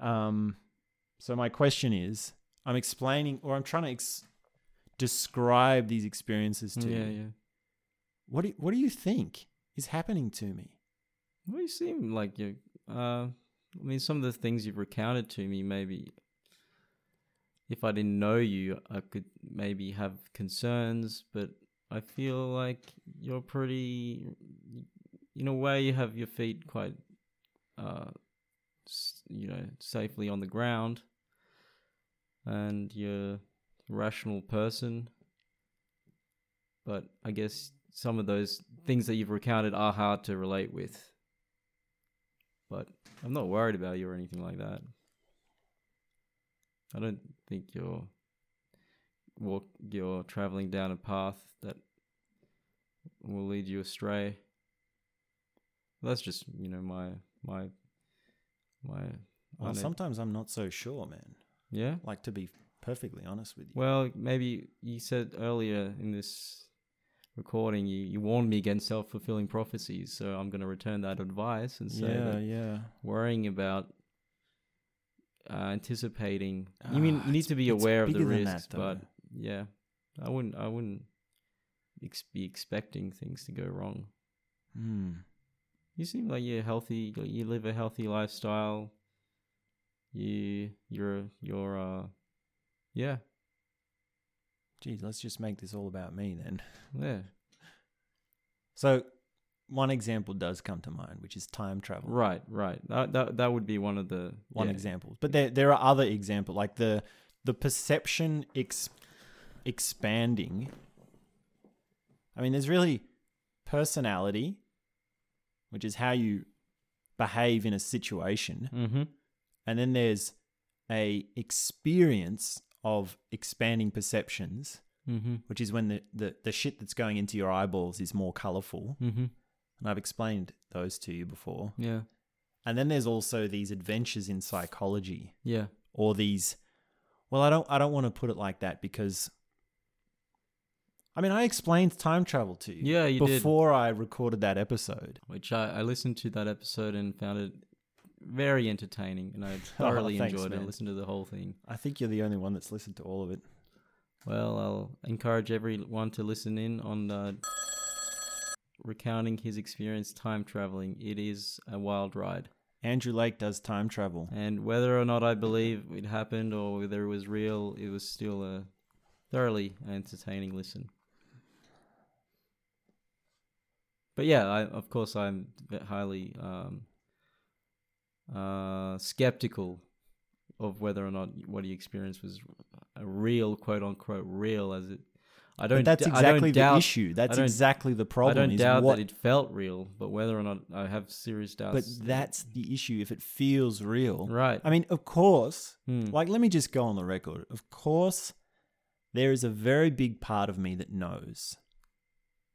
Speaker 2: um so my question is i'm explaining or i'm trying to ex- describe these experiences to
Speaker 1: Yeah,
Speaker 2: you
Speaker 1: yeah.
Speaker 2: what do, what do you think is happening to me
Speaker 1: Well, you seem like you. Uh, I mean, some of the things you've recounted to me, maybe if I didn't know you, I could maybe have concerns. But I feel like you're pretty. In a way, you have your feet quite, uh, s- you know, safely on the ground, and you're a rational person. But I guess some of those things that you've recounted are hard to relate with. But I'm not worried about you or anything like that. I don't think you're walk you're traveling down a path that will lead you astray. That's just you know my my my
Speaker 2: Well,
Speaker 1: honest-
Speaker 2: sometimes I'm not so sure, man.
Speaker 1: yeah.
Speaker 2: Like to be perfectly honest with you.
Speaker 1: Well, maybe you said earlier in this recording you, you warned me against self fulfilling prophecies, so I'm going to return that advice and say
Speaker 2: yeah,
Speaker 1: that
Speaker 2: yeah.
Speaker 1: worrying about uh, anticipating. you mean
Speaker 2: Ah,
Speaker 1: you need to be
Speaker 2: it's
Speaker 1: aware of the
Speaker 2: bigger than that,
Speaker 1: risks,
Speaker 2: though.
Speaker 1: but yeah, I wouldn't. I wouldn't ex- be expecting things to go wrong.
Speaker 2: Hmm.
Speaker 1: You seem like you're healthy. like You live a healthy lifestyle. You, you're, you're, uh, yeah,
Speaker 2: Geez, let's just make this all about me
Speaker 1: [laughs]
Speaker 2: then.
Speaker 1: yeah,
Speaker 2: So, one example does come to mind, which is time travel.
Speaker 1: right, right. That that that would be one of the
Speaker 2: One
Speaker 1: yeah.
Speaker 2: example, but there there are other example like the the perception ex- expanding. I mean, there's really personality, which is how you behave in a situation.
Speaker 1: Mm-hmm.
Speaker 2: and then there's a experience of expanding perceptions
Speaker 1: Mm-hmm.
Speaker 2: which is when the, the, the shit that's going into your eyeballs is more colorful
Speaker 1: Mm-hmm.
Speaker 2: and i've explained those to you before
Speaker 1: Yeah.
Speaker 2: and then there's also these adventures in psychology
Speaker 1: Yeah.
Speaker 2: or these well i don't i don't want to put it like that because i mean i explained time travel to you
Speaker 1: Yeah. You did.
Speaker 2: before i recorded that episode
Speaker 1: which I, I listened to that episode and found it very entertaining
Speaker 2: [laughs]
Speaker 1: and I thoroughly
Speaker 2: Oh, thanks,
Speaker 1: enjoyed it. I
Speaker 2: man.
Speaker 1: listened to the whole thing.
Speaker 2: i think you're the only one that's listened to all of it
Speaker 1: Well, I'll encourage everyone to listen in on uh, recounting his experience time traveling. It is a wild ride.
Speaker 2: andrew lake does time travel
Speaker 1: And whether or not I believe it happened or whether it was real, it was still a thoroughly entertaining listen. But yeah, I, of course, I'm v- highly um, uh, skeptical of whether or not what he experienced was a real, quote unquote, real as it. I don't.
Speaker 2: But that's
Speaker 1: d- I
Speaker 2: exactly
Speaker 1: don't
Speaker 2: the
Speaker 1: doubt,
Speaker 2: issue. That's
Speaker 1: don't-
Speaker 2: exactly the problem.
Speaker 1: I don't
Speaker 2: is
Speaker 1: doubt
Speaker 2: what,
Speaker 1: that it felt real, but whether or not I have serious
Speaker 2: but
Speaker 1: doubts.
Speaker 2: that's the issue. If it feels real,
Speaker 1: right.
Speaker 2: I mean, of course.
Speaker 1: Hmm.
Speaker 2: Like, let me just go on the record. Of course, there is a very big part of me that knows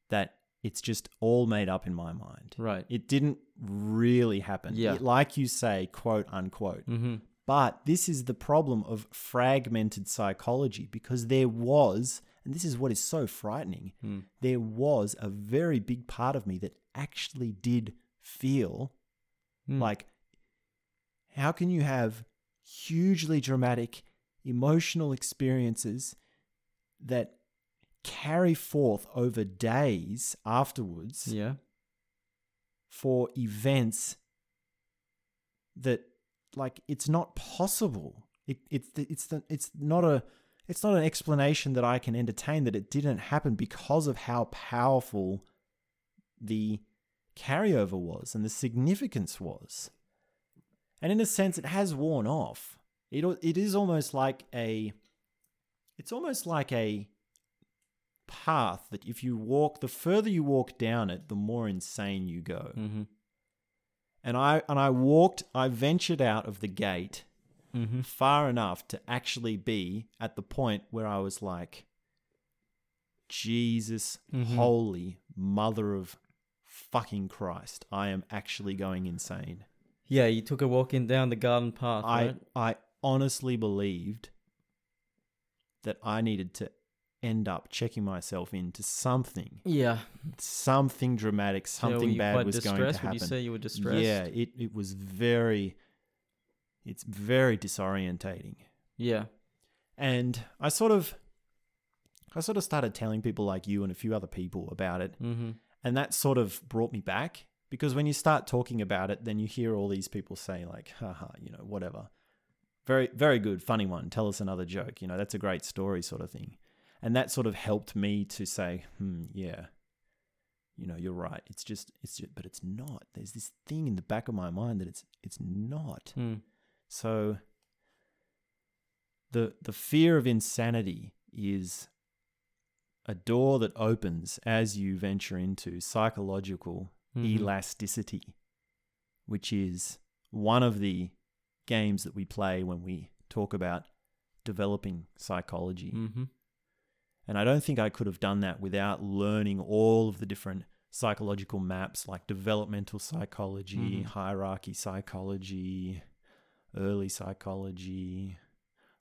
Speaker 2: that it's just all made up in my mind.
Speaker 1: Right.
Speaker 2: It didn't really happen.
Speaker 1: Yeah.
Speaker 2: It- like you say, quote unquote.
Speaker 1: Mm-hmm.
Speaker 2: But this is the problem of fragmented psychology because there was, and this is what is so frightening,
Speaker 1: Hmm.
Speaker 2: there was a very big part of me that actually did feel
Speaker 1: Mm.
Speaker 2: like, how can you have hugely dramatic emotional experiences that carry forth over days afterwards?
Speaker 1: Yeah.
Speaker 2: for events that like it's not possible it, it's the, it's the, it's not a it's not an explanation that i can entertain that it didn't happen because of how powerful the carryover was and the significance was and in a sense it has worn off it al- it is almost like a it's almost like a path that if you walk the further you walk down it the more insane you go
Speaker 1: Mm-hmm.
Speaker 2: and I and I walked, I ventured out of the gate
Speaker 1: Mm-hmm.
Speaker 2: far enough to actually be at the point where I was like, Jesus,
Speaker 1: Mhm.
Speaker 2: holy mother of fucking Christ, I am actually going insane.
Speaker 1: Yeah, you took a walk in down the garden path,
Speaker 2: I
Speaker 1: right?
Speaker 2: I honestly believed that I needed to end up checking myself into something,
Speaker 1: Yeah.
Speaker 2: something dramatic,
Speaker 1: So were
Speaker 2: something
Speaker 1: you
Speaker 2: bad
Speaker 1: quite
Speaker 2: was going to
Speaker 1: distressed?
Speaker 2: happen.
Speaker 1: Would you say you were distressed?
Speaker 2: Yeah, it, it was very, it's very disorientating.
Speaker 1: Yeah.
Speaker 2: And I sort of, I sort of started telling people like you and a few other people about it.
Speaker 1: Mm-hmm.
Speaker 2: And that sort of brought me back because when you start talking about it, then you hear all these people say like, haha, you know, whatever. Very, very good, funny one. Tell us another joke. You know, that's a great story sort of thing. and that sort of helped me to say, hmm, yeah, you know, you're right. It's just, it's just, but it's not. There's this thing in the back of my mind that it's, it's not.
Speaker 1: Hmm.
Speaker 2: So the the fear of insanity is a door that opens as you venture into psychological
Speaker 1: Mhm.
Speaker 2: elasticity, which is one of the games that we play when we talk about developing psychology.
Speaker 1: Mhm.
Speaker 2: And I don't think I could have done that without learning all of the different psychological maps like developmental psychology,
Speaker 1: Mhm.
Speaker 2: hierarchy psychology, early psychology,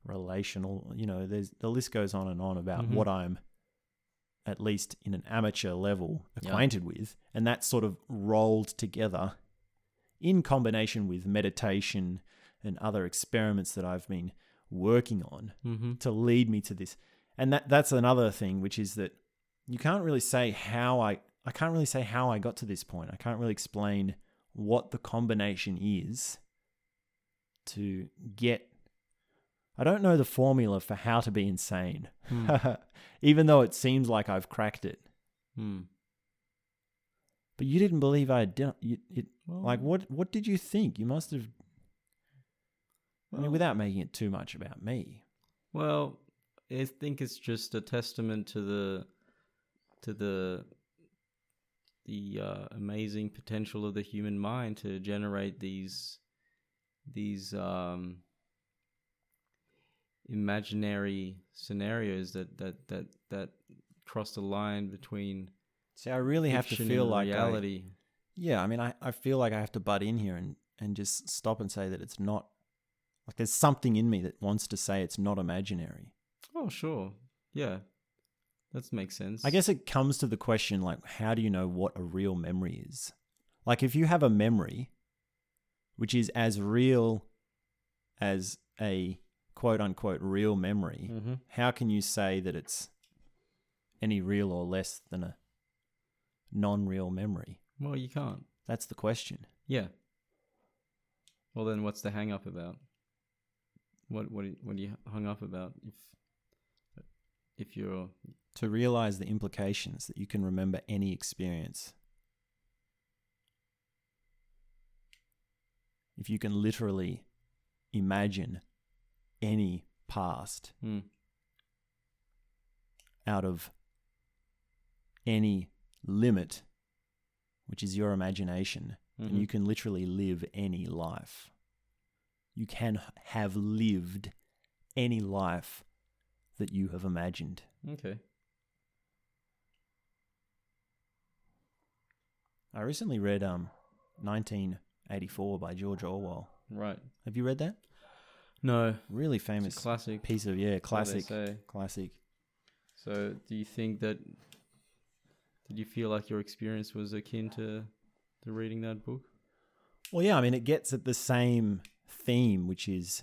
Speaker 2: relational, you know, there's the list goes on and on about
Speaker 1: Mhm.
Speaker 2: what I'm at least in an amateur level
Speaker 1: Yeah.
Speaker 2: acquainted with and that's sort of rolled together in combination with meditation and other experiments that I've been working on [laughs]
Speaker 1: Mhm.
Speaker 2: to lead me to this. And that that's another thing, which is that you can't really say how I I can't really say how I got to this point. I can't really explain what the combination is to get I don't know the formula for how to be insane.
Speaker 1: Mm.
Speaker 2: [laughs] Even though it seems like I've cracked it.
Speaker 1: Mm.
Speaker 2: But you didn't believe I had done you, it.
Speaker 1: Well,
Speaker 2: Like what what did you think? You must have I mean
Speaker 1: well-
Speaker 2: without making it too much about me.
Speaker 1: Well, I think it's just a testament to the to the the uh, amazing potential of the human mind to generate these these um, imaginary scenarios that that that that cross the line between
Speaker 2: See, I really have to
Speaker 1: fiction
Speaker 2: feel
Speaker 1: and
Speaker 2: like I,
Speaker 1: reality.
Speaker 2: Yeah, I mean, I, I feel like I have to butt in here and, and just stop and say that it's not like there's something in me that wants to say it's not imaginary.
Speaker 1: Oh, sure, yeah, that makes sense.
Speaker 2: I guess it comes to the question like, how do you know what a real memory is? Like, if you have a memory which is as real as a quote unquote real memory,
Speaker 1: Mhm.
Speaker 2: how can you say that it's any real or less than a non real memory?
Speaker 1: Well, you can't.
Speaker 2: That's the question.
Speaker 1: Yeah. Well, then, what's the hang up about? What what are- what are you hung up about? If if you're
Speaker 2: to realize the implications that you can remember any experience. If you can literally imagine any past
Speaker 1: hmm,
Speaker 2: out of any limit, which is your imagination,
Speaker 1: mhm.
Speaker 2: and you can literally live any life. You can h- have lived any life that you have imagined.
Speaker 1: okay,
Speaker 2: I recently read um 1984 by George Orwell.
Speaker 1: right?
Speaker 2: Have you read that?
Speaker 1: No,
Speaker 2: Really
Speaker 1: it's a
Speaker 2: famous
Speaker 1: classic.
Speaker 2: piece of yeah,
Speaker 1: what they
Speaker 2: classic,
Speaker 1: say.
Speaker 2: classic.
Speaker 1: So, do you think that did you feel like your experience was akin to to reading that book?
Speaker 2: Well, yeah, I mean it gets at the same theme which is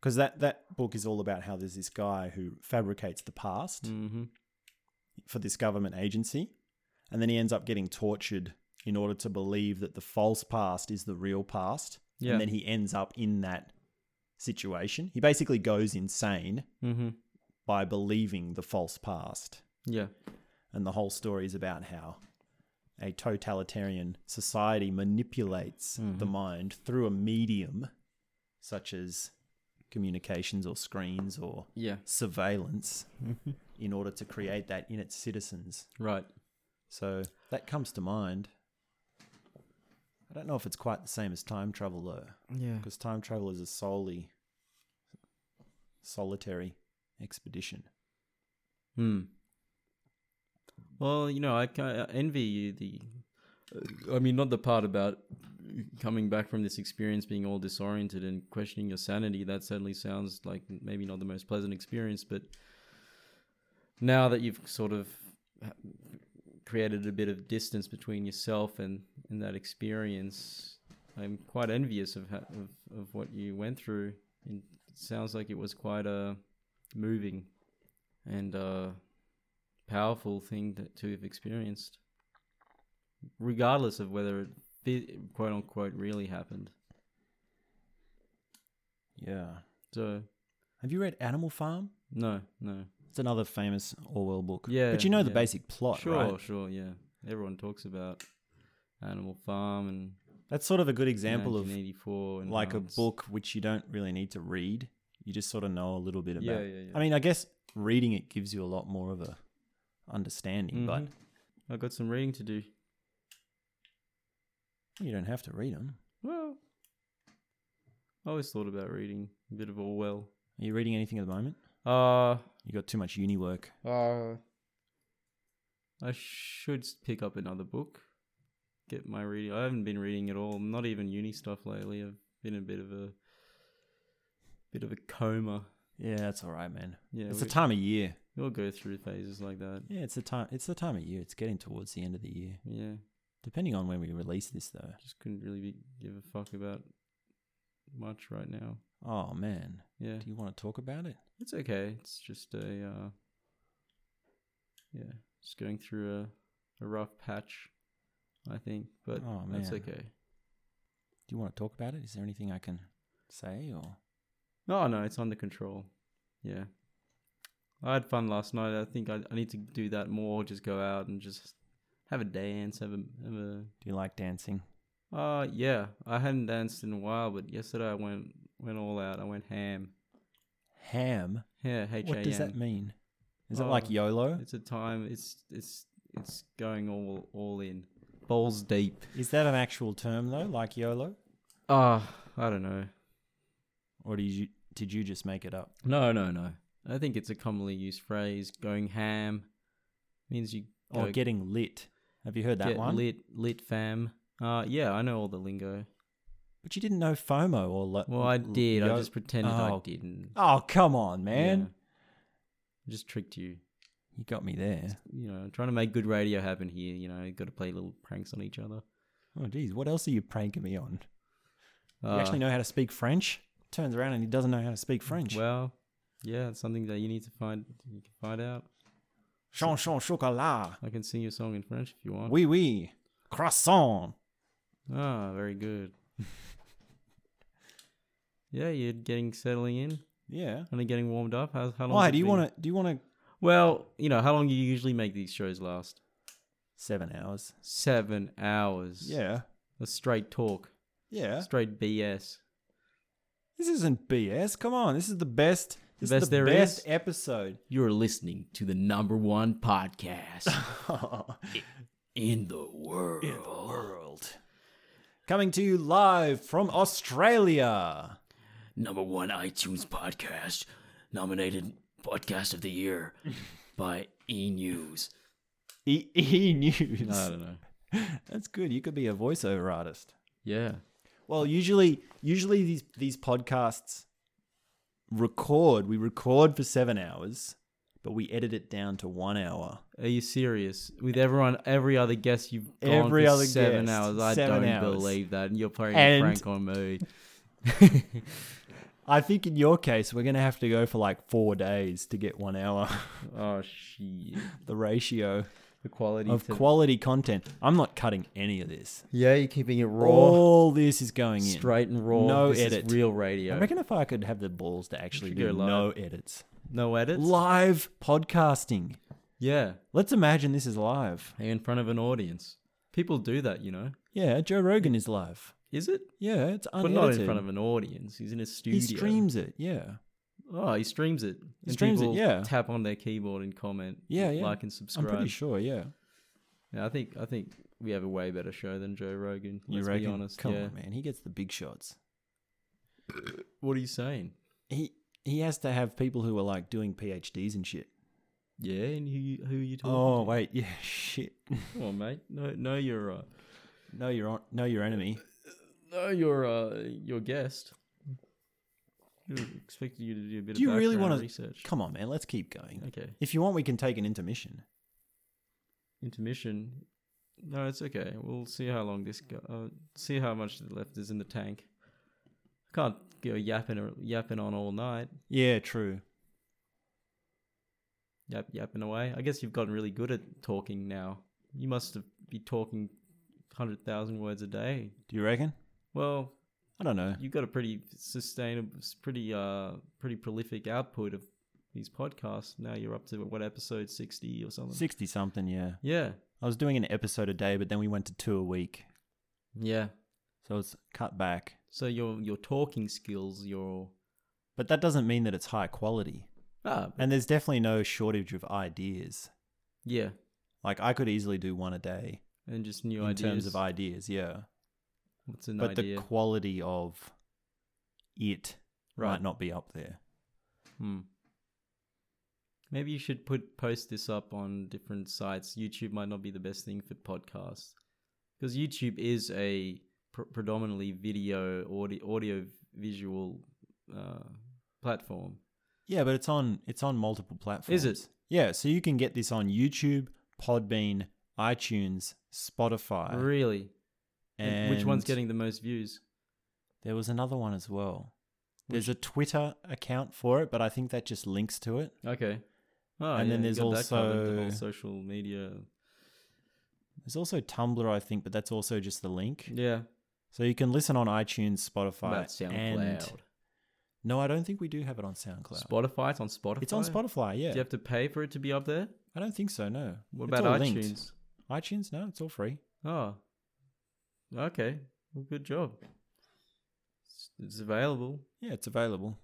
Speaker 2: because that that book is all about how there's this guy who fabricates the past
Speaker 1: Mm-hmm.
Speaker 2: for this government agency and then he ends up getting tortured in order to believe that the false past is the real past
Speaker 1: Yeah.
Speaker 2: and then he ends up in that situation. He basically goes insane
Speaker 1: Mm-hmm.
Speaker 2: by believing the false past.
Speaker 1: Yeah.
Speaker 2: And the whole story is about how a totalitarian society manipulates the mind through a medium such as communications or screens or
Speaker 1: Yeah.
Speaker 2: surveillance in order to create that in its citizens.
Speaker 1: Right.
Speaker 2: So that comes to mind. I don't know if it's quite the same as time travel though,
Speaker 1: Yeah.
Speaker 2: because time travel is a solely solitary expedition.
Speaker 1: Hmm. Well, you know, I kind of envy you the. Uh, I mean, not the part about coming back from this experience being all disoriented and questioning your sanity. That certainly sounds like maybe not the most pleasant experience, but now that you've sort of ha- created a bit of distance between yourself and, and that experience, I'm quite envious of, ha- of of what you went through. And it sounds like it was quite a moving and uh, powerful thing that, to have experienced, regardless of whether it fi- quote unquote really happened.
Speaker 2: Yeah.
Speaker 1: So
Speaker 2: Have you read Animal Farm?
Speaker 1: no, no,
Speaker 2: It's another famous Orwell book.
Speaker 1: Yeah,
Speaker 2: But you know the
Speaker 1: yeah.
Speaker 2: basic plot,
Speaker 1: sure,
Speaker 2: right?
Speaker 1: sure, yeah. Everyone talks about Animal Farm and
Speaker 2: That's sort of a good example of
Speaker 1: 1984 and
Speaker 2: like a
Speaker 1: Hans.
Speaker 2: book which you don't really need to read. You just sort of know a little bit about.
Speaker 1: Yeah, yeah, yeah.
Speaker 2: I mean, I guess reading it gives you a lot more of a understanding, but
Speaker 1: Mhm. I got some reading to do. Mm-hmm.
Speaker 2: you don't have to read them.
Speaker 1: Well, I always thought about reading a bit of Orwell.
Speaker 2: Are you reading anything at the moment?
Speaker 1: Uh,
Speaker 2: You got too much uni work.
Speaker 1: uh, I should s- pick up another book. Get my reading. I haven't been reading at all. Not even uni stuff lately. I've been a bit of a bit of a coma.
Speaker 2: Yeah, that's all right, man.
Speaker 1: Yeah,
Speaker 2: it's
Speaker 1: we,
Speaker 2: the time of year.
Speaker 1: we'll go through phases like that.
Speaker 2: Yeah, it's the time. It's the time of year. It's getting towards the end of the year.
Speaker 1: Yeah,
Speaker 2: Depending on when we release this, though.
Speaker 1: just couldn't really be, give a fuck about much right now.
Speaker 2: Oh man,
Speaker 1: Yeah,
Speaker 2: do you want to talk about it?
Speaker 1: it's okay. It's just a uh, yeah, just going through a a rough patch, I think. But
Speaker 2: Oh,
Speaker 1: that's
Speaker 2: man.
Speaker 1: okay.
Speaker 2: Do you want to talk about it? Is there anything I can say or?
Speaker 1: No, no, it's under control. Yeah. I had fun last night. I think I, I need to do that more. Just go out and just have a dance. Have a, have a.
Speaker 2: Do you like dancing?
Speaker 1: Uh, yeah. I hadn't danced in a while, but yesterday I went went all out. I went ham.
Speaker 2: Ham.
Speaker 1: Yeah, H A
Speaker 2: What does that
Speaker 1: M.
Speaker 2: mean? Is it
Speaker 1: Oh,
Speaker 2: like YOLO?
Speaker 1: It's a time. It's it's it's going all all in, balls deep.
Speaker 2: Is that an actual term though, like YOLO,
Speaker 1: Ah, I don't know.
Speaker 2: or did you did you just make it up?
Speaker 1: No, no, no. I think it's a commonly used phrase. Going ham means you
Speaker 2: Or
Speaker 1: go
Speaker 2: getting lit? Have you heard that
Speaker 1: get
Speaker 2: one?
Speaker 1: lit lit fam. Uh, yeah, I know all the lingo.
Speaker 2: But you didn't know FOMO or lo-
Speaker 1: Well, I
Speaker 2: l-
Speaker 1: did. I
Speaker 2: yo-
Speaker 1: just pretended I
Speaker 2: Oh,
Speaker 1: didn't.
Speaker 2: Oh come on, man!
Speaker 1: Yeah. I just tricked you.
Speaker 2: You got me there.
Speaker 1: You know, trying to make good radio happen here. You know, got to play little pranks on each other.
Speaker 2: Oh geez, what else are you pranking me on? You
Speaker 1: Uh,
Speaker 2: actually know how to speak French? Turns around and he doesn't know how to speak French.
Speaker 1: Well, yeah, it's something that you need to find. You can find out.
Speaker 2: Chon chon chocolat.
Speaker 1: I can sing you a song in French if you want.
Speaker 2: Oui oui. Croissant.
Speaker 1: Ah, very
Speaker 2: [laughs]
Speaker 1: good. yeah, you're getting settling in,
Speaker 2: Yeah.
Speaker 1: only getting warmed up. How, how long?
Speaker 2: Why do you want to? Do you want to?
Speaker 1: Well, you know, how long do you usually make these shows last?
Speaker 2: Seven hours.
Speaker 1: Seven hours.
Speaker 2: Yeah.
Speaker 1: A straight talk,
Speaker 2: Yeah.
Speaker 1: straight BS.
Speaker 2: This isn't BS. Come on. This is the best. This
Speaker 1: Best
Speaker 2: is the
Speaker 1: there
Speaker 2: best
Speaker 1: is?
Speaker 2: episode. [laughs]
Speaker 1: You're listening to the number one podcast in the world.
Speaker 2: World. Coming to you live from Australia.
Speaker 3: number one iTunes podcast, nominated podcast of
Speaker 2: [laughs]
Speaker 3: the year by E News.
Speaker 2: E, e News.
Speaker 1: I don't know.
Speaker 2: That's good. You could be a voiceover artist.
Speaker 1: Yeah.
Speaker 2: Well, usually, usually these these podcasts record. We record for seven hours, but we edit it down to one hour.
Speaker 1: Are you serious? With everyone, every other guest you've gone
Speaker 2: Every
Speaker 1: for
Speaker 2: other
Speaker 1: seven
Speaker 2: guest,
Speaker 1: hours. I
Speaker 2: seven
Speaker 1: don't
Speaker 2: hours.
Speaker 1: believe that. And you're playing
Speaker 2: And-
Speaker 1: prank on
Speaker 2: [laughs]
Speaker 1: me.
Speaker 2: I think in your case, we're gonna have to go for like four days to get one hour.
Speaker 1: oh shit.
Speaker 2: the ratio
Speaker 1: The quality
Speaker 2: of
Speaker 1: to-
Speaker 2: quality content. I'm not cutting any of this.
Speaker 1: yeah, you're keeping it raw,
Speaker 2: All this is going in.
Speaker 1: straight and raw.
Speaker 2: No
Speaker 1: This is
Speaker 2: edit.
Speaker 1: real
Speaker 2: I
Speaker 1: radio.
Speaker 2: reckon if I could have the balls to actually
Speaker 1: should
Speaker 2: do
Speaker 1: go live.
Speaker 2: no edits,
Speaker 1: No edits.
Speaker 2: live podcasting.
Speaker 1: yeah,
Speaker 2: Let's imagine this is live.
Speaker 1: in front of an audience. People do that, you know.
Speaker 2: Yeah, Joe Rogan is live.
Speaker 1: Is it?
Speaker 2: Yeah, it's
Speaker 1: But
Speaker 2: unedited.
Speaker 1: not in front of an audience. He's in a studio.
Speaker 2: He streams it. Yeah.
Speaker 1: Oh, he streams it.
Speaker 2: He streams it,
Speaker 1: people
Speaker 2: yeah.
Speaker 1: Tap on their keyboard and comment.
Speaker 2: Yeah, yeah.
Speaker 1: Like and
Speaker 2: I'm
Speaker 1: subscribe.
Speaker 2: pretty sure. Yeah.
Speaker 1: Yeah, I think I think we have a way better show than Joe Rogan. Let's be honest.
Speaker 2: Come
Speaker 1: yeah.
Speaker 2: on, man. He gets the big shots.
Speaker 1: What are you saying?
Speaker 2: He he has to have people who are like doing PhDs and shit.
Speaker 1: Yeah, and who who are you talking?
Speaker 2: Oh wait, [laughs] yeah, shit.
Speaker 1: Come on, mate. No, no, your uh,
Speaker 2: Know your on, know your enemy.
Speaker 1: no, your uh, your guest. Who expected you to do a bit
Speaker 2: Do you
Speaker 1: of
Speaker 2: really
Speaker 1: want
Speaker 2: wanna-
Speaker 1: to research?
Speaker 2: Come on, man. Let's keep going.
Speaker 1: Okay,
Speaker 2: If you want, we can take an intermission.
Speaker 1: intermission. No, it's okay. We'll see how long this go. Uh, see how much left is in the tank. Can't go yapping yapping on all night.
Speaker 2: Yeah, true.
Speaker 1: Yap, yapping away. I guess you've gotten really good at talking now. You must have be talking hundred thousand words a day.
Speaker 2: Do you reckon?
Speaker 1: Well,
Speaker 2: I don't know.
Speaker 1: you've got a pretty sustainable, pretty uh, pretty prolific output of these podcasts. Now you're up to what episode sixty or something.
Speaker 2: Sixty something, yeah.
Speaker 1: Yeah,
Speaker 2: I was doing an episode a day, but then we went to two a week,
Speaker 1: yeah.
Speaker 2: so it's cut back.
Speaker 1: So your your talking skills, your
Speaker 2: But that doesn't mean that it's high quality.
Speaker 1: ah,
Speaker 2: And there's definitely no shortage of ideas.
Speaker 1: yeah,
Speaker 2: Like I could easily do one a day
Speaker 1: and just new
Speaker 2: in
Speaker 1: ideas.
Speaker 2: terms of ideas, yeah.
Speaker 1: What's an
Speaker 2: but
Speaker 1: idea?
Speaker 2: the quality of it
Speaker 1: Right.
Speaker 2: might not be up there.
Speaker 1: Hmm. Maybe you should put post this up on different sites. YouTube might not be the best thing for podcasts because YouTube is a pr- predominantly video, audio, audio visual uh, platform.
Speaker 2: Yeah, but it's on it's on multiple
Speaker 1: Is
Speaker 2: platforms.
Speaker 1: it?
Speaker 2: Yeah, so you can get this on YouTube, Podbean, iTunes, Spotify.
Speaker 1: Really? And which one's
Speaker 2: and
Speaker 1: getting the most views?
Speaker 2: There was another one as well. There's a Twitter account for it, but I think that just links to it.
Speaker 1: Okay. Oh,
Speaker 2: And then
Speaker 1: you
Speaker 2: there's
Speaker 1: got that covered, the whole
Speaker 2: also-
Speaker 1: social media.
Speaker 2: There's also Tumblr, I think, but that's also just the link.
Speaker 1: Yeah.
Speaker 2: So you can listen on iTunes, Spotify,
Speaker 1: About SoundCloud.
Speaker 2: and no, I don't think we do have it on SoundCloud.
Speaker 1: Spotify. It's on Spotify.
Speaker 2: It's on Spotify, yeah.
Speaker 1: Do you have to pay for it to be up there?
Speaker 2: I don't think so. No.
Speaker 1: What
Speaker 2: It's all
Speaker 1: about
Speaker 2: linked.
Speaker 1: iTunes?
Speaker 2: iTunes, no, it's all free.
Speaker 1: Oh, okay. Well, good job. It's, it's available.
Speaker 2: Yeah, it's available.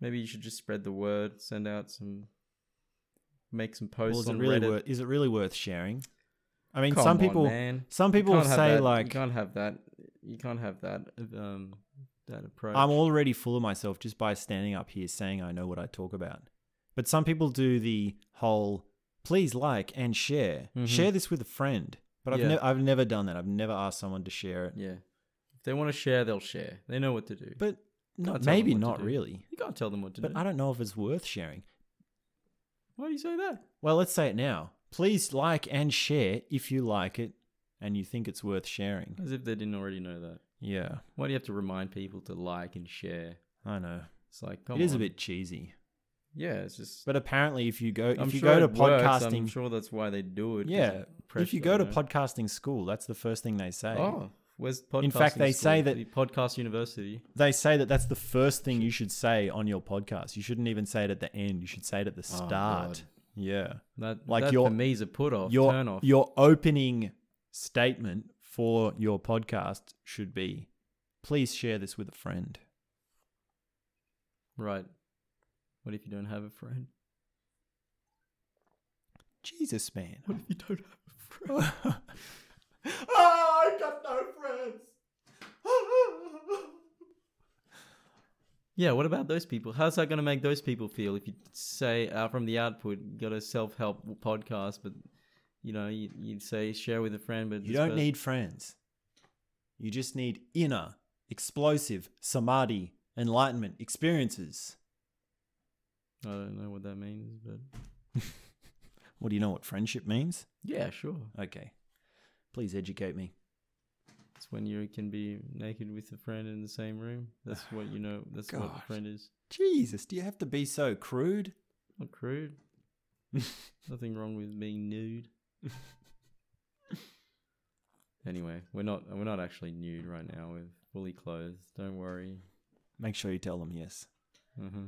Speaker 1: Maybe you should just spread the word, send out some, make some posts
Speaker 2: Well, is it
Speaker 1: on
Speaker 2: really
Speaker 1: Reddit.
Speaker 2: worth? Is it really worth sharing? I mean,
Speaker 1: Come
Speaker 2: some
Speaker 1: on,
Speaker 2: people,
Speaker 1: man.
Speaker 2: some
Speaker 1: You
Speaker 2: people will
Speaker 1: can't have
Speaker 2: say
Speaker 1: that- you
Speaker 2: like,
Speaker 1: can't have that. You can't have that. Um, that approach.
Speaker 2: "I'm already full of myself just by standing up here saying I know what I talk about." But some people do the whole, "Please like and share,
Speaker 1: Mhm.
Speaker 2: share this with a friend." But I've
Speaker 1: Yeah.
Speaker 2: never, I've never done that. I've never asked someone to share it.
Speaker 1: yeah. If they want to share, they'll share. They know what to do.
Speaker 2: But
Speaker 1: tell
Speaker 2: not,
Speaker 1: them
Speaker 2: maybe
Speaker 1: what to
Speaker 2: not
Speaker 1: do.
Speaker 2: really.
Speaker 1: you can't tell them what to
Speaker 2: But
Speaker 1: do.
Speaker 2: I don't know if it's worth sharing.
Speaker 1: Why do you say that?
Speaker 2: Well, let's say it now. Please like and share if you like it and you think it's worth sharing.
Speaker 1: As if they didn't already know that.
Speaker 2: Yeah,
Speaker 1: Why do you have to remind people to like and share?
Speaker 2: I know.
Speaker 1: It's like
Speaker 2: It
Speaker 1: come
Speaker 2: is
Speaker 1: on.
Speaker 2: a bit cheesy.
Speaker 1: Yeah, it's just
Speaker 2: But apparently, if you go if
Speaker 1: I'm
Speaker 2: you
Speaker 1: sure
Speaker 2: go to
Speaker 1: it works,
Speaker 2: podcasting,
Speaker 1: I'm sure that's why they do it. 'cause
Speaker 2: yeah,
Speaker 1: of
Speaker 2: if
Speaker 1: pressure,
Speaker 2: you go to
Speaker 1: know?
Speaker 2: podcasting school, that's the first thing they say.
Speaker 1: oh, where's podcasting?
Speaker 2: In fact, they say
Speaker 1: school?
Speaker 2: that-
Speaker 1: The podcast university.
Speaker 2: They say that that's the first thing you should say on your podcast. You shouldn't even say it at the end. You should say it at the start.
Speaker 1: Oh, God.
Speaker 2: yeah,
Speaker 1: That
Speaker 2: Like
Speaker 1: that
Speaker 2: your-
Speaker 1: for me is a put off,
Speaker 2: your
Speaker 1: turn off.
Speaker 2: your opening statement for your podcast should be, "Please share this with a friend."
Speaker 1: right. What if you don't have a friend? [laughs]
Speaker 2: Jesus, man. [laughs]
Speaker 1: What if you don't have a friend?
Speaker 2: oh, Ah, I got no friends. [laughs]
Speaker 1: Yeah, what about those people? How's that going to make those people feel if you say uh, from the output, you got a self help podcast, but you know, you, you'd say share with a friend, but
Speaker 2: You
Speaker 1: this
Speaker 2: don't
Speaker 1: person-
Speaker 2: need friends. You just need inner, explosive, samadhi, enlightenment experiences.
Speaker 1: I don't know what that means, but
Speaker 2: What do you know what friendship means?
Speaker 1: yeah, sure.
Speaker 2: Okay. Please educate me.
Speaker 1: It's when you can be naked with a friend in the same room.
Speaker 2: [sighs]
Speaker 1: That's what you know. That's what
Speaker 2: God.
Speaker 1: a friend is.
Speaker 2: Jesus, do you have to be so crude?
Speaker 1: Not
Speaker 2: [laughs]
Speaker 1: crude. Nothing wrong with being nude. anyway, we're not we're not actually nude right now. We're fully clothed. Don't worry.
Speaker 2: Make sure you tell them yes.
Speaker 1: hmm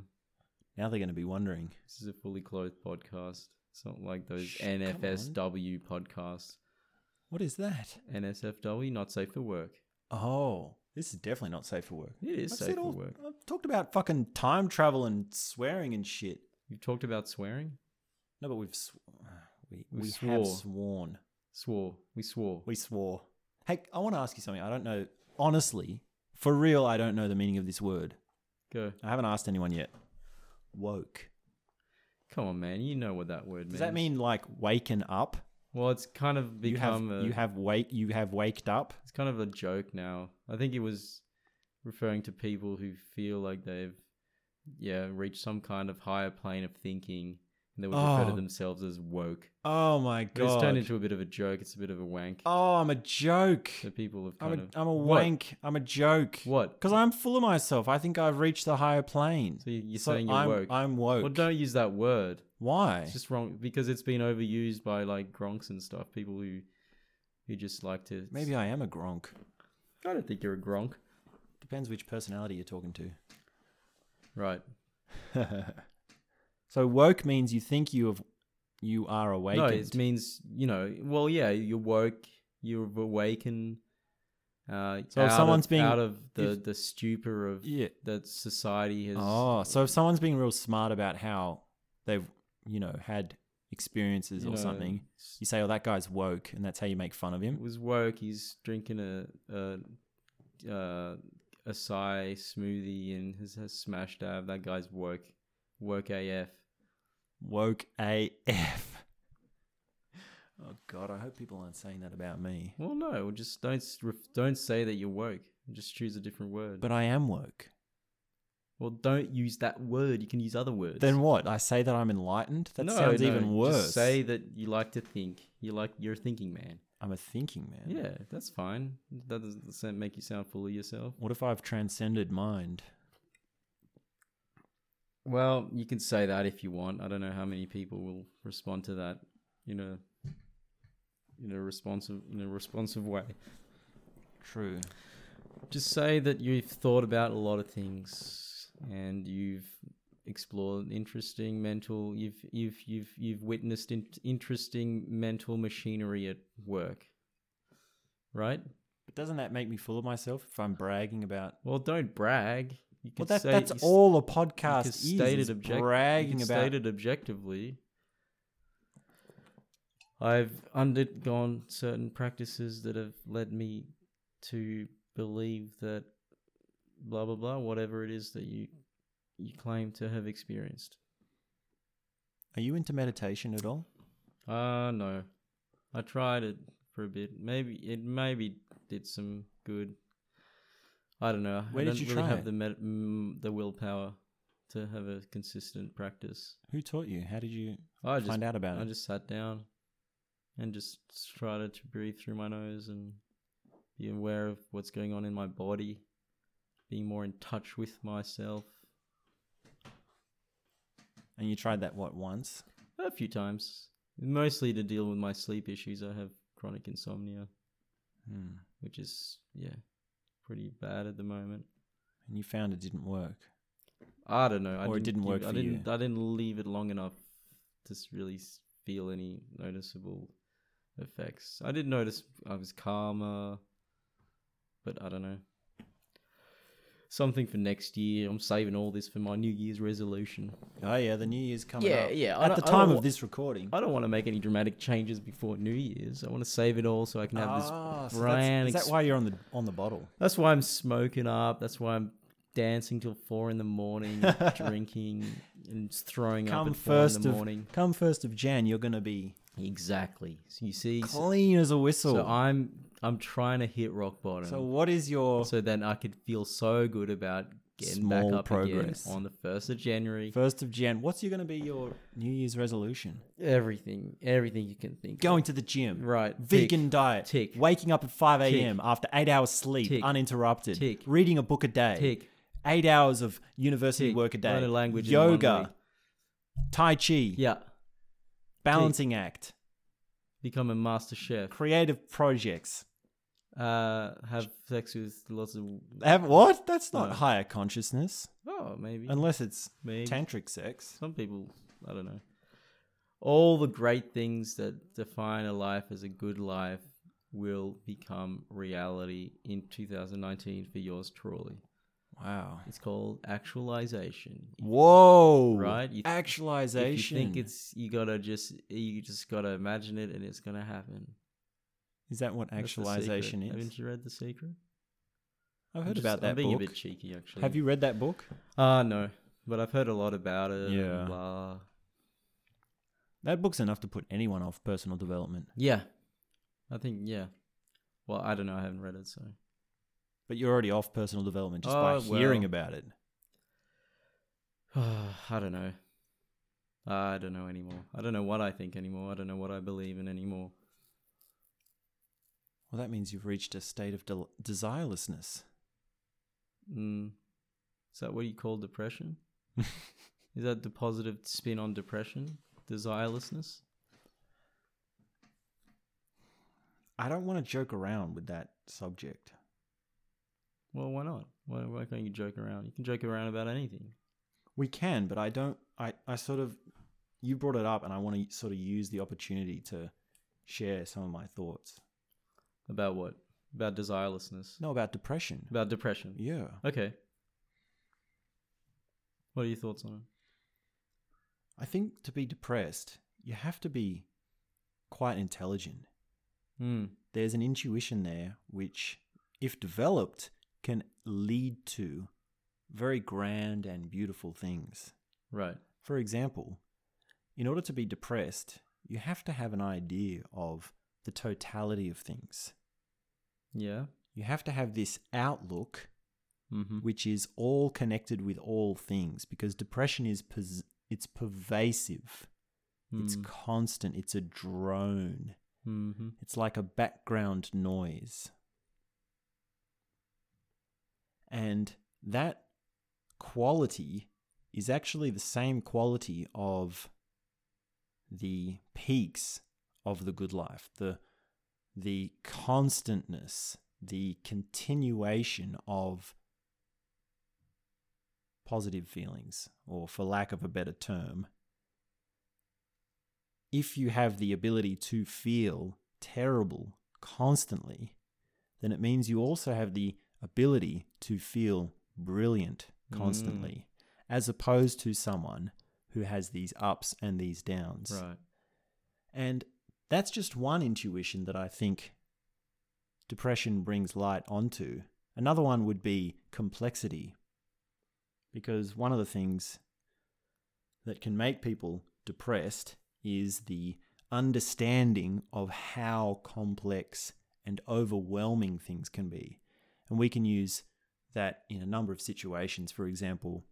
Speaker 2: Now they're going to be wondering.
Speaker 1: This is a fully clothed podcast. It's not like those
Speaker 2: Shh, come
Speaker 1: NFSW podcasts.
Speaker 2: What is that?
Speaker 1: NSFW, not safe for work.
Speaker 2: Oh, this is definitely not safe for work.
Speaker 1: It is safe for
Speaker 2: all-
Speaker 1: work.
Speaker 2: I've talked about fucking time travel and swearing and shit.
Speaker 1: You've talked about swearing.
Speaker 2: No, but we've sw- we,
Speaker 1: We
Speaker 2: we
Speaker 1: swore.
Speaker 2: have sworn.
Speaker 1: Swore. We swore.
Speaker 2: We swore. Hey, I want to ask you something. I don't know. Honestly, for real, I don't know the meaning of this word.
Speaker 1: Go.
Speaker 2: I haven't asked anyone yet. Woke.
Speaker 1: Come on, man. You know what that word means.
Speaker 2: Does that mean like waken up?
Speaker 1: Well, it's kind of become
Speaker 2: you have
Speaker 1: a,
Speaker 2: you have wake you have waked up.
Speaker 1: it's kind of a joke now. I think it was referring to people who feel like they've yeah reached some kind of higher plane of thinking, and they would refer
Speaker 2: Oh.
Speaker 1: to themselves as woke.
Speaker 2: Oh my
Speaker 1: But it's turned
Speaker 2: god.
Speaker 1: into a bit of a joke. It's a bit of a wank.
Speaker 2: oh, I'm a joke.
Speaker 1: So people have
Speaker 2: I'm
Speaker 1: kind
Speaker 2: a,
Speaker 1: of
Speaker 2: I'm a
Speaker 1: What?
Speaker 2: wank. I'm a joke.
Speaker 1: What?
Speaker 2: Because I'm full of myself. I think I've reached the higher plane.
Speaker 1: So you- you're saying you're
Speaker 2: I'm,
Speaker 1: woke.
Speaker 2: I'm woke.
Speaker 1: Well, don't use that word.
Speaker 2: Why?
Speaker 1: It's just wrong because it's been overused by like Gronks and stuff. People who who just like to.
Speaker 2: Maybe I am a gronk.
Speaker 1: I don't think you're a Gronk.
Speaker 2: Depends which personality you're talking to.
Speaker 1: Right.
Speaker 2: [laughs] So woke means you think you have you are awakened.
Speaker 1: No, it means you know. Well, yeah, you're woke. You're awakened. Uh,
Speaker 2: So if
Speaker 1: out
Speaker 2: someone's
Speaker 1: of,
Speaker 2: being-
Speaker 1: out of the
Speaker 2: if-
Speaker 1: the stupor of
Speaker 2: yeah.
Speaker 1: that society has.
Speaker 2: Oh, so if someone's being real smart about how they've, you know, had experiences
Speaker 1: you
Speaker 2: or
Speaker 1: know,
Speaker 2: something, you say, "Oh, that guy's woke," and that's how you make fun of him.
Speaker 1: was woke. He's drinking a a uh, acai smoothie and has, has smashed ab. That guy's woke, woke AF.
Speaker 2: Woke AF. [laughs] Oh God, I hope people aren't saying that about me.
Speaker 1: Well, no, just don't s- ref- don't say that you're woke. Just choose a different word.
Speaker 2: But I am woke.
Speaker 1: well, don't use that word. You can use other words.
Speaker 2: Then what? I say that I'm enlightened. That
Speaker 1: No,
Speaker 2: sounds
Speaker 1: no,
Speaker 2: even worse.
Speaker 1: Just say that you like to think. You like you're a thinking man.
Speaker 2: I'm a thinking man.
Speaker 1: Yeah, that's fine. That doesn't sa- make you sound full of yourself.
Speaker 2: What if I've transcended mind?
Speaker 1: Well, you can say that if you want. I don't know how many people will respond to that in a in a responsive in a responsive way.
Speaker 2: True.
Speaker 1: Just say that you've thought about a lot of things and you've explored interesting mental you've you've you've you've witnessed in, interesting mental machinery at work. Right?
Speaker 2: But doesn't that make me full of myself if I'm bragging about?
Speaker 1: Well, don't brag. You
Speaker 2: Well,
Speaker 1: could
Speaker 2: that,
Speaker 1: say
Speaker 2: that's
Speaker 1: you s-
Speaker 2: all a
Speaker 1: you could
Speaker 2: podcast is.
Speaker 1: state
Speaker 2: is
Speaker 1: it object- you
Speaker 2: bragging
Speaker 1: could
Speaker 2: about.
Speaker 1: state it objectively. I've undergone certain practices that have led me to believe that blah blah blah, whatever it is that you you claim to have experienced.
Speaker 2: Are you into meditation at all?
Speaker 1: Uh no. I tried it for a bit. Maybe it maybe did some good. I don't know.
Speaker 2: Where
Speaker 1: I
Speaker 2: did
Speaker 1: don't
Speaker 2: you
Speaker 1: really
Speaker 2: try
Speaker 1: have
Speaker 2: it?
Speaker 1: the med- mm, the willpower to have a consistent practice.
Speaker 2: Who taught you? How did you
Speaker 1: I just
Speaker 2: find out about
Speaker 1: I
Speaker 2: it?
Speaker 1: just sat down and just tried to breathe through my nose and be aware of what's going on in my body, being more in touch with myself
Speaker 2: and you tried that what once?
Speaker 1: a few times, mostly to deal with my sleep issues. I have chronic insomnia.
Speaker 2: Hmm.
Speaker 1: which is yeah, pretty bad at the moment.
Speaker 2: And you found it didn't work.
Speaker 1: I don't know. I
Speaker 2: Or it didn't work
Speaker 1: I
Speaker 2: for
Speaker 1: didn't. I didn't leave it long enough to s- really s- feel any noticeable effects. I did notice I was calmer, but I don't know. Something for next year. I'm saving all this for my New Year's resolution.
Speaker 2: Oh yeah, the New Year's coming
Speaker 1: Yeah,
Speaker 2: up.
Speaker 1: yeah, I
Speaker 2: At
Speaker 1: don't-
Speaker 2: the
Speaker 1: I don't
Speaker 2: time
Speaker 1: wa-
Speaker 2: of this recording.
Speaker 1: I don't want to make any dramatic changes before New Year's. I want to save it all so I can have this
Speaker 2: Ah.
Speaker 1: grand.
Speaker 2: is that
Speaker 1: ex-
Speaker 2: why you're on the on the bottle?
Speaker 1: That's why I'm smoking up. That's why I'm dancing till four in the
Speaker 2: [laughs]
Speaker 1: morning, drinking and throwing up
Speaker 2: Come
Speaker 1: at four
Speaker 2: first
Speaker 1: in the
Speaker 2: of
Speaker 1: morning.
Speaker 2: come first of Jan, you're gonna be
Speaker 1: Exactly. So you see, so,
Speaker 2: clean as a whistle.
Speaker 1: so
Speaker 2: So,
Speaker 1: I'm I'm trying to hit rock bottom, so,
Speaker 2: what is your
Speaker 1: then I could feel so good about getting back
Speaker 2: Small
Speaker 1: up
Speaker 2: progress.
Speaker 1: again on the first of January.
Speaker 2: first of Jan? What's you gonna be your New Year's resolution?
Speaker 1: Everything, everything you can think.
Speaker 2: Going to the gym.
Speaker 1: Right,
Speaker 2: Vegan
Speaker 1: tick,
Speaker 2: diet.
Speaker 1: tick,
Speaker 2: Waking up at 5 a.m. after eight hours sleep
Speaker 1: tick,
Speaker 2: uninterrupted.
Speaker 1: tick,
Speaker 2: Reading a book a day.
Speaker 1: tick.
Speaker 2: Eight hours of university
Speaker 1: Tick,
Speaker 2: work a day.
Speaker 1: learn a language in one
Speaker 2: yoga.
Speaker 1: week.
Speaker 2: Tai Chi.
Speaker 1: Yeah,
Speaker 2: Balancing act.
Speaker 1: become a master chef.
Speaker 2: Creative projects.
Speaker 1: Uh, have sex with lots of
Speaker 2: Have, what? That's not
Speaker 1: No.
Speaker 2: higher consciousness.
Speaker 1: oh maybe
Speaker 2: Unless it's
Speaker 1: maybe
Speaker 2: tantric sex.
Speaker 1: some people i don't know all the great things that define a life as a good life will become reality in 2019 for yours truly
Speaker 2: Wow.
Speaker 1: it's called actualization
Speaker 2: Whoa.
Speaker 1: Right? You-
Speaker 2: Actualization.
Speaker 1: if you think it's you gotta just you just gotta imagine it and it's gonna happen
Speaker 2: is that what
Speaker 1: That's the secret.
Speaker 2: actualization is?
Speaker 1: haven't you read the secret
Speaker 2: I've
Speaker 1: I'm
Speaker 2: heard
Speaker 1: just-
Speaker 2: about that
Speaker 1: i'm being
Speaker 2: book.
Speaker 1: a bit cheeky actually
Speaker 2: Have you read that book?
Speaker 1: uh no but i've heard a lot about it yeah
Speaker 2: Yeah.
Speaker 1: blah.
Speaker 2: That book's enough to put anyone off personal development.
Speaker 1: yeah i think yeah well i don't know i haven't read it so [sighs]
Speaker 2: But you're already off personal development just
Speaker 1: Oh,
Speaker 2: by
Speaker 1: well.
Speaker 2: hearing about it.
Speaker 1: I don't know. I don't know anymore. I don't know what I think anymore. I don't know what I believe in anymore.
Speaker 2: Well, that means you've reached a state of del- desirelessness.
Speaker 1: Mm. Is that what you call depression? Is that the positive spin on depression? Desirelessness?
Speaker 2: I don't want to joke around with that subject.
Speaker 1: Well, why not? Why, why can't you joke around? You can joke around about anything.
Speaker 2: We can, but I don't. I, I sort of, you brought it up, and I want to sort of use the opportunity to share some of my thoughts.
Speaker 1: About what? About desirelessness.
Speaker 2: No, about depression.
Speaker 1: About depression.
Speaker 2: Yeah.
Speaker 1: Okay. What are your thoughts on it?
Speaker 2: I think to be depressed, you have to be quite intelligent.
Speaker 1: Hmm.
Speaker 2: There's an intuition there which, if developed, can lead to very grand and beautiful things.
Speaker 1: Right.
Speaker 2: For example, in order to be depressed, you have to have an idea of the totality of things.
Speaker 1: Yeah.
Speaker 2: You have to have this outlook
Speaker 1: Mm-hmm.
Speaker 2: which is all connected with all things because depression is pers- it's pervasive. It's
Speaker 1: Hmm.
Speaker 2: constant, it's a drone.
Speaker 1: mm-hmm.
Speaker 2: It's like a background noise. And that quality is actually the same quality of the peaks of the good life, the the constantness, the continuation of positive feelings, or for lack of a better term, if you have the ability to feel terrible constantly, then it means you also have the ability to feel brilliant constantly, as opposed to someone who has these ups and these downs.
Speaker 1: Right.
Speaker 2: And that's just one intuition that I think depression brings light onto. Another one would be complexity. Because one of the things that can make people depressed is the understanding of how complex and overwhelming things can be. And we can use that in a number of situations. For example,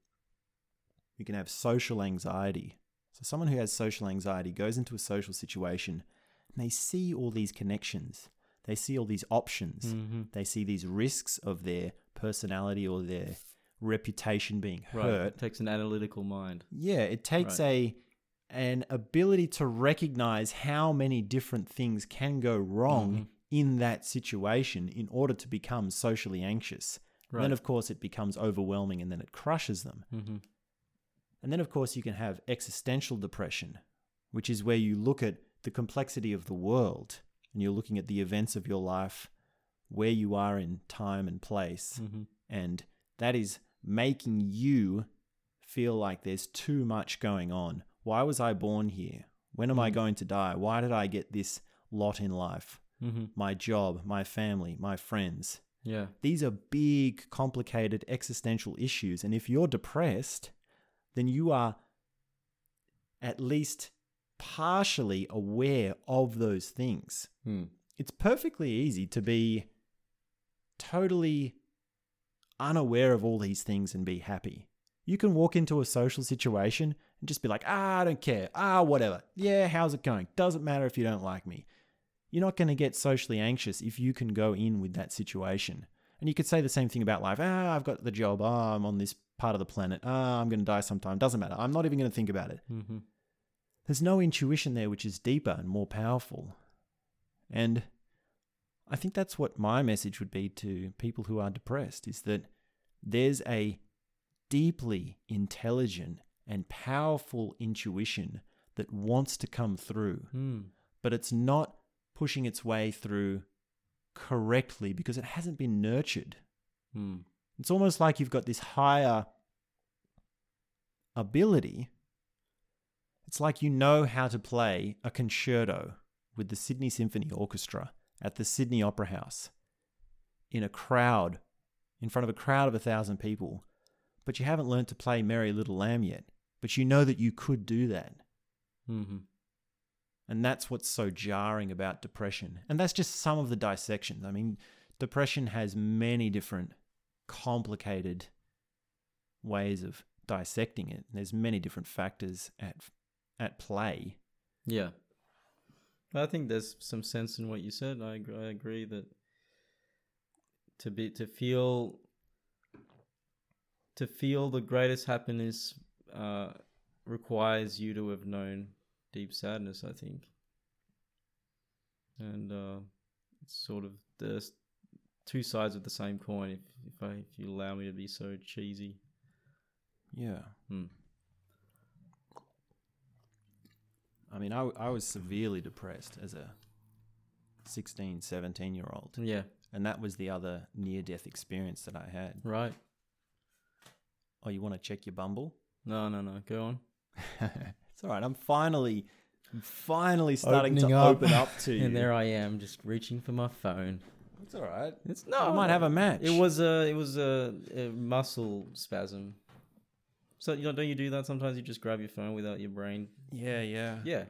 Speaker 2: we can have social anxiety. So, someone who has social anxiety goes into a social situation and they see all these connections, they see all these options,
Speaker 1: Mm-hmm.
Speaker 2: they see these risks of their personality or their reputation being
Speaker 1: Right.
Speaker 2: hurt.
Speaker 1: Takes an analytical mind.
Speaker 2: Yeah, it takes a an ability to recognize how many different things can go wrong
Speaker 1: Mm-hmm.
Speaker 2: in that situation in order to become socially anxious. And
Speaker 1: Right.
Speaker 2: then of course it becomes overwhelming and then it crushes them.
Speaker 1: Mm-hmm.
Speaker 2: And then of course you can have existential depression, which is where you look at the complexity of the world and you're looking at the events of your life, where you are in time and place
Speaker 1: Mm-hmm.
Speaker 2: and that is making you feel like there's too much going on. Why was I born here? When am I going to die? Why did I get this lot in life?
Speaker 1: Mm-hmm.
Speaker 2: My job, my family, my friends.
Speaker 1: Yeah.
Speaker 2: These are big, complicated existential issues. And if you're depressed, then you are at least partially aware of those things
Speaker 1: Hmm.
Speaker 2: it's perfectly easy to be totally unaware of all these things and be happy. You can walk into a social situation and just be like, ah, I don't care. Ah, whatever. Yeah, how's it going? Doesn't matter if you don't like me. You're not going to get socially anxious if you can go in with that situation. And you could say the same thing about life. Ah, I've got the job. Ah, I'm on this part of the planet. Ah, I'm going to die sometime. Doesn't matter. I'm not even going to think about it
Speaker 1: Mm-hmm.
Speaker 2: there's no intuition there which is deeper and more powerful. And I think that's what my message would be to people who are depressed is that there's a deeply intelligent and powerful intuition that wants to come through,
Speaker 1: Hmm.
Speaker 2: but it's not pushing its way through correctly because it hasn't been nurtured.
Speaker 1: Hmm.
Speaker 2: It's almost like you've got this higher ability. It's like you know how to play a concerto with the Sydney Symphony Orchestra at the Sydney Opera House in a crowd, in front of a crowd of a thousand people, but you haven't learned to play Merry Little Lamb yet. But you know that you could do that.
Speaker 1: Mm-hmm.
Speaker 2: And that's what's so jarring about depression. And that's just some of the dissections. I mean, depression has many different complicated ways of dissecting it. There's many different factors at at play.
Speaker 1: Yeah. I think there's some sense in what you said. I, ag- I agree that to be to feel to feel the greatest happiness uh, requires you to have known deep sadness. I think, and uh, it's sort of there's two sides of the same coin. If if, I, if you allow me to be so cheesy,
Speaker 2: Yeah.
Speaker 1: Hmm.
Speaker 2: I mean, I, w- I was severely depressed as a 16, 17 year old.
Speaker 1: Yeah.
Speaker 2: And that was the other near death experience that I had.
Speaker 1: Right.
Speaker 2: Oh, you want to check your bumble?
Speaker 1: No, no, no. Go on.
Speaker 2: it's all right. I'm finally, I'm finally starting
Speaker 4: Opening
Speaker 2: to
Speaker 4: up.
Speaker 2: open up [laughs] to you.
Speaker 1: And there I am, just reaching for my phone.
Speaker 2: it's all right.
Speaker 1: It's no.
Speaker 2: I might have a match.
Speaker 1: It was a. It was a, a muscle spasm. So you know, don't you do that sometimes? You just grab your phone without your brain.
Speaker 2: Yeah, yeah.
Speaker 1: Yeah.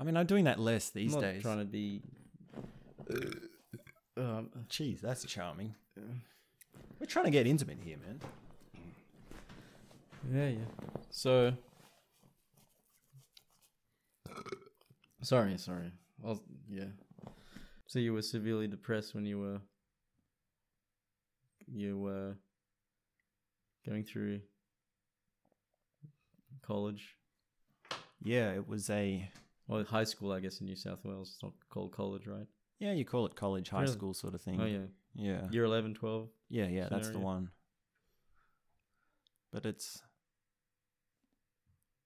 Speaker 2: I mean, I'm doing that less
Speaker 1: I'm
Speaker 2: these
Speaker 1: not
Speaker 2: days.
Speaker 1: trying to be. Um,
Speaker 2: Jeez, that's charming. We're trying to get intimate here, man.
Speaker 1: yeah, yeah. So. Sorry, sorry. I was, yeah. So you were severely depressed when you were. You were. Going through. College.
Speaker 2: Yeah, it was a.
Speaker 1: Well, high school, I guess, in New South Wales. It's not called college, right?
Speaker 2: Yeah, you call it college, high
Speaker 1: Really?
Speaker 2: school sort of thing.
Speaker 1: Oh, yeah.
Speaker 2: Yeah.
Speaker 1: Year 11, 12.
Speaker 2: Yeah, yeah, that's the
Speaker 1: scenario.
Speaker 2: one. But it's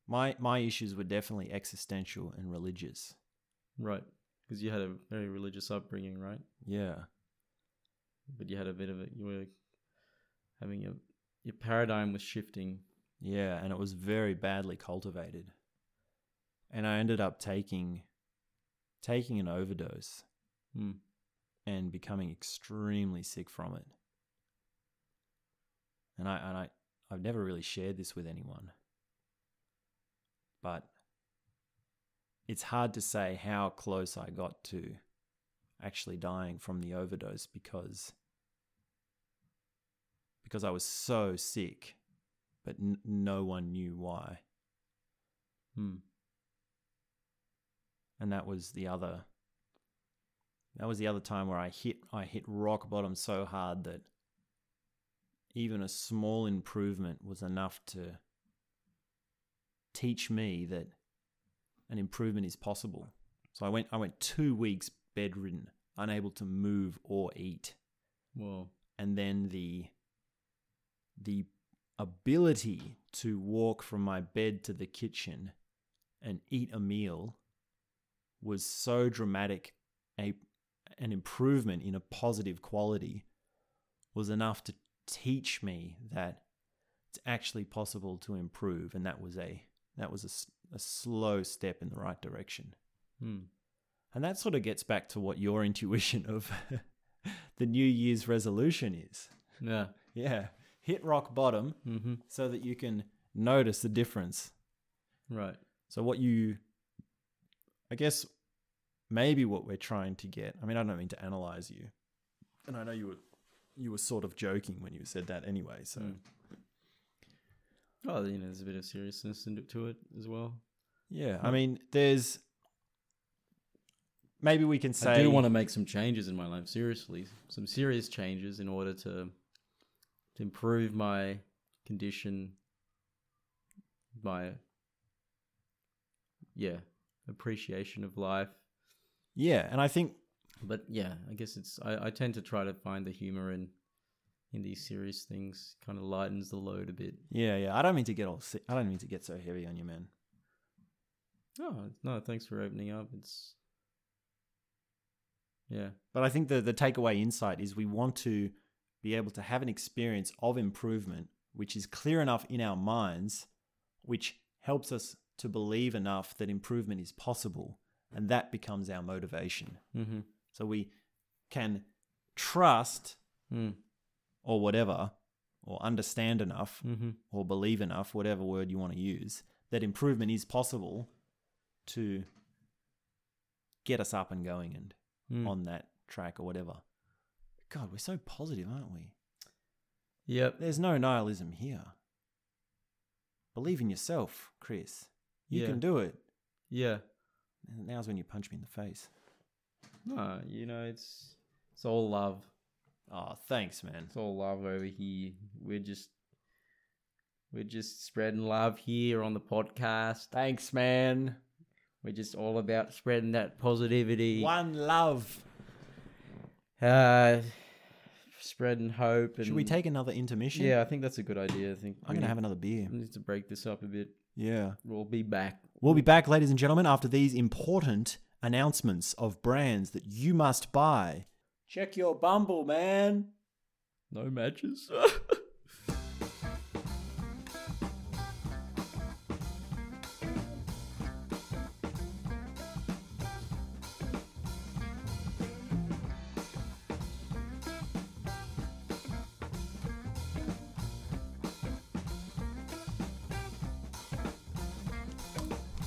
Speaker 2: my my issues were definitely existential and religious.
Speaker 1: Right. Because you had a very religious upbringing, right?
Speaker 2: Yeah.
Speaker 1: But you had a bit of it. You were having a. Your paradigm was shifting.
Speaker 2: Yeah, and it was very badly cultivated. And I ended up taking taking an overdose
Speaker 1: Hmm.
Speaker 2: and becoming extremely sick from it. And I and I I've never really shared this with anyone. But it's hard to say how close I got to actually dying from the overdose because because I was so sick, but n- no one knew why.
Speaker 1: Hmm.
Speaker 2: and that was the other that was the other time where I hit I hit rock bottom so hard that even a small improvement was enough to teach me that an improvement is possible. So I went I went 2 weeks bedridden, unable to move or eat
Speaker 1: Well,
Speaker 2: and then the the ability to walk from my bed to the kitchen and eat a meal was so dramatic a an improvement in a positive quality was enough to teach me that it's actually possible to improve and that was a that was a s a a slow step in the right direction
Speaker 1: hmm.
Speaker 2: and that sort of gets back to what your [laughs] intuition of the new year's resolution is
Speaker 1: Yeah.
Speaker 2: yeah. Hit rock bottom
Speaker 1: Mm-hmm.
Speaker 2: so that you can notice the difference.
Speaker 1: Right.
Speaker 2: So, what you, I guess, maybe what we're trying to get. I mean, I don't mean to analyze you, and I know you were, you were sort of joking when you said that anyway. So,
Speaker 1: Mm. Oh, you know, there's a bit of seriousness in- to it as well.
Speaker 2: yeah.
Speaker 1: Hmm.
Speaker 2: I mean, there's maybe we can say
Speaker 1: I do want to make some changes in my life, seriously, some serious changes in order to, to improve my condition by yeah, appreciation of life.
Speaker 2: yeah, and I think
Speaker 1: But yeah, I guess it's I, I tend to try to find the humor in in these serious things kind of lightens the load a bit.
Speaker 2: yeah, yeah. I don't mean to get all. si- I don't mean to get so heavy on you, man.
Speaker 1: Oh, no, thanks for opening up. It's Yeah.
Speaker 2: But I think the the takeaway insight is we want to be able to have an experience of improvement which is clear enough in our minds, which helps us to believe enough that improvement is possible, and that becomes our motivation.
Speaker 1: Mhm.
Speaker 2: So we can trust
Speaker 1: Mm.
Speaker 2: or whatever, or understand enough
Speaker 1: Mhm.
Speaker 2: or believe enough, whatever word you want to use, that improvement is possible to get us up and going and
Speaker 1: Mm.
Speaker 2: on that track or whatever. God, we're so positive, aren't we?
Speaker 1: Yep.
Speaker 2: There's no nihilism here. Believe in yourself, Chris. You
Speaker 1: yeah.
Speaker 2: can do it.
Speaker 1: Yeah.
Speaker 2: And now's when you punch me in the face.
Speaker 1: No, you know, it's it's all love.
Speaker 2: Oh, thanks, man.
Speaker 1: It's all love over here. We're just we're just spreading love here on the podcast.
Speaker 2: Thanks, man.
Speaker 1: We're just all about spreading that positivity.
Speaker 2: One love.
Speaker 1: Uh spreading hope and
Speaker 2: Should we take another intermission?
Speaker 1: Yeah, I think that's a good idea. I think
Speaker 2: I'm going to have another beer.
Speaker 1: I need to break this up a bit.
Speaker 2: Yeah.
Speaker 1: We'll be back.
Speaker 2: We'll be back, ladies and gentlemen, after these important announcements of brands that you must buy. Check your Bumble, man.
Speaker 1: No matches. [laughs]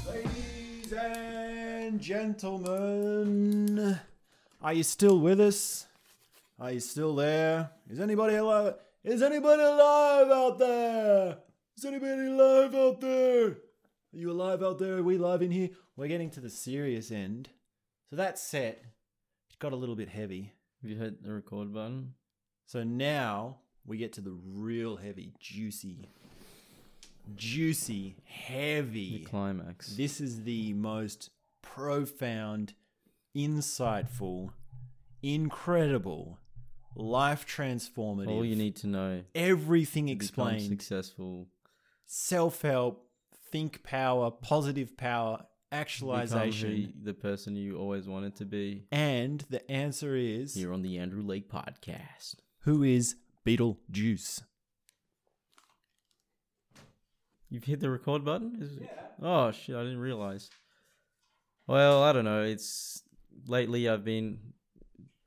Speaker 2: Ladies and gentlemen, are you still with us? Are you still there? Is anybody alive? Is anybody alive out there? Is anybody alive out there? Are you alive out there? Are we live in here? We're getting to the serious end. So that set it got a little bit heavy.
Speaker 1: Have you hit the record button?
Speaker 2: So now we get to the real heavy, juicy,
Speaker 1: The
Speaker 2: juicy, heavy.
Speaker 1: climax.
Speaker 2: This is the most profound, insightful, incredible, life transformative.
Speaker 1: All you need to know.
Speaker 2: everything
Speaker 1: to become
Speaker 2: explained.
Speaker 1: Successful.
Speaker 2: Self help, think power, positive power,
Speaker 1: Become
Speaker 2: actualization.
Speaker 1: who- the person you always wanted to be.
Speaker 2: And the answer is
Speaker 1: Here on the Andrew Lake podcast.
Speaker 2: who is Beetlejuice?
Speaker 1: You've hit the record button? Is it- Oh shit, I didn't realize. Well, I don't know. It's lately I've been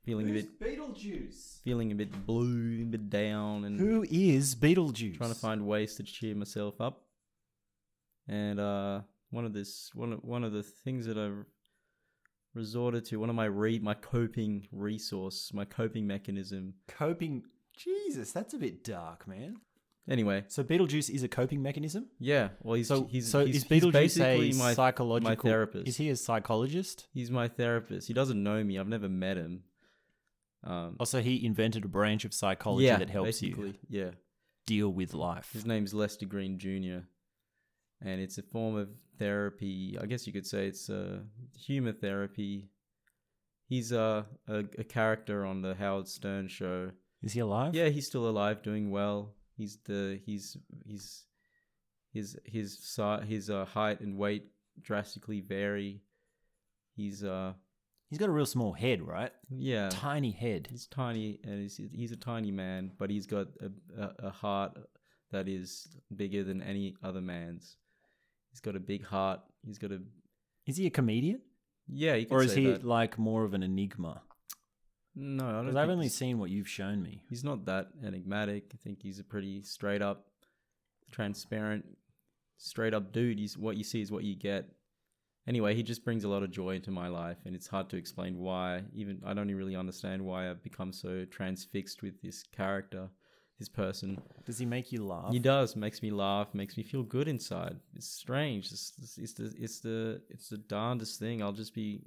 Speaker 1: feeling a bit
Speaker 2: Beetlejuice?
Speaker 1: feeling a bit blue, a bit down and
Speaker 2: Who is Beetlejuice?
Speaker 1: Hmm. trying to find ways to cheer myself up. And uh, one of this one of, one of the things that I've resorted to, one of my re my coping resource, my coping mechanism.
Speaker 2: coping. Jesus, that's a bit dark, man.
Speaker 1: Anyway,
Speaker 2: So Beetlejuice is a coping mechanism.
Speaker 1: yeah. Well, he's
Speaker 2: So,
Speaker 1: he's,
Speaker 2: so
Speaker 1: he's,
Speaker 2: is
Speaker 1: he's
Speaker 2: Beetlejuice
Speaker 1: basically
Speaker 2: a
Speaker 1: my
Speaker 2: psychological
Speaker 1: my therapist.
Speaker 2: Is he a psychologist?
Speaker 1: He's my therapist. He doesn't know me. I've never met him. Um,
Speaker 2: Also, Oh, he invented a branch of psychology that helps you
Speaker 1: basically, Yeah.
Speaker 2: deal with life.
Speaker 1: His name's Lester Green Jr. And it's a form of therapy. I guess you could say it's uh, humor therapy. He's uh, a, a character on the Howard Stern show.
Speaker 2: Is he alive?
Speaker 1: Yeah, he's still alive, doing well. He's the he's he's his his si- his uh, height and weight drastically vary. He's uh
Speaker 2: He's got a real small head, right?
Speaker 1: yeah.
Speaker 2: Tiny head.
Speaker 1: He's tiny, and he's he's a tiny man, but he's got a, a a heart that is bigger than any other man's. He's got a big heart. He's got a
Speaker 2: Is he a comedian,
Speaker 1: yeah. You could
Speaker 2: or is
Speaker 1: say
Speaker 2: he
Speaker 1: that.
Speaker 2: like more of an enigma?
Speaker 1: no, I don't.
Speaker 2: Because
Speaker 1: Think
Speaker 2: I've only
Speaker 1: he's,
Speaker 2: seen what you've shown me.
Speaker 1: he's not that enigmatic. I think he's a pretty straight up, transparent, straight up dude. He's what you see is what you get. Anyway, he just brings a lot of joy into my life, and it's hard to explain why. Even I don't really understand why I've become so transfixed with this character, this person.
Speaker 2: Does he make you laugh?
Speaker 1: He does. Makes me laugh. Makes me feel good inside. It's strange. It's, it's, it's the it's the it's the darndest thing. I'll just be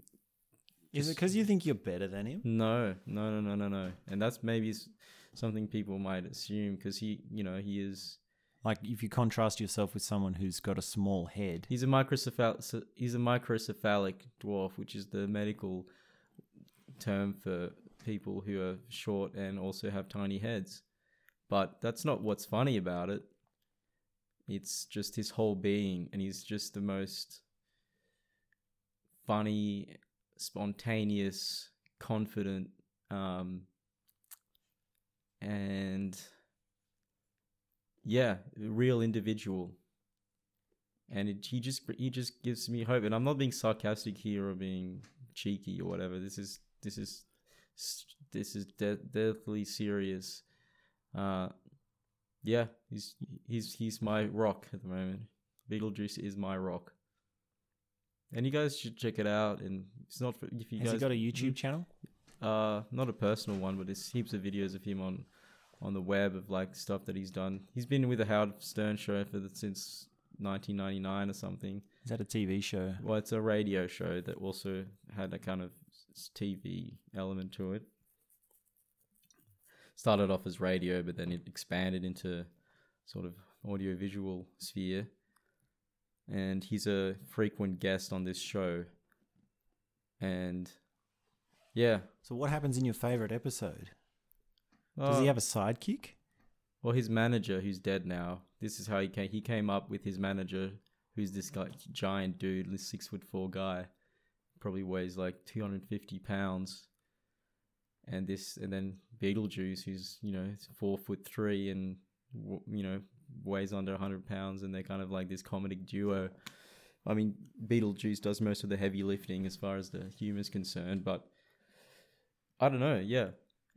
Speaker 2: Is it because you think you're better than him?
Speaker 1: no, no, no, no, no, no. And that's maybe s- something people might assume because he, you know, he is
Speaker 2: Like if you contrast yourself with someone who's got a small head.
Speaker 1: he's a microcephalic he's a microcephalic dwarf, which is the medical term for people who are short and also have tiny heads. But that's not what's funny about it. It's just his whole being, and he's just the most funny, spontaneous, confident, um, and yeah, a real individual. And it, he just he just gives me hope, and I'm not being sarcastic here or being cheeky or whatever. This is this is this is de- deathly serious. Uh, yeah, he's he's he's my rock at the moment. Beetlejuice is my rock, and you guys should check it out. And it's not for, if you
Speaker 2: Has
Speaker 1: guys Mm-hmm.
Speaker 2: he got a YouTube channel?
Speaker 1: uh, not a personal one, but there's heaps of videos of him on on the web of like stuff that he's done. He's been with the Howard Stern show for the, since 1999 or something.
Speaker 2: Is that a TV show?
Speaker 1: Well, it's a radio show that also had a kind of s- TV element to it. Started off as radio, but then it expanded into sort of audiovisual sphere. And he's a frequent guest on this show. And yeah.
Speaker 2: So what happens in your favorite episode? Does he
Speaker 1: Uh,
Speaker 2: have a sidekick?
Speaker 1: Well, his manager, who's dead now, this is how he came. He came up with his manager, who's this like giant dude, this six foot four guy, probably weighs like two hundred fifty pounds, and this, and then Beetlejuice, who's you know four foot three and w- you know weighs under hundred pounds, and they're kind of like this comedic duo. I mean, Beetlejuice does most of the heavy lifting as far as the humor is concerned, but I don't know, yeah.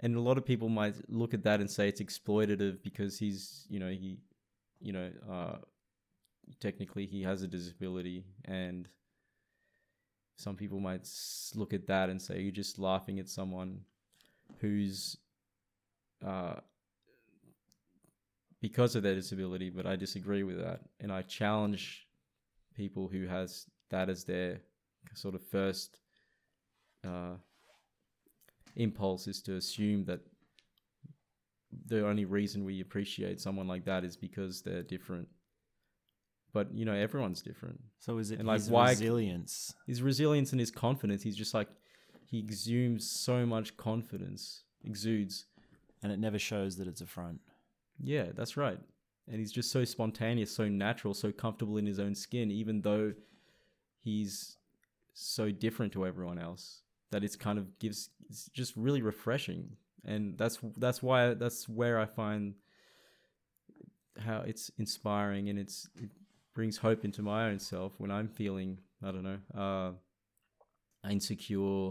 Speaker 1: And a lot of people might look at that and say it's exploitative because he's, you know, he, you know, uh, technically he has a disability, and some people might s- look at that and say you're just laughing at someone who's, uh, because of their disability. But I disagree with that, and I challenge people who has that as their sort of first uh, impulse is to assume that the only reason we appreciate someone like that is because they're different. But you know, everyone's different.
Speaker 2: So is it
Speaker 1: And, like,
Speaker 2: his
Speaker 1: why-
Speaker 2: resilience?
Speaker 1: His resilience and his confidence, he's just like he exudes so much confidence. Exudes.
Speaker 2: And it never shows that it's a front.
Speaker 1: Yeah, that's right. And he's just so spontaneous, so natural, so comfortable in his own skin, even though he's so different to everyone else. That it's kind of gives, it's just really refreshing, and that's that's why that's where I find how it's inspiring and it's it brings hope into my own self when I'm feeling I don't know uh, insecure,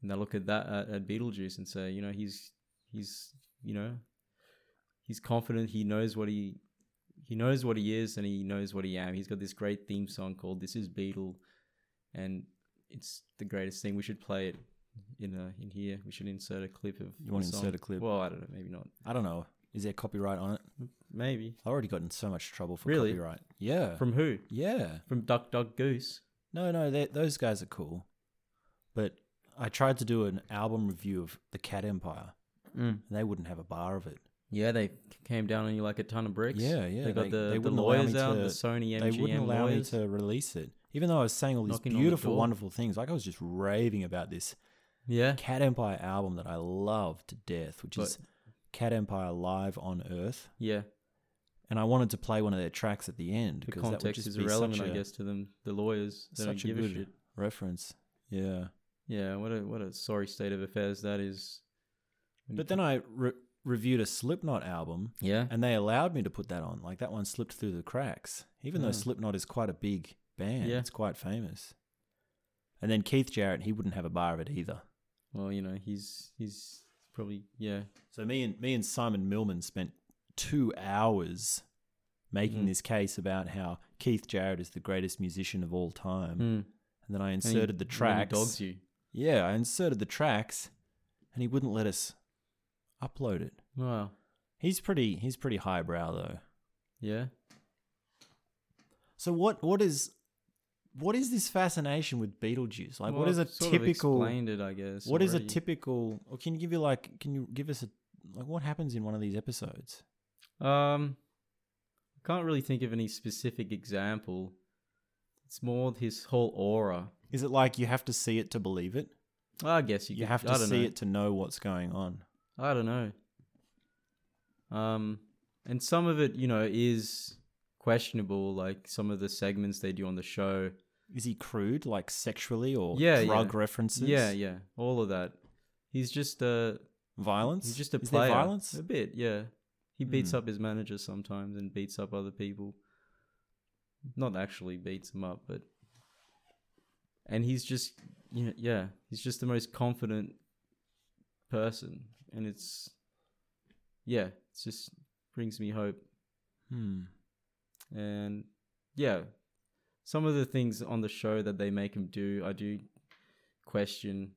Speaker 1: and I look at that at, at Beetlejuice and say, you know, he's he's you know he's confident he knows what he he knows what he is and he knows what he am he's got this great theme song called this is beatle and it's the greatest thing we should play it in uh in here we should insert a clip of
Speaker 2: You wanna
Speaker 1: the
Speaker 2: insert a clip?
Speaker 1: well i don't know maybe not
Speaker 2: I don't know. Is there copyright on it?
Speaker 1: maybe
Speaker 2: I already got in so much trouble for
Speaker 1: Really?
Speaker 2: copyright. Yeah.
Speaker 1: from who
Speaker 2: yeah.
Speaker 1: from duck duck goose
Speaker 2: No, no, they- those guys are cool. But I tried to do an album review of The Cat Empire,
Speaker 1: mm.
Speaker 2: and they wouldn't have a bar of it.
Speaker 1: yeah they came down on you like a ton of bricks
Speaker 2: Yeah, yeah,
Speaker 1: they got
Speaker 2: they-
Speaker 1: the,
Speaker 2: they
Speaker 1: the
Speaker 2: wouldn't allow me
Speaker 1: lawyers out
Speaker 2: to-
Speaker 1: the sony mgm
Speaker 2: They wouldn't allow
Speaker 1: lawyers.
Speaker 2: me to release it. Even though I was saying all these
Speaker 1: Knocking on the
Speaker 2: beautiful,
Speaker 1: door.
Speaker 2: wonderful things, like I was just raving about this [laughs]
Speaker 1: yeah
Speaker 2: Cat Empire album that I love to death, which
Speaker 1: But-
Speaker 2: is Cat Empire Live on Earth.
Speaker 1: yeah
Speaker 2: And I wanted to play one of their tracks at the end
Speaker 1: the
Speaker 2: because that would
Speaker 1: context
Speaker 2: just
Speaker 1: is
Speaker 2: be
Speaker 1: irrelevant
Speaker 2: such
Speaker 1: i
Speaker 2: a,
Speaker 1: guess to them the lawyers they don't
Speaker 2: such a
Speaker 1: give a
Speaker 2: good
Speaker 1: shit
Speaker 2: reference. Yeah.
Speaker 1: Yeah, what a what a sorry state of affairs that is. When
Speaker 2: But
Speaker 1: you
Speaker 2: then I re- reviewed a Slipknot album,
Speaker 1: put- yeah,
Speaker 2: and they allowed me to put that on. Like that one slipped through the cracks, even though
Speaker 1: Yeah.
Speaker 2: Slipknot is quite a big band.
Speaker 1: Hmm. Yeah.
Speaker 2: It's quite famous. And then Keith Jarrett, he wouldn't have a bar of it either.
Speaker 1: well, you know, he's he's probably yeah,
Speaker 2: So me and me and Simon Millman spent two hours making
Speaker 1: Mhm.
Speaker 2: this case about how Keith Jarrett is the greatest musician of all time.
Speaker 1: Mm.
Speaker 2: And then I
Speaker 1: And he-
Speaker 2: inserted the
Speaker 1: and he
Speaker 2: tracks.
Speaker 1: Dogs you.
Speaker 2: Yeah, I inserted the tracks, and he wouldn't let us upload it.
Speaker 1: Wow.
Speaker 2: He's pretty. He's pretty highbrow though.
Speaker 1: Yeah.
Speaker 2: So what what is what is this fascination with Beetlejuice? Like what
Speaker 1: Well,
Speaker 2: is a
Speaker 1: I've sort of
Speaker 2: typical
Speaker 1: explained it, I guess.
Speaker 2: what is a
Speaker 1: already.
Speaker 2: typical or can you give you like can you give us a like what happens in one of these episodes?
Speaker 1: Um, I can't really think of any specific example. It's more his whole aura.
Speaker 2: Is it like you have to see it to believe it?
Speaker 1: I guess you,
Speaker 2: You
Speaker 1: could-
Speaker 2: have
Speaker 1: I
Speaker 2: to
Speaker 1: don't
Speaker 2: see
Speaker 1: know.
Speaker 2: it to know what's going on.
Speaker 1: I don't know. Um, and some of it, you know, is questionable. Like some of the segments they do on the show.
Speaker 2: Is he crude like sexually or
Speaker 1: Yeah,
Speaker 2: drug
Speaker 1: yeah.
Speaker 2: references?
Speaker 1: Yeah, yeah, all of that. He's just a
Speaker 2: Violence?
Speaker 1: he's just a
Speaker 2: is
Speaker 1: player.
Speaker 2: There violence?
Speaker 1: A bit, yeah. He beats
Speaker 2: Hmm.
Speaker 1: up his manager sometimes and beats up other people. Not actually beats them up, but and he's just you know, yeah, he's just the most confident person, and it's yeah, it just brings me hope
Speaker 2: Hmm.
Speaker 1: and yeah some of the things on the show that they make him do i do question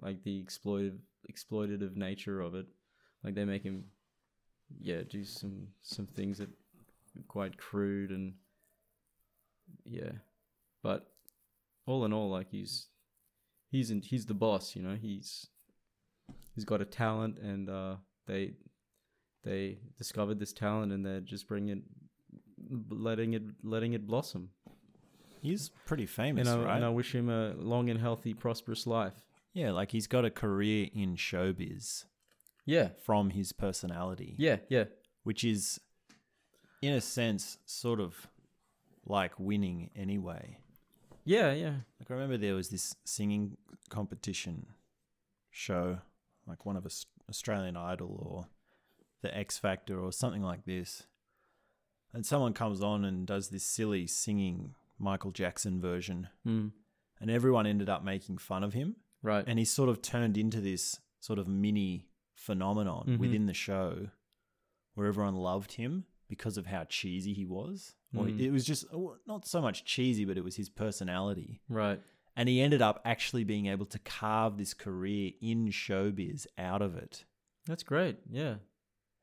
Speaker 1: like the exploitive exploitative nature of it like they make him yeah do some some things that are quite crude and yeah but all in all like he's he's in, he's the boss you know he's he's got a talent and uh they they discovered this talent and they're just bringing it b- letting it letting it blossom.
Speaker 2: He's pretty famous,
Speaker 1: And I,
Speaker 2: right?
Speaker 1: and I wish him a long and healthy, prosperous life.
Speaker 2: Yeah, like he's got a career in showbiz
Speaker 1: Yeah,
Speaker 2: from his personality.
Speaker 1: yeah, yeah,
Speaker 2: which is in a sense sort of like winning anyway.
Speaker 1: Yeah, yeah.
Speaker 2: Like I remember there was this singing competition show, like one of us Australian Idol or the X Factor or something like this. And someone comes on and does this silly singing Michael Jackson version,
Speaker 1: Mm.
Speaker 2: and everyone ended up making fun of him.
Speaker 1: Right.
Speaker 2: And he sort of turned into this sort of mini phenomenon
Speaker 1: Mhm.
Speaker 2: within the show where everyone loved him because of how cheesy he was. Or
Speaker 1: Mm.
Speaker 2: it was just oh, not so much cheesy, but it was his personality.
Speaker 1: right.
Speaker 2: And he ended up actually being able to carve this career in showbiz out of it.
Speaker 1: That's great. Yeah.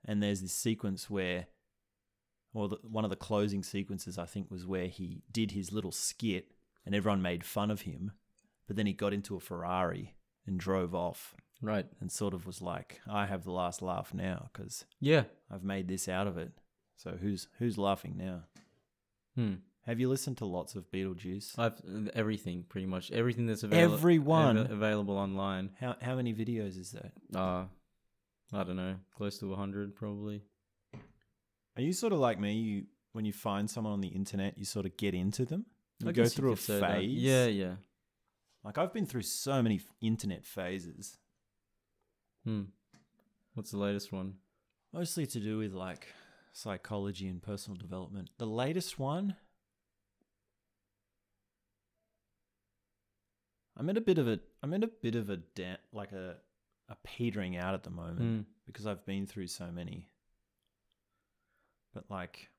Speaker 2: And there's this sequence where, or the, one of the closing sequences, I think, was where he did his little skit and everyone made fun of him. But then he got into a Ferrari and drove off
Speaker 1: Right.
Speaker 2: and sort of was like, I have the last laugh now because
Speaker 1: Yeah.
Speaker 2: I've made this out of it. So who's who's laughing now?
Speaker 1: Hmm.
Speaker 2: Have you listened to lots of Beetlejuice?
Speaker 1: I've everything pretty much everything that's available.
Speaker 2: Everyone.
Speaker 1: available online.
Speaker 2: How how many videos is that?
Speaker 1: Uh I don't know, close to hundred probably.
Speaker 2: Are you sort of like me? You when you find someone on the internet, you sort of get into them. You
Speaker 1: I
Speaker 2: go
Speaker 1: guess
Speaker 2: through a
Speaker 1: could say that.
Speaker 2: phase.
Speaker 1: Yeah, yeah.
Speaker 2: Like I've been through so many f- internet phases,
Speaker 1: Hmm. What's the latest one?
Speaker 2: mostly to do with like psychology and personal development. The latest one, I'm in a bit of a I'm in a bit of a da- like a a petering out at the moment
Speaker 1: Hmm.
Speaker 2: because I've been through so many. But like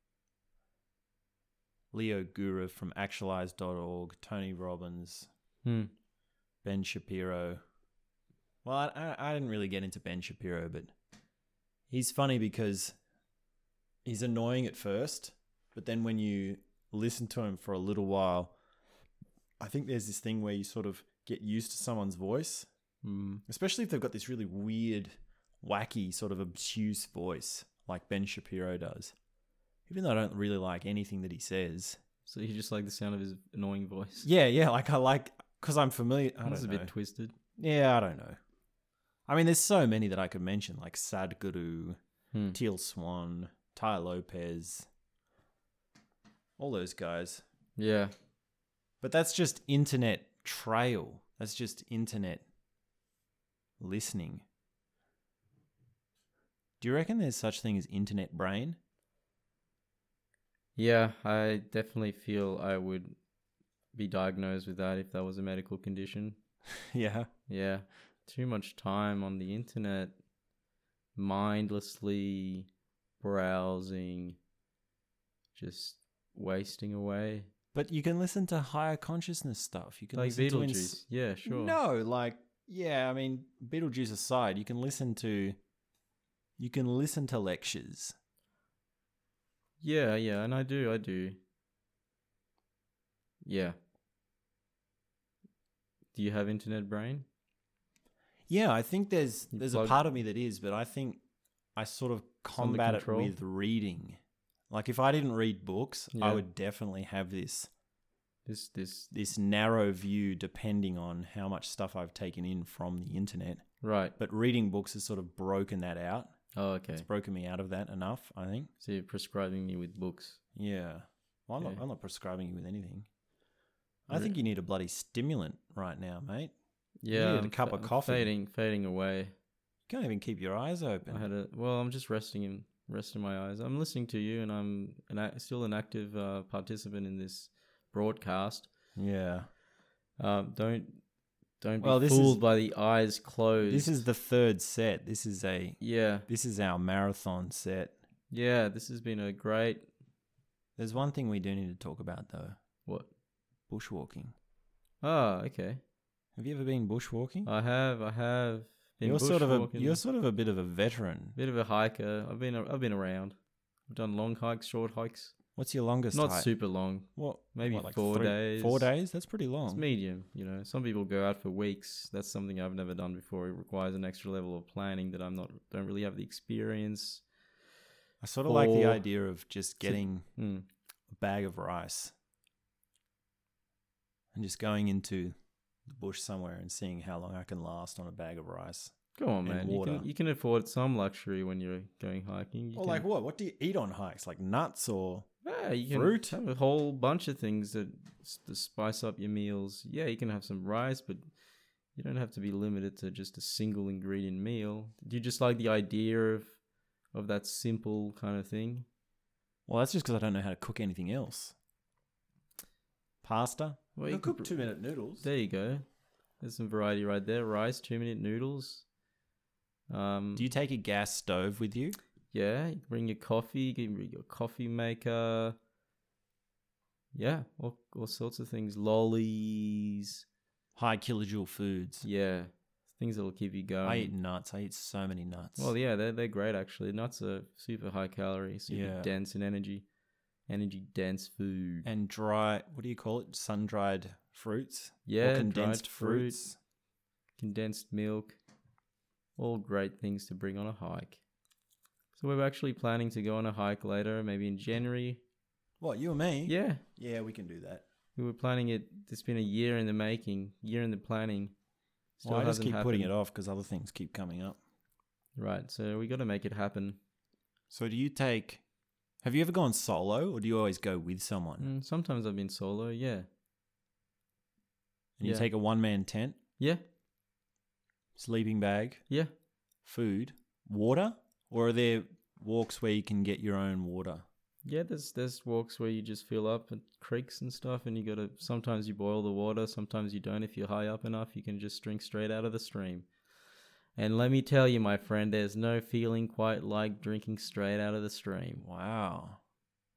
Speaker 2: Leo Gura from actualize.org, Tony Robbins,
Speaker 1: Hmm.
Speaker 2: Ben Shapiro. Well, I, I, I didn't really get into Ben Shapiro, but he's funny because he's annoying at first, but then when you listen to him for a little while, I think there's this thing where you sort of get used to someone's voice,
Speaker 1: Hmm.
Speaker 2: especially if they've got this really weird, wacky, sort of obtuse voice like Ben Shapiro does. Even though I don't really like anything that he says.
Speaker 1: So you just like the sound of his annoying voice.
Speaker 2: Yeah, yeah, like I like because I'm familiar. I
Speaker 1: That's
Speaker 2: don't
Speaker 1: a
Speaker 2: know.
Speaker 1: bit twisted.
Speaker 2: Yeah, I don't know. I mean, there's so many that I could mention, like Sadhguru,
Speaker 1: Hmm.
Speaker 2: Teal Swan, Ty Lopez, all those guys.
Speaker 1: Yeah.
Speaker 2: But that's just internet trail. That's just internet listening. Do you reckon there's such thing as internet brain?
Speaker 1: Yeah, I definitely feel I would be diagnosed with that if that was a medical condition.
Speaker 2: yeah.
Speaker 1: [laughs] Yeah. Too much time on the internet, mindlessly browsing, just wasting away.
Speaker 2: But you can listen to higher consciousness stuff. You can
Speaker 1: Like
Speaker 2: listen to ins-
Speaker 1: Beetlejuice. yeah, sure.
Speaker 2: No, like yeah, I mean Beetlejuice aside, you can listen to you can listen to lectures.
Speaker 1: Yeah, yeah, and I do, I do. Yeah. Do you have internet brain?
Speaker 2: Yeah, I think there's
Speaker 1: You
Speaker 2: there's
Speaker 1: plug-
Speaker 2: a part of me that is, but I think I sort of
Speaker 1: under
Speaker 2: combat it
Speaker 1: control.
Speaker 2: with reading. Like if I didn't read books, I
Speaker 1: Yeah.
Speaker 2: would definitely have this
Speaker 1: This this
Speaker 2: this narrow view depending on how much stuff I've taken in from the internet.
Speaker 1: right.
Speaker 2: But reading books has sort of broken that out.
Speaker 1: Oh, okay.
Speaker 2: It's broken me out of that enough, I think.
Speaker 1: So you're prescribing me with books.
Speaker 2: Yeah. Well, I'm,
Speaker 1: Yeah.
Speaker 2: Not, I'm not prescribing you with anything. I
Speaker 1: Re-
Speaker 2: think you need a bloody stimulant right now, mate.
Speaker 1: Yeah,
Speaker 2: need a
Speaker 1: I'm
Speaker 2: cup
Speaker 1: fa-
Speaker 2: of
Speaker 1: I'm
Speaker 2: coffee.
Speaker 1: Fading, fading away.
Speaker 2: You can't even keep your eyes open.
Speaker 1: I had a well. I'm just resting in resting my eyes. I'm listening to you, and I'm an, ac- still an active uh, participant in this broadcast.
Speaker 2: yeah.
Speaker 1: Um, don't don't be
Speaker 2: Well, this
Speaker 1: fooled
Speaker 2: is-
Speaker 1: by the eyes closed.
Speaker 2: This is the third set. This is a
Speaker 1: yeah
Speaker 2: this is our marathon set.
Speaker 1: yeah. This has been a great
Speaker 2: There's one thing we do need to talk about though.
Speaker 1: what?
Speaker 2: Bushwalking.
Speaker 1: Ah, okay.
Speaker 2: Have you ever been bushwalking?
Speaker 1: I have I have been
Speaker 2: you're sort of a
Speaker 1: bushwalking.
Speaker 2: you're sort of a bit of a veteran.
Speaker 1: bit of a hiker. I've been a, I've been around. I've done long hikes, short hikes.
Speaker 2: What's your longest
Speaker 1: Not
Speaker 2: hike?
Speaker 1: super long.
Speaker 2: What?
Speaker 1: maybe
Speaker 2: what, like
Speaker 1: four
Speaker 2: three-
Speaker 1: days.
Speaker 2: Four days? That's pretty
Speaker 1: It's
Speaker 2: long.
Speaker 1: medium, you know. Some people go out for weeks. That's something I've never done before. It requires an extra level of planning that I'm not don't really have the experience.
Speaker 2: I sort of like the
Speaker 1: Four.
Speaker 2: idea of just getting
Speaker 1: Hmm.
Speaker 2: a bag of rice and just going into the bush somewhere and seeing how long I can last on a bag of rice.
Speaker 1: Go on,
Speaker 2: And
Speaker 1: man. You
Speaker 2: water.
Speaker 1: can, you can afford some luxury when you're going hiking. You
Speaker 2: Or
Speaker 1: can-
Speaker 2: like what? What do you eat on hikes? Like nuts or
Speaker 1: Yeah, you can
Speaker 2: Fruit.
Speaker 1: have a whole bunch of things that, s- to spice up your meals. Yeah, you can have some rice, but you don't have to be limited to just a single ingredient meal. Do you just like the idea of of that simple kind of thing?
Speaker 2: Well, that's just because I don't know how to cook anything else. Pasta.
Speaker 1: Well,
Speaker 2: They'll
Speaker 1: you could
Speaker 2: cook
Speaker 1: pr-
Speaker 2: two minute noodles.
Speaker 1: There you go. There's some variety right there. Rice, two minute noodles. Um,
Speaker 2: Do you take a gas stove with you?
Speaker 1: yeah, you can bring your coffee. You can bring your coffee maker. Yeah, all, all sorts of things. Lollies.
Speaker 2: High kilojoule foods.
Speaker 1: Yeah, things that'll keep you going.
Speaker 2: I eat nuts. I eat so many nuts.
Speaker 1: Well, yeah, they're they're great actually. Nuts are super high calorie, super
Speaker 2: Yeah.
Speaker 1: dense in energy, energy dense food.
Speaker 2: and dry. What do you call it? Sun dried fruits.
Speaker 1: yeah,
Speaker 2: or
Speaker 1: dried
Speaker 2: condensed
Speaker 1: fruit,
Speaker 2: fruits.
Speaker 1: condensed milk, all great things to bring on a hike. So we're actually planning to go on a hike later, maybe in January.
Speaker 2: What you and me?
Speaker 1: Yeah,
Speaker 2: Yeah, we can do that.
Speaker 1: we were planning it. It's been a year in the making, year in the planning.
Speaker 2: well, I just
Speaker 1: hasn't
Speaker 2: keep putting it
Speaker 1: happened.
Speaker 2: off because other things keep coming up.
Speaker 1: Right, so we got to make it happen.
Speaker 2: So do you take? Have you ever gone solo, or do you always go with someone?
Speaker 1: Mm, sometimes I've been solo. Yeah,
Speaker 2: And you
Speaker 1: yeah.
Speaker 2: take a one man tent,
Speaker 1: yeah,
Speaker 2: sleeping bag,
Speaker 1: yeah.
Speaker 2: food, water, or are there walks where you can get your own water?
Speaker 1: Yeah, there's there's walks where you just fill up and creeks and stuff, and you gotta. Sometimes you boil the water, sometimes you don't. If you're high up enough, you can just drink straight out of the stream. And let me tell you, my friend, there's no feeling quite like drinking straight out of the stream.
Speaker 2: Wow.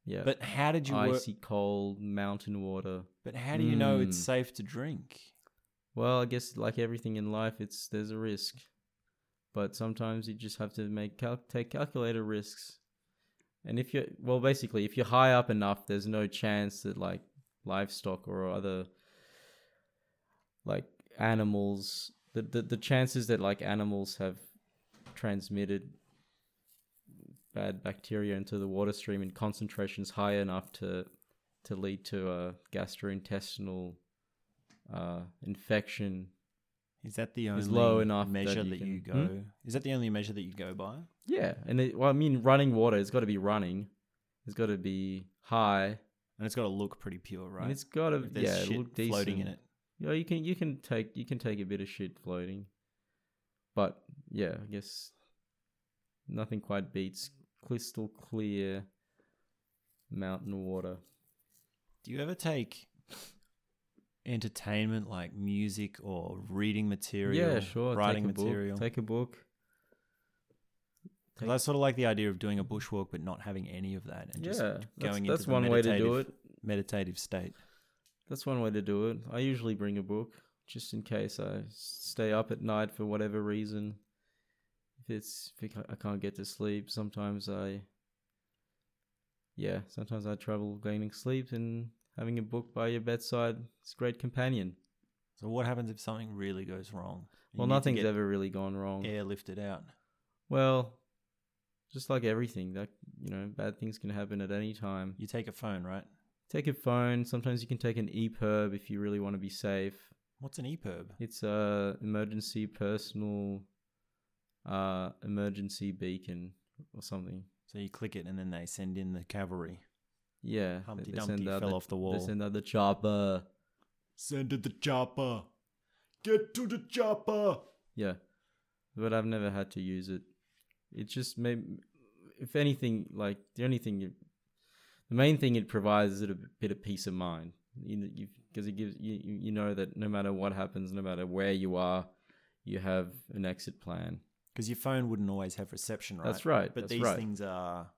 Speaker 1: Yeah,
Speaker 2: But how did you? Wor-
Speaker 1: icy cold mountain water.
Speaker 2: but how do you know it's
Speaker 1: Mm.
Speaker 2: safe to drink?
Speaker 1: Well, I guess like everything in life, it's there's a risk, but sometimes you just have to make cal- take calculated risks. And if you're well, basically, if you're high up enough, there's no chance that like livestock or other like animals, the the, the chances that like animals have transmitted bad bacteria into the water stream in concentrations high enough to to lead to a gastrointestinal uh, infection.
Speaker 2: Is that the only
Speaker 1: Is low enough that
Speaker 2: measure that you,
Speaker 1: you
Speaker 2: go?
Speaker 1: can- Hmm?
Speaker 2: Is that the only measure that you go by?
Speaker 1: Yeah, and it, well, I mean, running water. It's got to be running. It's got to be high.
Speaker 2: And it's got to look pretty pure, right?
Speaker 1: And it's got to
Speaker 2: If there's
Speaker 1: yeah
Speaker 2: shit
Speaker 1: look decent.
Speaker 2: floating in it.
Speaker 1: Yeah, you can you can take you can take a bit of shit floating, but yeah, I guess nothing quite beats crystal clear mountain water.
Speaker 2: Do you ever take entertainment like music or reading material?
Speaker 1: yeah, sure.
Speaker 2: Writing
Speaker 1: take a
Speaker 2: material.
Speaker 1: Book, take a book.
Speaker 2: 'Cause I sort of like the idea of doing a bushwalk, but not having any of that, and
Speaker 1: yeah,
Speaker 2: just
Speaker 1: that's,
Speaker 2: going into
Speaker 1: that's
Speaker 2: the
Speaker 1: one way to do
Speaker 2: meditative-
Speaker 1: it.
Speaker 2: meditative state.
Speaker 1: That's one way to do it. I usually bring a book just in case I stay up at night for whatever reason. If it's if I ca- I can't get to sleep, sometimes I yeah, sometimes I trouble gaining sleep and having a book by your bedside is a great companion.
Speaker 2: So what happens if something really goes wrong? You
Speaker 1: Well,
Speaker 2: need to
Speaker 1: nothing's
Speaker 2: get
Speaker 1: ever really gone wrong.
Speaker 2: airlifted out.
Speaker 1: Well, just like everything, that you know, bad things can happen at any time.
Speaker 2: You take a phone, right?
Speaker 1: Take a phone. Sometimes you can take an E EPIRB if you really want to be safe.
Speaker 2: What's an E EPIRB?
Speaker 1: It's a emergency personal uh emergency beacon or something.
Speaker 2: So you click it, and then they send in the cavalry.
Speaker 1: Yeah.
Speaker 2: Humpty Dumpty
Speaker 1: out
Speaker 2: fell
Speaker 1: the,
Speaker 2: off the wall.
Speaker 1: They send out the chopper.
Speaker 2: Send to the chopper. Get to the chopper.
Speaker 1: Yeah. But I've never had to use it. It just may if anything, like the only thing you the main thing it provides is a bit of peace of mind. Because it gives you, you you know that no matter what happens, no matter where you are, you have an exit plan.
Speaker 2: Because your phone wouldn't always have reception, right?
Speaker 1: That's right.
Speaker 2: But
Speaker 1: that's
Speaker 2: these
Speaker 1: right.
Speaker 2: things are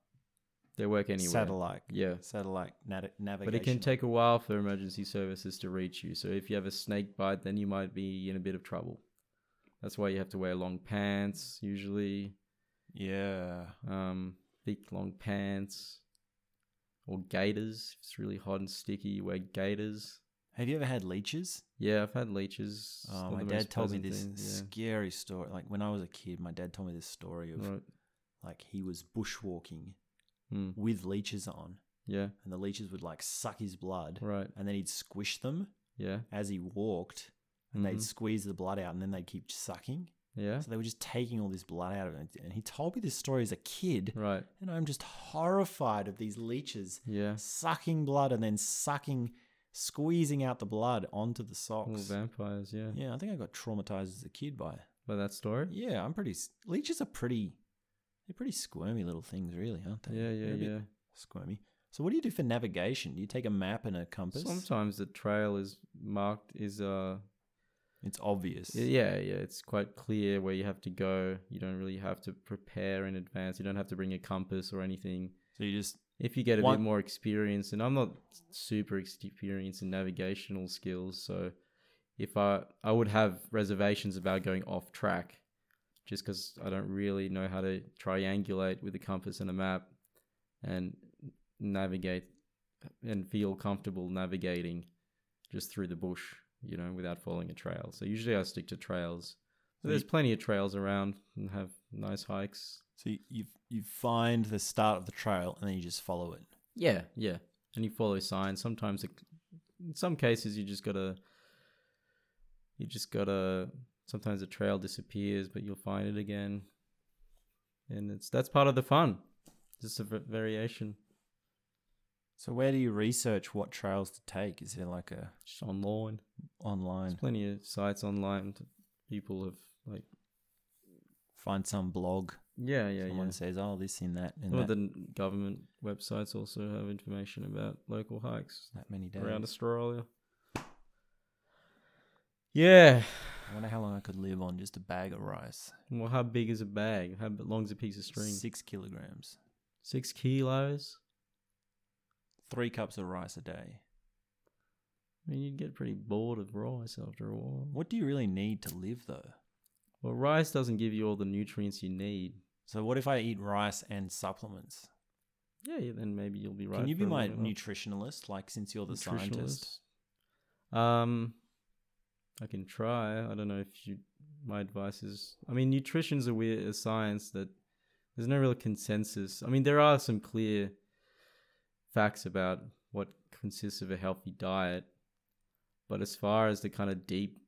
Speaker 1: they work anywhere.
Speaker 2: satellite,
Speaker 1: Yeah.
Speaker 2: satellite nat- navigation.
Speaker 1: But it can take a while for emergency services to reach you. So if you have a snake bite, then you might be in a bit of trouble. That's why you have to wear long pants usually,
Speaker 2: Yeah.
Speaker 1: um, thick long pants, or gaiters. If it's really hot and sticky, you wear gaiters.
Speaker 2: Have you ever had leeches?
Speaker 1: Yeah, I've had leeches. It's
Speaker 2: Oh,
Speaker 1: not
Speaker 2: my
Speaker 1: the
Speaker 2: dad
Speaker 1: most
Speaker 2: told me this
Speaker 1: pleasant thing,
Speaker 2: scary story. Like when I was a kid, my dad told me this story of
Speaker 1: Yeah. Right.
Speaker 2: like he was bushwalking
Speaker 1: Hmm.
Speaker 2: with leeches on,
Speaker 1: yeah,
Speaker 2: and the leeches would like suck his blood,
Speaker 1: right.
Speaker 2: and then he'd squish them
Speaker 1: Yeah.
Speaker 2: as he walked, and
Speaker 1: Mhm.
Speaker 2: they'd squeeze the blood out, and then they'd keep sucking.
Speaker 1: Mm-hmm. Yeah.
Speaker 2: So they were just taking all this blood out of him. And he told me this story as a kid.
Speaker 1: Right.
Speaker 2: And I'm just horrified of these leeches
Speaker 1: Yeah.
Speaker 2: sucking blood and then sucking, squeezing out the blood onto the
Speaker 1: All
Speaker 2: socks.
Speaker 1: vampires. Yeah.
Speaker 2: yeah, I think I got traumatized as a kid by it.
Speaker 1: By that story.
Speaker 2: Yeah, I'm pretty. s- Leeches are pretty. They're pretty squirmy little things, really, aren't they?
Speaker 1: Yeah.
Speaker 2: They're
Speaker 1: Yeah.
Speaker 2: a bit
Speaker 1: Yeah.
Speaker 2: Squirmy. So, what do you do for navigation? Do you take a map and a compass?
Speaker 1: Sometimes the trail is marked is uh
Speaker 2: It's obvious.
Speaker 1: yeah yeah it's quite clear where you have to go. You don't really have to prepare in advance. You don't have to bring a compass or anything.
Speaker 2: So you just
Speaker 1: If you get a
Speaker 2: One-
Speaker 1: bit more experience, and I'm not super experienced in navigational skills, so if I I would have reservations about going off track, just because I don't really know how to triangulate with a compass and a map, and navigate and feel comfortable navigating just through the bush, you know, without following a trail. So usually I stick to trails.
Speaker 2: So
Speaker 1: But there's
Speaker 2: you-
Speaker 1: plenty of trails around and have nice hikes.
Speaker 2: so you, you you find the start of the trail and then you just follow it.
Speaker 1: Yeah, yeah. And you follow signs. Sometimes, it, in some cases, you just gotta, you just gotta. Sometimes the trail disappears, but you'll find it again. And it's that's part of the fun. Just a v- variation.
Speaker 2: So where do you research what trails to take? Is there like a
Speaker 1: Just online. There's
Speaker 2: online
Speaker 1: plenty of sites online. To, people have like,
Speaker 2: find some blog?
Speaker 1: yeah, yeah,
Speaker 2: Someone
Speaker 1: yeah.
Speaker 2: says, "Oh, this in that and
Speaker 1: Some of
Speaker 2: that,
Speaker 1: the n- government websites also have information about local hikes
Speaker 2: that many days."
Speaker 1: around Australia. Yeah.
Speaker 2: I wonder how long I could live on just a bag of rice.
Speaker 1: Well, how big is a bag? How b- long's a piece of string? Six,
Speaker 2: Six kilograms.
Speaker 1: kilos.
Speaker 2: Three cups of rice a day.
Speaker 1: I mean, you'd get pretty bored of rice after a while.
Speaker 2: What do you really need to live though?
Speaker 1: Well, rice doesn't give you all the nutrients you need.
Speaker 2: So what if I eat rice and supplements?
Speaker 1: Yeah, yeah, then maybe you'll be right.
Speaker 2: Can you
Speaker 1: for
Speaker 2: be
Speaker 1: a
Speaker 2: my
Speaker 1: long while.
Speaker 2: nutritionalist? Like since you're the scientist,
Speaker 1: Nutritionalist. Um, I can try. I don't know if you. My advice is, I mean, nutrition's a weird a science that there's no real consensus. I mean, there are some clear facts about what consists of a healthy diet, but as far as the kind of deep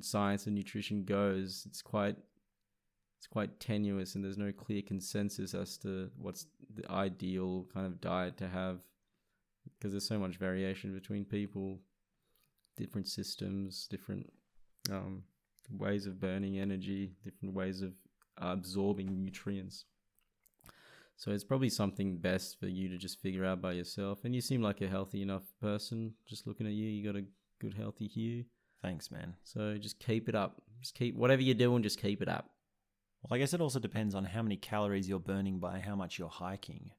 Speaker 1: science of nutrition goes, it's quite it's quite tenuous, and there's no clear consensus as to what's the ideal kind of diet to have because there's so much variation between people, different systems, different um, ways of burning energy, different ways of absorbing nutrients. So it's probably something best for you to just figure out by yourself. And you seem like a healthy enough person. Just looking at you, you got a good healthy hue.
Speaker 2: thanks, man.
Speaker 1: So just keep it up. Just keep whatever you're doing. Just keep it up.
Speaker 2: Well, I guess it also depends on how many calories you're burning by how much you're hiking.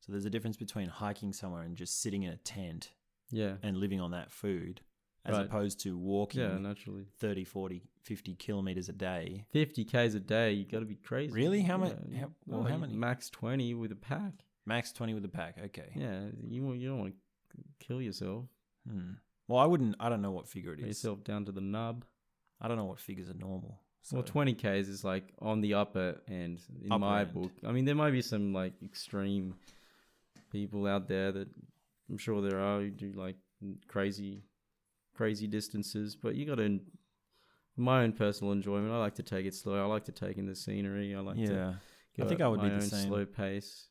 Speaker 2: So there's a difference between hiking somewhere and just sitting in a tent
Speaker 1: Yeah.
Speaker 2: and living on that food as
Speaker 1: Right.
Speaker 2: opposed to walking
Speaker 1: Yeah. Naturally.
Speaker 2: 30, 40, 50 kilometers a day.
Speaker 1: Fifty k's a day. You got to be crazy.
Speaker 2: Really? How mu-
Speaker 1: Yeah,
Speaker 2: how-
Speaker 1: no,
Speaker 2: well, how
Speaker 1: you-
Speaker 2: many?
Speaker 1: Max twenty with a pack.
Speaker 2: Max 20 with a pack. Okay.
Speaker 1: Yeah, you wa- you don't want to kill yourself.
Speaker 2: Hmm. Well, I wouldn't, I don't know what figure it
Speaker 1: Put
Speaker 2: is.
Speaker 1: yourself down to the nub.
Speaker 2: I don't know what figures are normal. So
Speaker 1: Well, twenty k's is like on the upper end in
Speaker 2: Upper
Speaker 1: my
Speaker 2: end.
Speaker 1: book. I mean, there might be some like extreme people out there that I'm sure there are who do like crazy, crazy distances. But you got to my own personal enjoyment. I like to take it slow. I like to take in the scenery. I like to.
Speaker 2: yeah.
Speaker 1: Go
Speaker 2: I think
Speaker 1: at
Speaker 2: I would be
Speaker 1: my
Speaker 2: the
Speaker 1: own
Speaker 2: same.
Speaker 1: slow pace.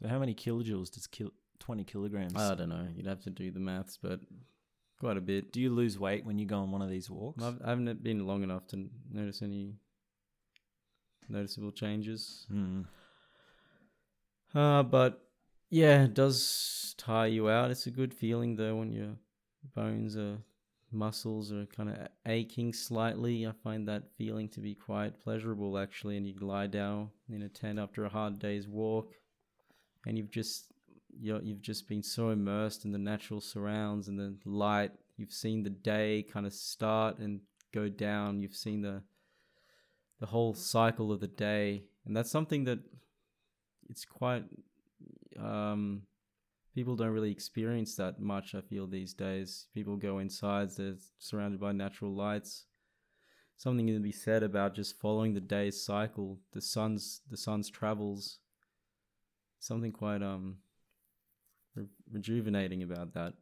Speaker 2: So how many kilojoules does kil- 20 kilograms?
Speaker 1: I don't know. You'd have to do the maths, but quite a bit.
Speaker 2: do you lose weight when you go on one of these walks?
Speaker 1: I've, I haven't been long enough to n- notice any noticeable changes.
Speaker 2: Hmm.
Speaker 1: Uh, but yeah, it does tire you out. It's a good feeling though when your bones are muscles are kind of aching slightly. I find that feeling to be quite pleasurable actually. And you lie down in a tent after a hard day's walk, and you've just you're, you've just been so immersed in the natural surrounds and the light. You've seen the day kind of start and go down. You've seen the the whole cycle of the day, and that's something that it's quite um people don't really experience that much i feel these days people go inside they're surrounded by natural lights something to be said about just following the day's cycle the sun's the sun's travels something quite um re- rejuvenating about that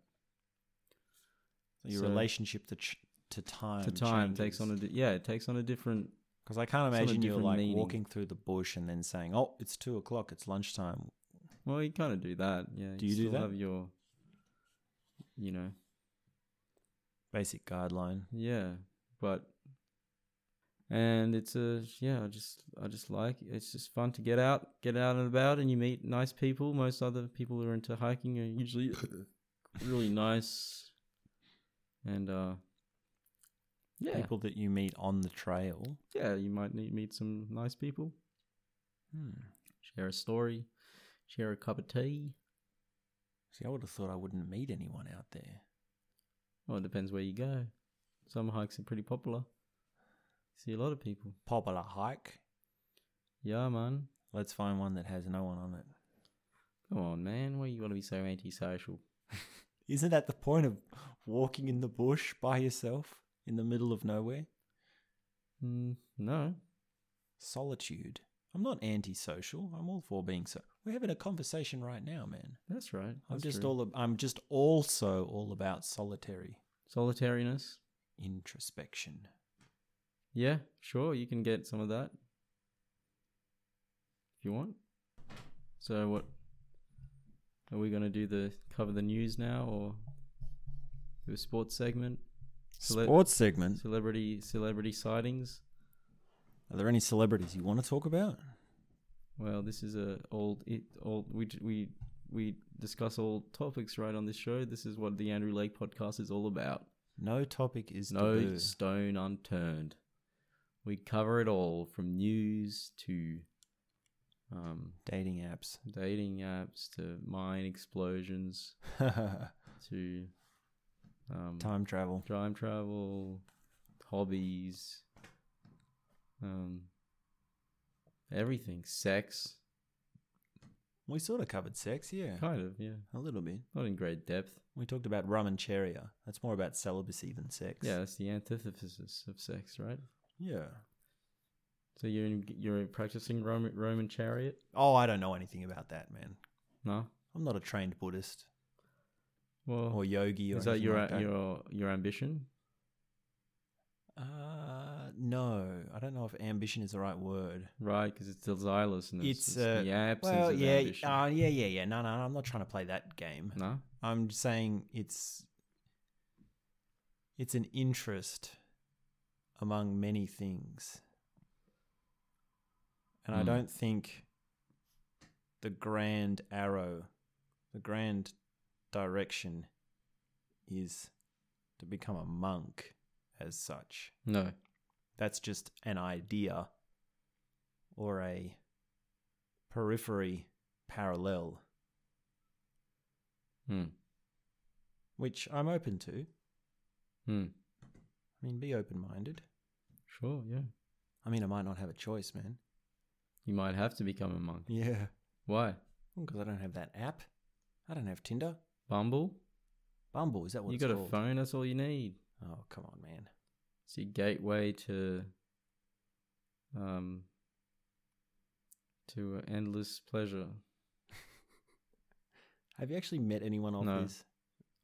Speaker 2: Your
Speaker 1: So-
Speaker 2: relationship to ch- to time.
Speaker 1: to time takes on a di- yeah, it takes on a different.
Speaker 2: because I can't
Speaker 1: it's on a
Speaker 2: imagine you're
Speaker 1: different
Speaker 2: like
Speaker 1: meaning.
Speaker 2: walking through the bush and then saying, "Oh, it's two o'clock. It's lunchtime."
Speaker 1: Well, you kind of do that. Yeah.
Speaker 2: Do you do
Speaker 1: still
Speaker 2: that?
Speaker 1: Have your, you know,
Speaker 2: Basic guideline.
Speaker 1: yeah, but. And it's a yeah, I just I just like it's just fun to get out, get out and about, and you meet nice people. Most other people who are into hiking are usually really nice, and uh, yeah,
Speaker 2: People that you meet on the trail.
Speaker 1: yeah, you might need, meet some nice people.
Speaker 2: Hmm.
Speaker 1: share a story, share a cup of tea.
Speaker 2: See, I would have thought I wouldn't meet anyone out there.
Speaker 1: Well, it depends where you go. Some hikes are pretty popular. See a lot of people.
Speaker 2: Popular hike.
Speaker 1: Yeah, man.
Speaker 2: Let's find one that has no one on it.
Speaker 1: Come on, man. Why you want to be so antisocial?
Speaker 2: Isn't that the point of walking in the bush by yourself in the middle of nowhere?
Speaker 1: Mm, no.
Speaker 2: Solitude. I'm not antisocial. I'm all for being so. We're having a conversation right now, man.
Speaker 1: That's right.
Speaker 2: I'm
Speaker 1: That's
Speaker 2: just
Speaker 1: true.
Speaker 2: all. ab- I'm just also all about solitary
Speaker 1: solitariness.
Speaker 2: introspection.
Speaker 1: Yeah, sure. You can get some of that if you want. So what are we gonna do? The cover the news now, or do a sports segment? Cele-
Speaker 2: Sports segment.
Speaker 1: Celebrity celebrity sightings.
Speaker 2: Are there any celebrities you want to talk about?
Speaker 1: Well, this is a old it old we d- we we discuss all topics right on this show. This is what the Andrew Lake podcast is all about.
Speaker 2: No topic is
Speaker 1: no
Speaker 2: taboo.
Speaker 1: stone unturned. We cover it all from news to um,
Speaker 2: dating apps. [laughs]
Speaker 1: dating apps to mine explosions to um,
Speaker 2: Time travel.
Speaker 1: time travel, hobbies, um, everything, sex,
Speaker 2: We sort of covered sex, yeah,
Speaker 1: kind of, yeah.
Speaker 2: a little bit.
Speaker 1: Not in great depth.
Speaker 2: We talked about rum and cheria. That's more about celibacy than sex.
Speaker 1: Yeah, that's the antithesis of sex, right?
Speaker 2: Yeah.
Speaker 1: So you're in, you're practicing Roman Roman chariot?
Speaker 2: Oh, I don't know anything about that, man.
Speaker 1: No.
Speaker 2: I'm not a trained Buddhist
Speaker 1: Well,
Speaker 2: or yogi or
Speaker 1: is that
Speaker 2: anything
Speaker 1: your
Speaker 2: like that.
Speaker 1: your your ambition?
Speaker 2: Uh, no, I don't know if ambition is the right word.
Speaker 1: Right, because it's desirelessness.
Speaker 2: It's,
Speaker 1: It's
Speaker 2: uh,
Speaker 1: the absence
Speaker 2: well,
Speaker 1: of
Speaker 2: yeah,
Speaker 1: ambition.
Speaker 2: uh, yeah, yeah, yeah. No, no, no, I'm not trying to play that game.
Speaker 1: no.
Speaker 2: I'm just saying it's it's an interest among many things. And I
Speaker 1: Mm.
Speaker 2: don't think the grand arrow, the grand direction is to become a monk as such.
Speaker 1: No.
Speaker 2: That's just an idea or a periphery parallel,
Speaker 1: Hmm.
Speaker 2: which I'm open to.
Speaker 1: Hmm.
Speaker 2: I mean, be open minded.
Speaker 1: Sure. Yeah.
Speaker 2: I mean, I might not have a choice, man.
Speaker 1: You might have to become a monk.
Speaker 2: Yeah.
Speaker 1: Why?
Speaker 2: Because I don't have that app. I don't have Tinder.
Speaker 1: Bumble.
Speaker 2: Bumble, is that what
Speaker 1: you
Speaker 2: it's
Speaker 1: got a
Speaker 2: called?
Speaker 1: phone. That's all you need.
Speaker 2: Oh, come on, man.
Speaker 1: It's your gateway to um to uh, endless pleasure.
Speaker 2: Have you actually met anyone on
Speaker 1: No.
Speaker 2: this?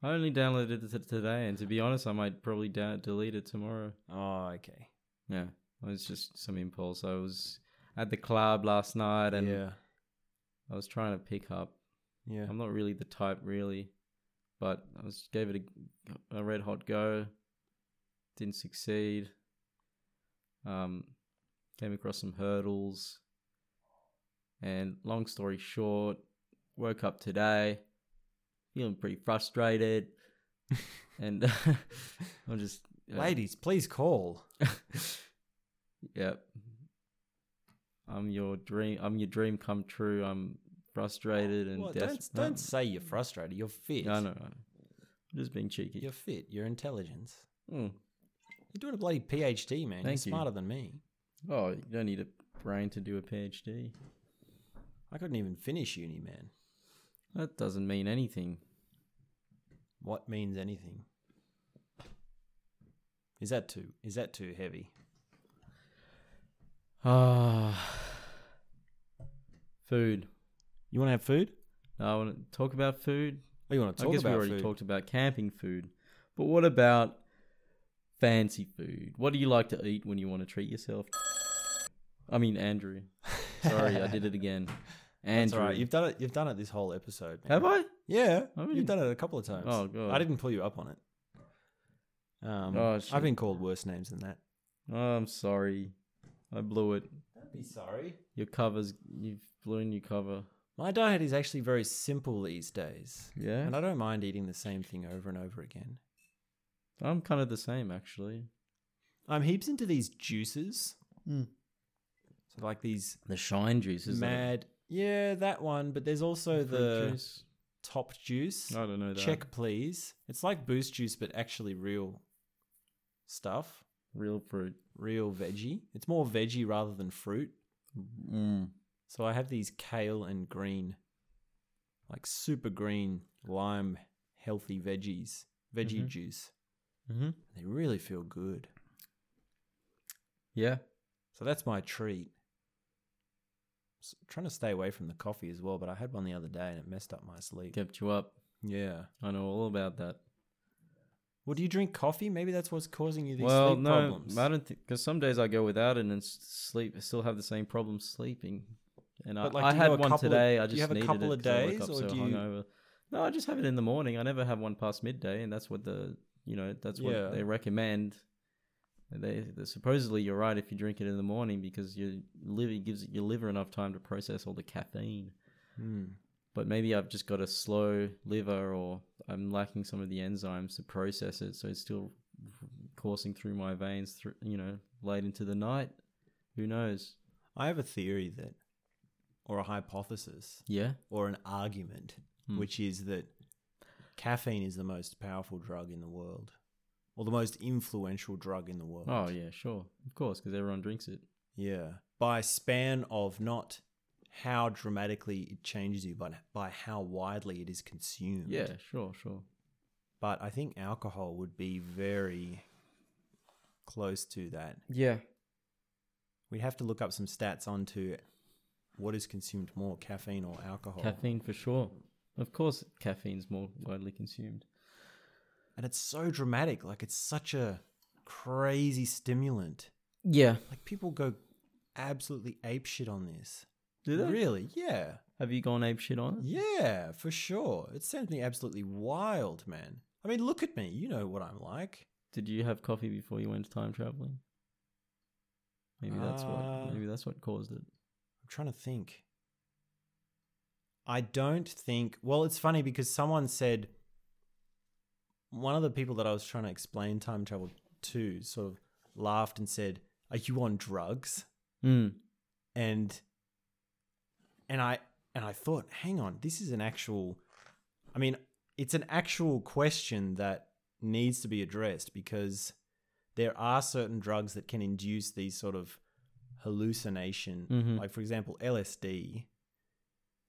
Speaker 1: I only downloaded it t- today, and to be honest, I might probably da- delete it tomorrow.
Speaker 2: Oh, okay.
Speaker 1: Yeah, it was just some impulse. I was at the club last night, and
Speaker 2: yeah.
Speaker 1: I was trying to pick up.
Speaker 2: Yeah.
Speaker 1: I'm not really the type, really, but I was gave it a, a red hot go. Didn't succeed. Um, came across some hurdles, and long story short, woke up today feeling pretty
Speaker 2: [laughs]
Speaker 1: frustrated, and [laughs] I'm just uh,
Speaker 2: Ladies, please call.
Speaker 1: Yep. I'm your dream. I'm your dream come true. I'm frustrated and
Speaker 2: Well,
Speaker 1: desperate. Um,
Speaker 2: don't, don't say you're frustrated. You're fit.
Speaker 1: No, no, no. I'm just being cheeky.
Speaker 2: You're fit. You're intelligent.
Speaker 1: Mm.
Speaker 2: You're doing a bloody PhD, man.
Speaker 1: Thank you.
Speaker 2: you're smarter than me.
Speaker 1: Oh, you don't need a brain to do a PhD.
Speaker 2: I couldn't even finish uni, man.
Speaker 1: That doesn't mean
Speaker 2: [sighs]
Speaker 1: anything.
Speaker 2: What means anything? Is that too? Is that too heavy?
Speaker 1: Ah. food.
Speaker 2: You want to have food?
Speaker 1: Now, I want to talk about food.
Speaker 2: Oh, you want to talk
Speaker 1: I guess we
Speaker 2: about
Speaker 1: already
Speaker 2: food?
Speaker 1: talked about camping food, but what about Fancy food. What do you like to eat when you want to treat yourself? I mean,
Speaker 2: [laughs]
Speaker 1: Andrew. Sorry, I did it again.
Speaker 2: That's
Speaker 1: Andrew.
Speaker 2: all right. You've done it. You've done it this whole episode. man.
Speaker 1: Have I?
Speaker 2: Yeah,
Speaker 1: I mean-
Speaker 2: you've done it a couple of times.
Speaker 1: Oh, God.
Speaker 2: I didn't pull you up on it. Um,
Speaker 1: Oh, shit.
Speaker 2: I've been called worse names than that.
Speaker 1: Oh, I'm sorry. I blew it.
Speaker 2: Don't be sorry.
Speaker 1: Your covers, you've blown your cover.
Speaker 2: My diet is actually very simple these days,
Speaker 1: Yeah.
Speaker 2: and I don't mind eating the same thing over and over again.
Speaker 1: I'm kind of the same, actually.
Speaker 2: I'm heaps into these juices. Mm. So like these
Speaker 1: The shine juice is
Speaker 2: mad. Yeah, that one. But there's also
Speaker 1: that
Speaker 2: the
Speaker 1: juice?
Speaker 2: top juice.
Speaker 1: I don't know that.
Speaker 2: Check please. It's like boost juice, but actually real stuff,
Speaker 1: real fruit.
Speaker 2: real veggie. It's more veggie rather than fruit.
Speaker 1: Mm.
Speaker 2: So I have these kale and green, like super green lime healthy veggies, veggie
Speaker 1: Mhm.
Speaker 2: juice.
Speaker 1: Mm-hmm.
Speaker 2: They really feel good.
Speaker 1: Yeah.
Speaker 2: So that's my treat. S trying to stay away from the coffee as well, but I had one the other day and it messed up my sleep.
Speaker 1: Kept you up.
Speaker 2: Yeah.
Speaker 1: I know all about that.
Speaker 2: Well, do you drink coffee? Maybe that's what's causing you these
Speaker 1: well,
Speaker 2: sleep
Speaker 1: no,
Speaker 2: problems.
Speaker 1: I don't think because some days I go without it and s- sleep. I still have the same problem sleeping. And I,
Speaker 2: But, like,
Speaker 1: I
Speaker 2: do you have
Speaker 1: had
Speaker 2: a
Speaker 1: one
Speaker 2: couple of-
Speaker 1: today. I just
Speaker 2: do you have a
Speaker 1: needed
Speaker 2: couple
Speaker 1: it
Speaker 2: of
Speaker 1: 'cause I woke
Speaker 2: days,
Speaker 1: up
Speaker 2: or
Speaker 1: so
Speaker 2: do you-
Speaker 1: hungover. No, I just have it in the morning. I never have one past midday, and that's what the you know that's what
Speaker 2: Yeah.
Speaker 1: they recommend. They, they supposedly you're right if you drink it in the morning because your liver gives your liver enough time to process all the caffeine.
Speaker 2: Hmm.
Speaker 1: But maybe I've just got a slow liver, or I'm lacking some of the enzymes to process it, so it's still coursing through my veins, through you know, late into the night. Who knows?
Speaker 2: I have a theory that, or a hypothesis,
Speaker 1: Yeah.
Speaker 2: or an argument,
Speaker 1: Hmm.
Speaker 2: which is that caffeine is the most powerful drug in the world, or the most influential drug in the world.
Speaker 1: Oh yeah, sure, of course, because everyone drinks it.
Speaker 2: Yeah. By span of not how dramatically it changes you, but by how widely it is consumed.
Speaker 1: Yeah, sure, sure.
Speaker 2: But I think alcohol would be very close to that.
Speaker 1: Yeah.
Speaker 2: We'd have to look up some stats onto what is consumed more, caffeine or alcohol.
Speaker 1: Caffeine for sure. Of course, caffeine's more widely consumed.
Speaker 2: And it's so dramatic. Like, it's such a crazy stimulant.
Speaker 1: Yeah.
Speaker 2: Like, people go absolutely apeshit on this.
Speaker 1: Do they?
Speaker 2: Really? Yeah.
Speaker 1: Have you gone ape shit on it?
Speaker 2: Yeah, for sure. It sends me absolutely wild, man. I mean, look at me. You know what I'm like.
Speaker 1: Did you have coffee before you went time traveling? Maybe that's
Speaker 2: Uh,
Speaker 1: what. Maybe that's what caused it.
Speaker 2: I'm trying to think. I don't think. Well, it's funny because someone said one of the people that I was trying to explain time travel to sort of laughed and said, "Are you on drugs?"
Speaker 1: Mm.
Speaker 2: and and I and I thought, hang on, this is an actual I mean, it's an actual question that needs to be addressed because there are certain drugs that can induce these sort of hallucination.
Speaker 1: Mhm.
Speaker 2: Like for example, LSD.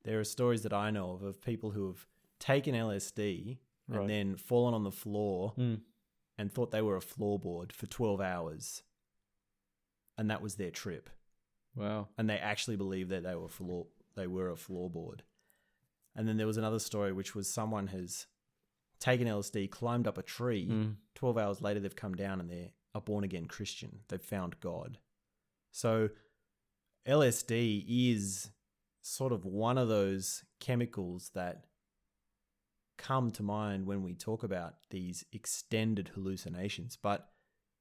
Speaker 2: There are stories that I know of of people who have taken LSD
Speaker 1: Right.
Speaker 2: and then fallen on the floor
Speaker 1: Mm.
Speaker 2: and thought they were a floorboard for 12 hours. And that was their trip
Speaker 1: Wow.
Speaker 2: and they actually believed that they were floor they were a floorboard. And then there was another story which was someone has taken LSD, climbed up a tree.
Speaker 1: Mm.
Speaker 2: Twelve hours later, they've come down and they're a born again Christian. They've found God. So LSD is sort of one of those chemicals that come to mind when we talk about these extended hallucinations. But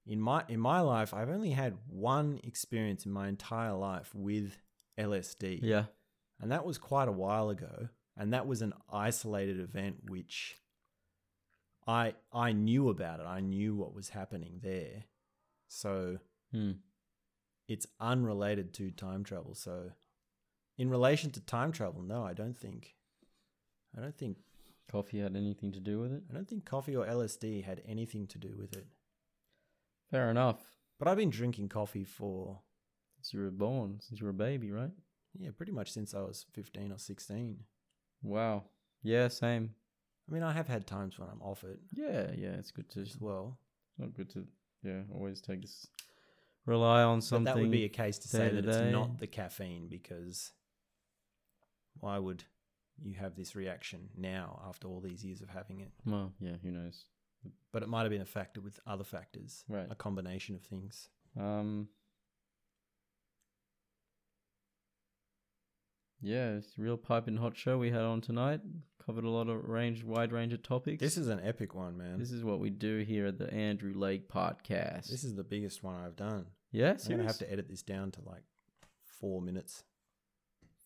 Speaker 2: in my in my life, I've only had one experience in my entire life with LSD.
Speaker 1: Yeah.
Speaker 2: And that was quite a while ago. And that was an isolated event which I I knew about it. I knew what was happening there. So
Speaker 1: Hmm.
Speaker 2: it's unrelated to time travel. So in relation to time travel, no, I don't think I don't think
Speaker 1: Coffee had anything to do with it?
Speaker 2: I don't think coffee or LSD had anything to do with it.
Speaker 1: Fair enough.
Speaker 2: But I've been drinking coffee for
Speaker 1: Since you were born, since you were a baby, right?
Speaker 2: yeah, pretty much since I was 15 or 16.
Speaker 1: Wow. Yeah, same.
Speaker 2: I mean, I have had times when I'm off it
Speaker 1: Yeah, yeah. It's good to.
Speaker 2: as well.
Speaker 1: Not good to. Yeah, always take this. Rely on
Speaker 2: But
Speaker 1: something.
Speaker 2: that would be a case to
Speaker 1: day
Speaker 2: say
Speaker 1: to
Speaker 2: that it's
Speaker 1: day.
Speaker 2: not the caffeine because why would you have this reaction now after all these years of having it?
Speaker 1: Well, yeah. Who knows?
Speaker 2: but it might have been a factor with other factors,
Speaker 1: Right.
Speaker 2: a combination of things.
Speaker 1: Um. Yeah, it's a real piping hot show we had on tonight. Covered a lot of range, wide range of topics.
Speaker 2: This is an epic one, man.
Speaker 1: This is what we do here at the Andrew Lake Podcast.
Speaker 2: This is the biggest one I've done.
Speaker 1: yeah,
Speaker 2: I'm gonna have
Speaker 1: serious?
Speaker 2: to edit this down to like four minutes.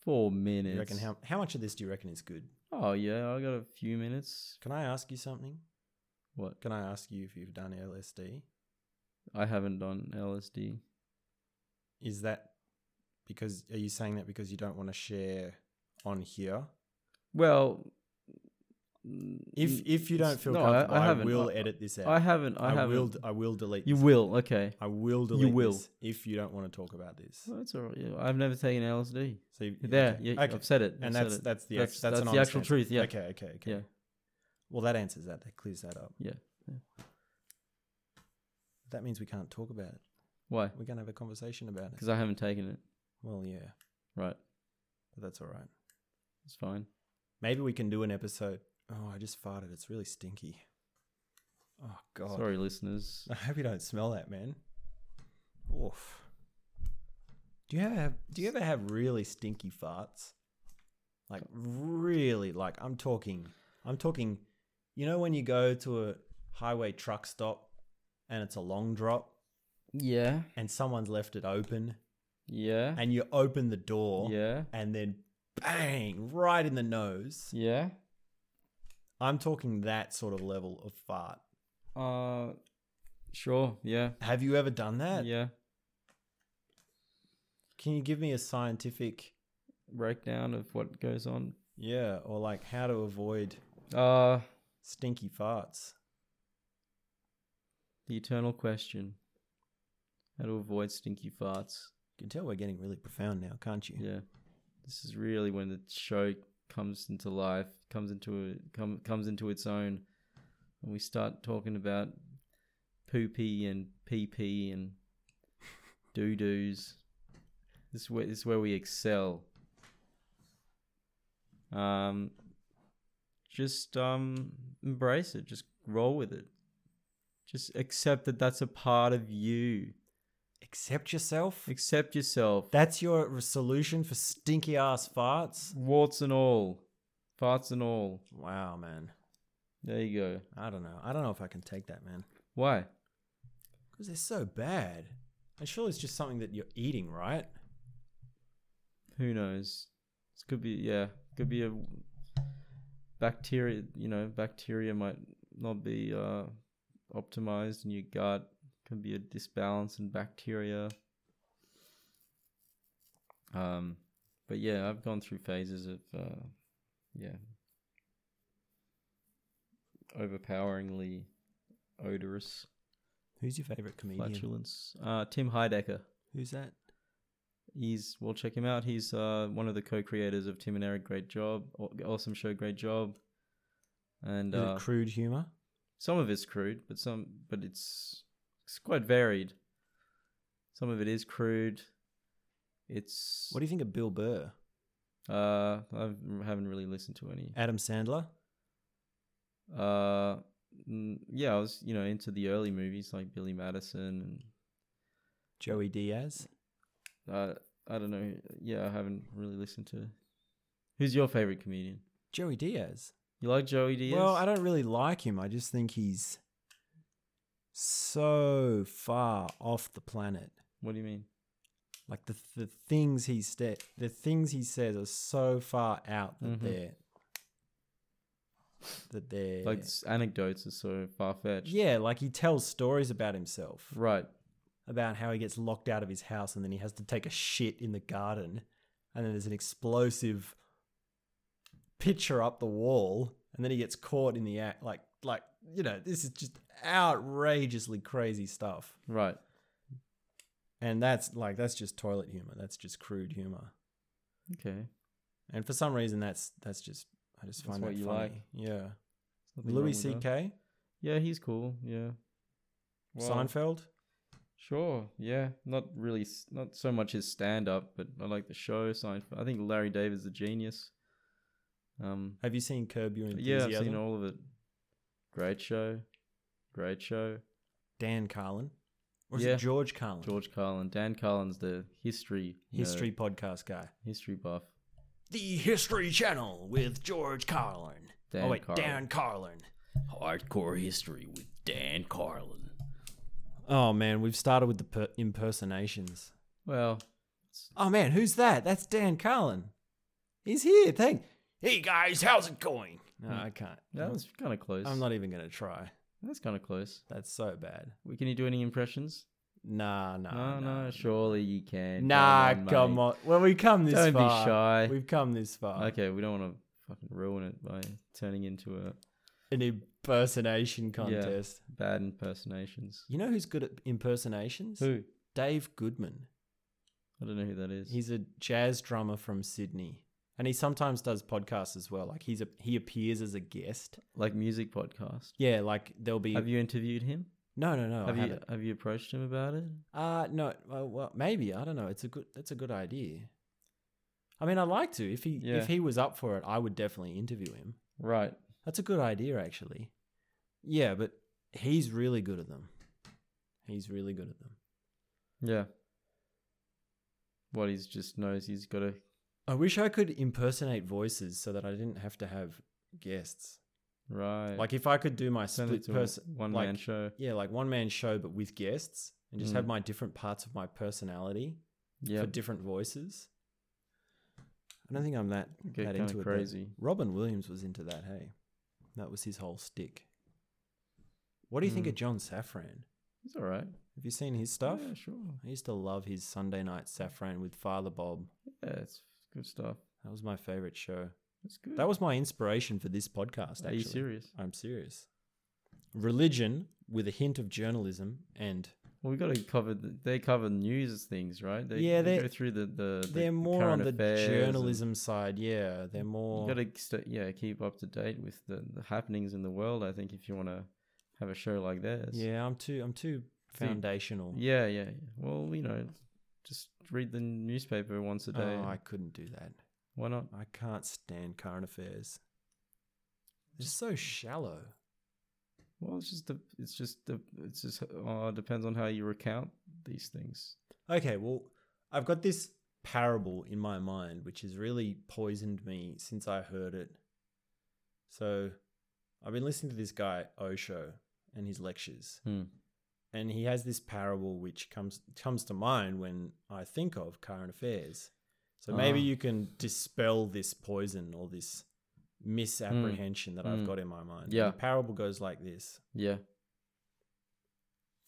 Speaker 1: four minutes.
Speaker 2: You reckon how how much of this do you reckon is good?
Speaker 1: Oh yeah, I got a few minutes.
Speaker 2: Can I ask you something?
Speaker 1: What?
Speaker 2: Can I ask you if you've done LSD?
Speaker 1: I haven't done LSD.
Speaker 2: Is that because are you saying that because you don't want to share on here?
Speaker 1: Well,
Speaker 2: If
Speaker 1: n-
Speaker 2: if you
Speaker 1: it's-
Speaker 2: don't feel
Speaker 1: no, I-
Speaker 2: comfortable,
Speaker 1: I
Speaker 2: I,
Speaker 1: haven't.
Speaker 2: will
Speaker 1: I-
Speaker 2: edit this out.
Speaker 1: I haven't. I, haven't.
Speaker 2: will. I will delete.
Speaker 1: you
Speaker 2: this.
Speaker 1: will. Okay.
Speaker 2: I will delete.
Speaker 1: will.
Speaker 2: this if you don't want to talk about this.
Speaker 1: Well, that's all right. Yeah, I've never taken LSD.
Speaker 2: So you,
Speaker 1: There,
Speaker 2: okay.
Speaker 1: yeah,
Speaker 2: okay.
Speaker 1: I've said it. I've
Speaker 2: and
Speaker 1: said
Speaker 2: that's
Speaker 1: it.
Speaker 2: that's the
Speaker 1: That's-
Speaker 2: that's, an
Speaker 1: that's the
Speaker 2: honest
Speaker 1: actual
Speaker 2: answer.
Speaker 1: truth, yeah.
Speaker 2: Okay. Okay. Okay.
Speaker 1: Yeah.
Speaker 2: Well, that answers that. That clears that up.
Speaker 1: Yeah, yeah.
Speaker 2: That means we can't talk about it.
Speaker 1: Why?
Speaker 2: We're gonna have a conversation about it.
Speaker 1: Because I haven't taken it.
Speaker 2: Well, yeah,
Speaker 1: Right.
Speaker 2: but that's all right.
Speaker 1: It's fine.
Speaker 2: Maybe we can do an episode. Oh, I just farted. It's really stinky. Oh God.
Speaker 1: Sorry,
Speaker 2: [laughs]
Speaker 1: listeners.
Speaker 2: I hope you don't smell that, man. Oof. Do you ever have do you ever have really stinky farts? Like really like I'm talking I'm talking you know when you go to a highway truck stop and it's a long drop
Speaker 1: Yeah.
Speaker 2: and someone's left it open
Speaker 1: Yeah.
Speaker 2: and you open the door
Speaker 1: Yeah.
Speaker 2: and then bang right in the nose.
Speaker 1: Yeah.
Speaker 2: I'm talking that sort of level of fart.
Speaker 1: Uh, sure. Yeah.
Speaker 2: Have you ever done that?
Speaker 1: Yeah.
Speaker 2: Can you give me a scientific
Speaker 1: Breakdown of what goes on.
Speaker 2: Yeah, or like how to avoid
Speaker 1: Uh,
Speaker 2: stinky farts.
Speaker 1: the eternal question. How to avoid stinky farts.
Speaker 2: You can tell we're getting really profound now, can't you?
Speaker 1: Yeah. This is really when the show comes into life, comes into a, come comes into its own, and we start talking about poopy and pee pee and doo doos. This is where this is where we excel. Um, just um embrace it. Just roll with it. Just accept that that's a part of you.
Speaker 2: Accept yourself.
Speaker 1: Accept yourself.
Speaker 2: That's your solution for stinky ass farts.
Speaker 1: warts and all, farts and all.
Speaker 2: Wow, man.
Speaker 1: There you go.
Speaker 2: I don't know. I don't know if I can take that, man.
Speaker 1: Why?
Speaker 2: Because they're so bad. And surely it's just something that you're eating, right?
Speaker 1: Who knows? It could be yeah. Could be a bacteria. You know, bacteria might not be uh, optimized in your gut. Could be a disbalance in bacteria. Um, but yeah, I've gone through phases of uh, yeah, overpoweringly odorous
Speaker 2: Who's your favorite comedian?
Speaker 1: flatulence. Uh, Tim Heidecker.
Speaker 2: Who's that?
Speaker 1: He's well, check him out. He's uh, one of the co-creators of Tim and Eric. Great job, Aw- awesome show, great job. And
Speaker 2: Is
Speaker 1: uh,
Speaker 2: it crude humor?
Speaker 1: some of it's crude, but some, but it's it's quite varied. Some of it is crude. It's
Speaker 2: What do you think of Bill Burr?
Speaker 1: you? Uh, I've, I haven't really listened to any.
Speaker 2: Adam Sandler?
Speaker 1: Uh, mm, yeah, I was you know into the early movies like Billy Madison
Speaker 2: Joey Diaz?
Speaker 1: and uh, I don't know. Yeah, I haven't really listened to. Who's your favorite comedian?
Speaker 2: Joey Diaz.
Speaker 1: You like Joey Diaz?
Speaker 2: Well, I don't really like him. I just think he's so far off the planet.
Speaker 1: What do you mean?
Speaker 2: Like the the things he sta the things he says are so far out that
Speaker 1: Mhm.
Speaker 2: they're that they're
Speaker 1: Like s- anecdotes are so far fetched.
Speaker 2: yeah, like he tells stories about himself,
Speaker 1: Right.
Speaker 2: about how he gets locked out of his house and then he has to take a shit in the garden, and then there's an explosive picture up the wall, and then he gets caught in the act. Like like you know, this is just outrageously crazy stuff.
Speaker 1: Right.
Speaker 2: And that's like that's just toilet humor. That's just crude humor.
Speaker 1: Okay.
Speaker 2: And for some reason, that's that's just I just
Speaker 1: That's
Speaker 2: find
Speaker 1: what
Speaker 2: that
Speaker 1: you
Speaker 2: funny.
Speaker 1: like.
Speaker 2: Yeah,
Speaker 1: Nothing wrong
Speaker 2: Louis
Speaker 1: with that.
Speaker 2: C.K.,
Speaker 1: Yeah, he's cool. Yeah. Well,
Speaker 2: Seinfeld.
Speaker 1: Sure. Yeah. Not really. s- Not so much his stand up, but I like the show. Seinfeld. I think Larry David's a genius. Um.
Speaker 2: Have you seen Curb Your
Speaker 1: Yeah,
Speaker 2: Enthusiasm?
Speaker 1: I've seen all of it. Great show. Great show.
Speaker 2: Dan Carlin. Or is
Speaker 1: Yeah.
Speaker 2: it George Carlin?
Speaker 1: George Carlin. Dan Carlin's the history nerd,
Speaker 2: History podcast guy.
Speaker 1: history buff.
Speaker 2: The History Channel with George Carlin.
Speaker 1: Dan
Speaker 2: oh wait,
Speaker 1: Carlin.
Speaker 2: Dan Carlin.
Speaker 3: Hardcore History with Dan Carlin.
Speaker 2: Oh man, we've started with the per- impersonations.
Speaker 1: Well,
Speaker 2: Oh man, who's that? That's Dan Carlin. He's here. Thank. Hey guys, how's it going? No, I can't.
Speaker 1: that was kind of close.
Speaker 2: I'm not even gonna try.
Speaker 1: That's kind of close.
Speaker 2: That's so bad.
Speaker 1: We- Can you do any impressions?
Speaker 2: Nah, nah.
Speaker 1: no,
Speaker 2: nah.
Speaker 1: no, surely you can.
Speaker 2: Nah,
Speaker 1: mate.
Speaker 2: come on. Well, we come this
Speaker 1: Don't be
Speaker 2: far.
Speaker 1: shy.
Speaker 2: We've come this far.
Speaker 1: Okay, we don't want to fucking ruin it by turning into a
Speaker 2: An impersonation contest.
Speaker 1: bad impersonations.
Speaker 2: You know who's good at impersonations?
Speaker 1: Who?
Speaker 2: Dave Goodman.
Speaker 1: I don't know who that is.
Speaker 2: He's a jazz drummer from Sydney, and he sometimes does podcasts as well. Like he's a he appears as a guest.
Speaker 1: like music podcast.
Speaker 2: Yeah, like there'll be
Speaker 1: Have you interviewed him?
Speaker 2: no, no, no.
Speaker 1: have
Speaker 2: I
Speaker 1: you
Speaker 2: haven't.
Speaker 1: have you approached him about it?
Speaker 2: Uh no. Well, well, maybe I don't know. It's a good. That's a good idea. I mean, I'd like to. If he
Speaker 1: Yeah.
Speaker 2: if he was up for it, I would definitely interview him.
Speaker 1: Right.
Speaker 2: That's a good idea, actually. Yeah, but he's really good at them. He's really good at them.
Speaker 1: Yeah. What he's just knows he's got to
Speaker 2: I wish I could impersonate voices so that I didn't have to have guests.
Speaker 1: right.
Speaker 2: Like if I could do my
Speaker 1: Turn it
Speaker 2: split
Speaker 1: to
Speaker 2: person,
Speaker 1: one
Speaker 2: like,
Speaker 1: man show.
Speaker 2: yeah, like one man show, but with guests, and just
Speaker 1: Mm.
Speaker 2: have my different parts of my personality
Speaker 1: Yeah.
Speaker 2: for different voices. I don't think I'm that
Speaker 1: Get
Speaker 2: that
Speaker 1: kinda
Speaker 2: into it. but
Speaker 1: crazy.
Speaker 2: Robin Williams was into that. Hey, that was his whole stick. What do you think
Speaker 1: Mm.
Speaker 2: of John Safran?
Speaker 1: It's all right.
Speaker 2: Have you seen his stuff?
Speaker 1: Yeah, sure.
Speaker 2: I used to love his Sunday night Safran with Father Bob.
Speaker 1: Yeah, it's good stuff.
Speaker 2: That was my favorite show.
Speaker 1: It's good.
Speaker 2: That was my inspiration for this podcast.
Speaker 1: Are
Speaker 2: actually.
Speaker 1: you serious?
Speaker 2: I'm serious. Religion with a hint of journalism and
Speaker 1: Well, we got to cover. The, they cover news things, right? They,
Speaker 2: Yeah,
Speaker 1: they
Speaker 2: they-
Speaker 1: go through the the. the
Speaker 2: they're more on
Speaker 1: current
Speaker 2: the
Speaker 1: affairs and
Speaker 2: journalism side. Yeah, they're
Speaker 1: You
Speaker 2: more.
Speaker 1: got to st- yeah keep up to date with the, the happenings in the world. I think if you want to have a show like theirs.
Speaker 2: yeah, I'm too. I'm too
Speaker 1: See,
Speaker 2: foundational.
Speaker 1: Yeah, yeah. yeah. Well, you know, just read the newspaper once a day.
Speaker 2: Oh, I couldn't do that.
Speaker 1: Why not?
Speaker 2: I can't stand current affairs. They're so shallow.
Speaker 1: Well, it's just the it's just the it's just uh, depends on how you recount these things.
Speaker 2: Okay, well, I've got this parable in my mind which has really poisoned me since I heard it. So, I've been listening to this guy Osho and his lectures.
Speaker 1: Hmm.
Speaker 2: and he has this parable which comes comes to mind when I think of current affairs. So maybe
Speaker 1: Ah.
Speaker 2: you can dispel this poison or this misapprehension that I've
Speaker 1: Mm.
Speaker 2: got in my mind.
Speaker 1: Yeah.
Speaker 2: The parable goes like this.
Speaker 1: Yeah.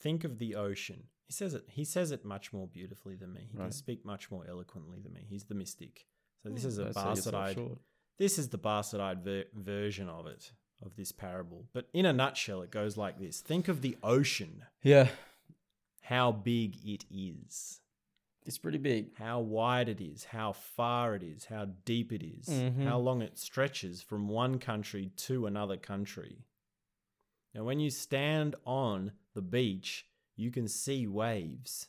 Speaker 2: Think of the ocean. He says it he says it much more beautifully than me. He can
Speaker 1: Right.
Speaker 2: speak much more eloquently than me. He's the mystic. So this
Speaker 1: Hmm.
Speaker 2: is a
Speaker 1: Don't sell yourself
Speaker 2: bastard eyed
Speaker 1: short.
Speaker 2: this is the bastardized ver- version of it of this parable. But in a nutshell it goes like this. Think of the ocean,
Speaker 1: Yeah,
Speaker 2: how big it is.
Speaker 1: it's pretty big.
Speaker 2: how wide it is, how far it is, how deep it is,
Speaker 1: Mhm.
Speaker 2: how long it stretches from one country to another country. Now, when you stand on the beach, you can see waves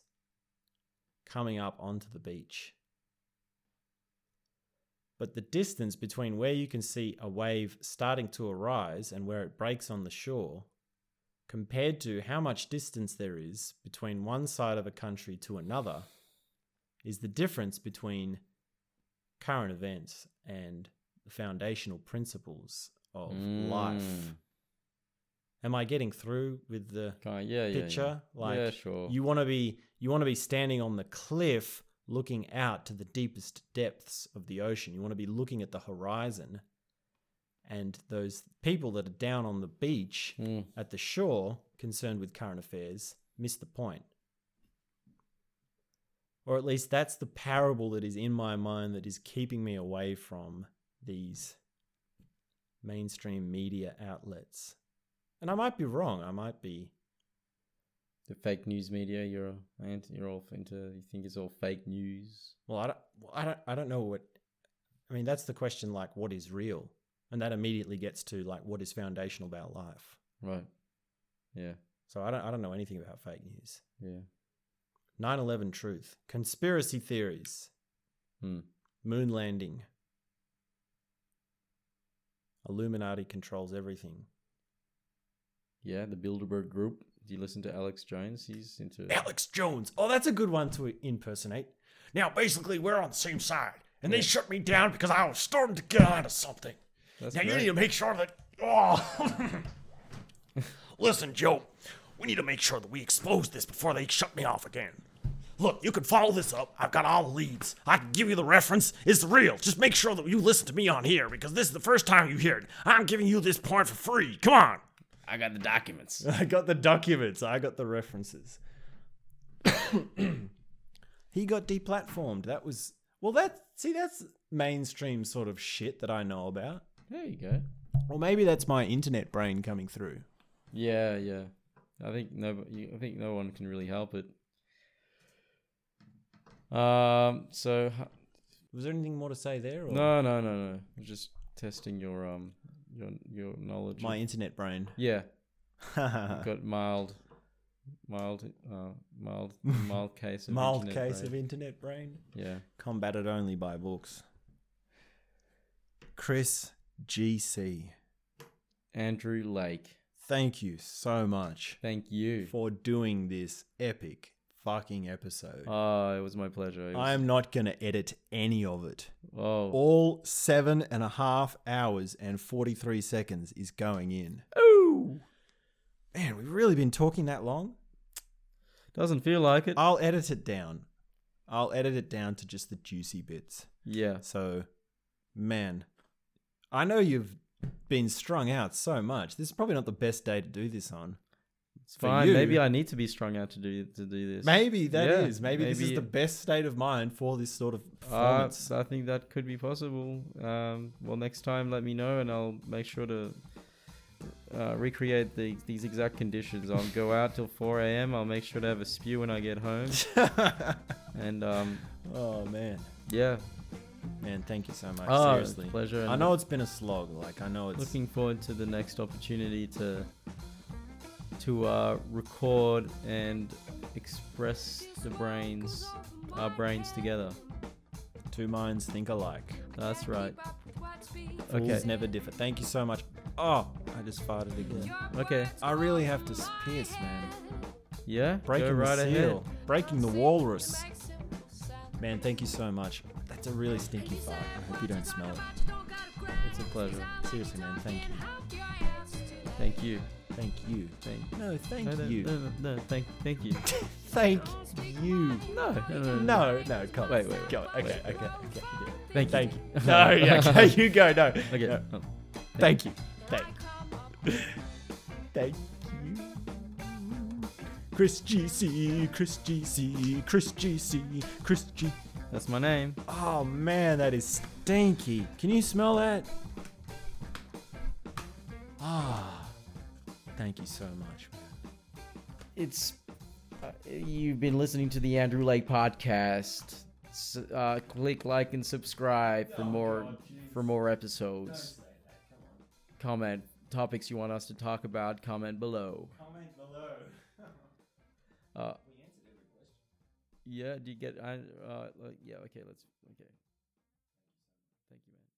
Speaker 2: coming up onto the beach. But the distance between where you can see a wave starting to arise and where it breaks on the shore, compared to how much distance there is between one side of a country to another, is the difference between current events and the foundational principles of life.
Speaker 1: Mm.
Speaker 2: Am I getting through with the
Speaker 1: Kind of- yeah, yeah, yeah.
Speaker 2: picture? Like
Speaker 1: yeah, sure.
Speaker 2: you want to be you want to be standing on the cliff looking out to the deepest depths of the ocean. You want to be looking at the horizon. And those people that are down on the beach
Speaker 1: Mm.
Speaker 2: at the shore concerned with current affairs miss the point. Or at least that's the parable that is in my mind that is keeping me away from these mainstream media outlets. And I might be wrong. I might be.
Speaker 1: the fake news media. You're anti- you're all into. You think it's all fake news.
Speaker 2: Well, I don't. well, I don't. I don't know what. I mean, that's the question. Like, what is real? And that immediately gets to like what is foundational about life.
Speaker 1: Right. Yeah.
Speaker 2: So I don't. I don't know anything about fake news.
Speaker 1: Yeah.
Speaker 2: 9/11 truth, conspiracy theories,
Speaker 1: Hmm.
Speaker 2: moon landing, Illuminati controls everything.
Speaker 1: Yeah, the Bilderberg Group. Do you listen to Alex Jones? He's into.
Speaker 2: Alex Jones. Oh, that's a good one to impersonate. [laughs] Now, basically, we're on the same side, and they shut me down because I was starting to get onto something.
Speaker 1: That's
Speaker 2: now you
Speaker 1: great.
Speaker 2: need to make sure that. Oh, [laughs] listen, Joe, we need to make sure that we expose this before they shut me off again. Look, you can follow this up. I've got all the leads. I can give you the reference. It's real. Just make sure that you listen to me on here because this is the first time you hear it. I'm giving you this point for free. Come on.
Speaker 3: I got the documents.
Speaker 2: I got the documents. I got the references. [coughs] he got deplatformed. That was well. That see, that's mainstream sort of shit that I know about.
Speaker 1: There you go.
Speaker 2: Or maybe that's my internet brain coming through.
Speaker 1: Yeah, yeah. I think no, you- I think no one can really help it. Um. So h-
Speaker 2: Was there anything more to say there? Or
Speaker 1: no, no, no, no. I'm just testing your um your your knowledge.
Speaker 2: My Uh.
Speaker 1: of-
Speaker 2: internet brain. [laughs]
Speaker 1: yeah,
Speaker 2: mild
Speaker 1: got mild, mild, uh,
Speaker 2: [laughs]
Speaker 1: mild, mild case of internet
Speaker 2: case of
Speaker 1: brain.
Speaker 2: internet brain.
Speaker 1: Yeah.
Speaker 2: Combated only by books. Chris GC,
Speaker 1: Andrew Lake.
Speaker 2: thank you so much.
Speaker 1: Thank you.
Speaker 2: for doing this epic fucking episode.
Speaker 1: Oh, it was my pleasure. It was-
Speaker 2: I'm not going to edit any of it.
Speaker 1: oh.
Speaker 2: All seven and a half hours and 43 seconds is going in. Oh! Man, we've really been talking that long.
Speaker 1: Doesn't feel like it.
Speaker 2: I'll edit it down. I'll edit it down to just the juicy bits.
Speaker 1: yeah.
Speaker 2: So, man, I know you've been strung out so much. This is probably not the best day to do this on.
Speaker 1: It's
Speaker 2: for
Speaker 1: fine. Maybe
Speaker 2: you-
Speaker 1: I need to be strung out to do to do this. Uh,
Speaker 2: Maybe that is.
Speaker 1: Yeah,
Speaker 2: Maybe, this is
Speaker 1: maybe-
Speaker 2: the best state of mind for this sort of
Speaker 1: Uh,
Speaker 2: performance.
Speaker 1: I think that could be possible. Um, well, next time, let me know, and I'll make sure to uh, recreate the, these exact conditions. I'll go out till 4 a.m. I'll make sure to have a spew when I get
Speaker 2: [laughs]
Speaker 1: home, and um,
Speaker 2: oh man,
Speaker 1: yeah,
Speaker 2: man, thank you so much.
Speaker 1: Oh, it's a
Speaker 2: Seriously,
Speaker 1: pleasure
Speaker 2: I
Speaker 1: and-
Speaker 2: know it's been a slog. Like I know it's
Speaker 1: looking forward to the next opportunity to to uh, record and express the brains, our brains together.
Speaker 2: two minds think alike.
Speaker 1: That's right.
Speaker 2: Fools
Speaker 1: Okay.
Speaker 2: never differ. Thank you so much. Oh, I just farted again.
Speaker 1: Okay.
Speaker 2: I really have to s- piss, man.
Speaker 1: Yeah.
Speaker 2: Breaking
Speaker 1: go right
Speaker 2: the
Speaker 1: ahead.
Speaker 2: seal, breaking the walrus. Man, thank you so much. That's a really stinky fart. I hope you don't smell it.
Speaker 1: It's a pleasure.
Speaker 2: Seriously, man, thank you,
Speaker 1: Thank you.
Speaker 2: thank you,
Speaker 1: Thank you.
Speaker 2: no, thank
Speaker 1: no, no,
Speaker 2: you,
Speaker 1: No, no, no, thank, thank you.
Speaker 2: [laughs] thank you.
Speaker 1: No, no, no, no.
Speaker 2: No, no, come.
Speaker 1: Wait, wait, wait.
Speaker 2: Go. Okay, okay, okay. yeah.
Speaker 1: Thank you. [laughs]
Speaker 2: Thank you. No, yeah, [laughs] okay, you go. No.
Speaker 1: Okay.
Speaker 2: no.
Speaker 1: oh.
Speaker 2: Thank you. Thank. Thank you. Chris GC, Chris GC, Chris GC, Chris G.
Speaker 1: That's my name.
Speaker 2: Oh man, that is stinky. Can you smell that? Ah. Thank you so much. Man.
Speaker 3: It's. Uh, you've been listening to the Andrew Lake podcast. S- uh, click like and subscribe
Speaker 2: Oh,
Speaker 3: for more for more episodes. Comment topics you want us to talk about. Comment below.
Speaker 2: Comment
Speaker 3: [laughs]
Speaker 2: below.
Speaker 1: Uh, yeah, do you get? I, uh, like, yeah, okay, let's. Okay. Thank you, man.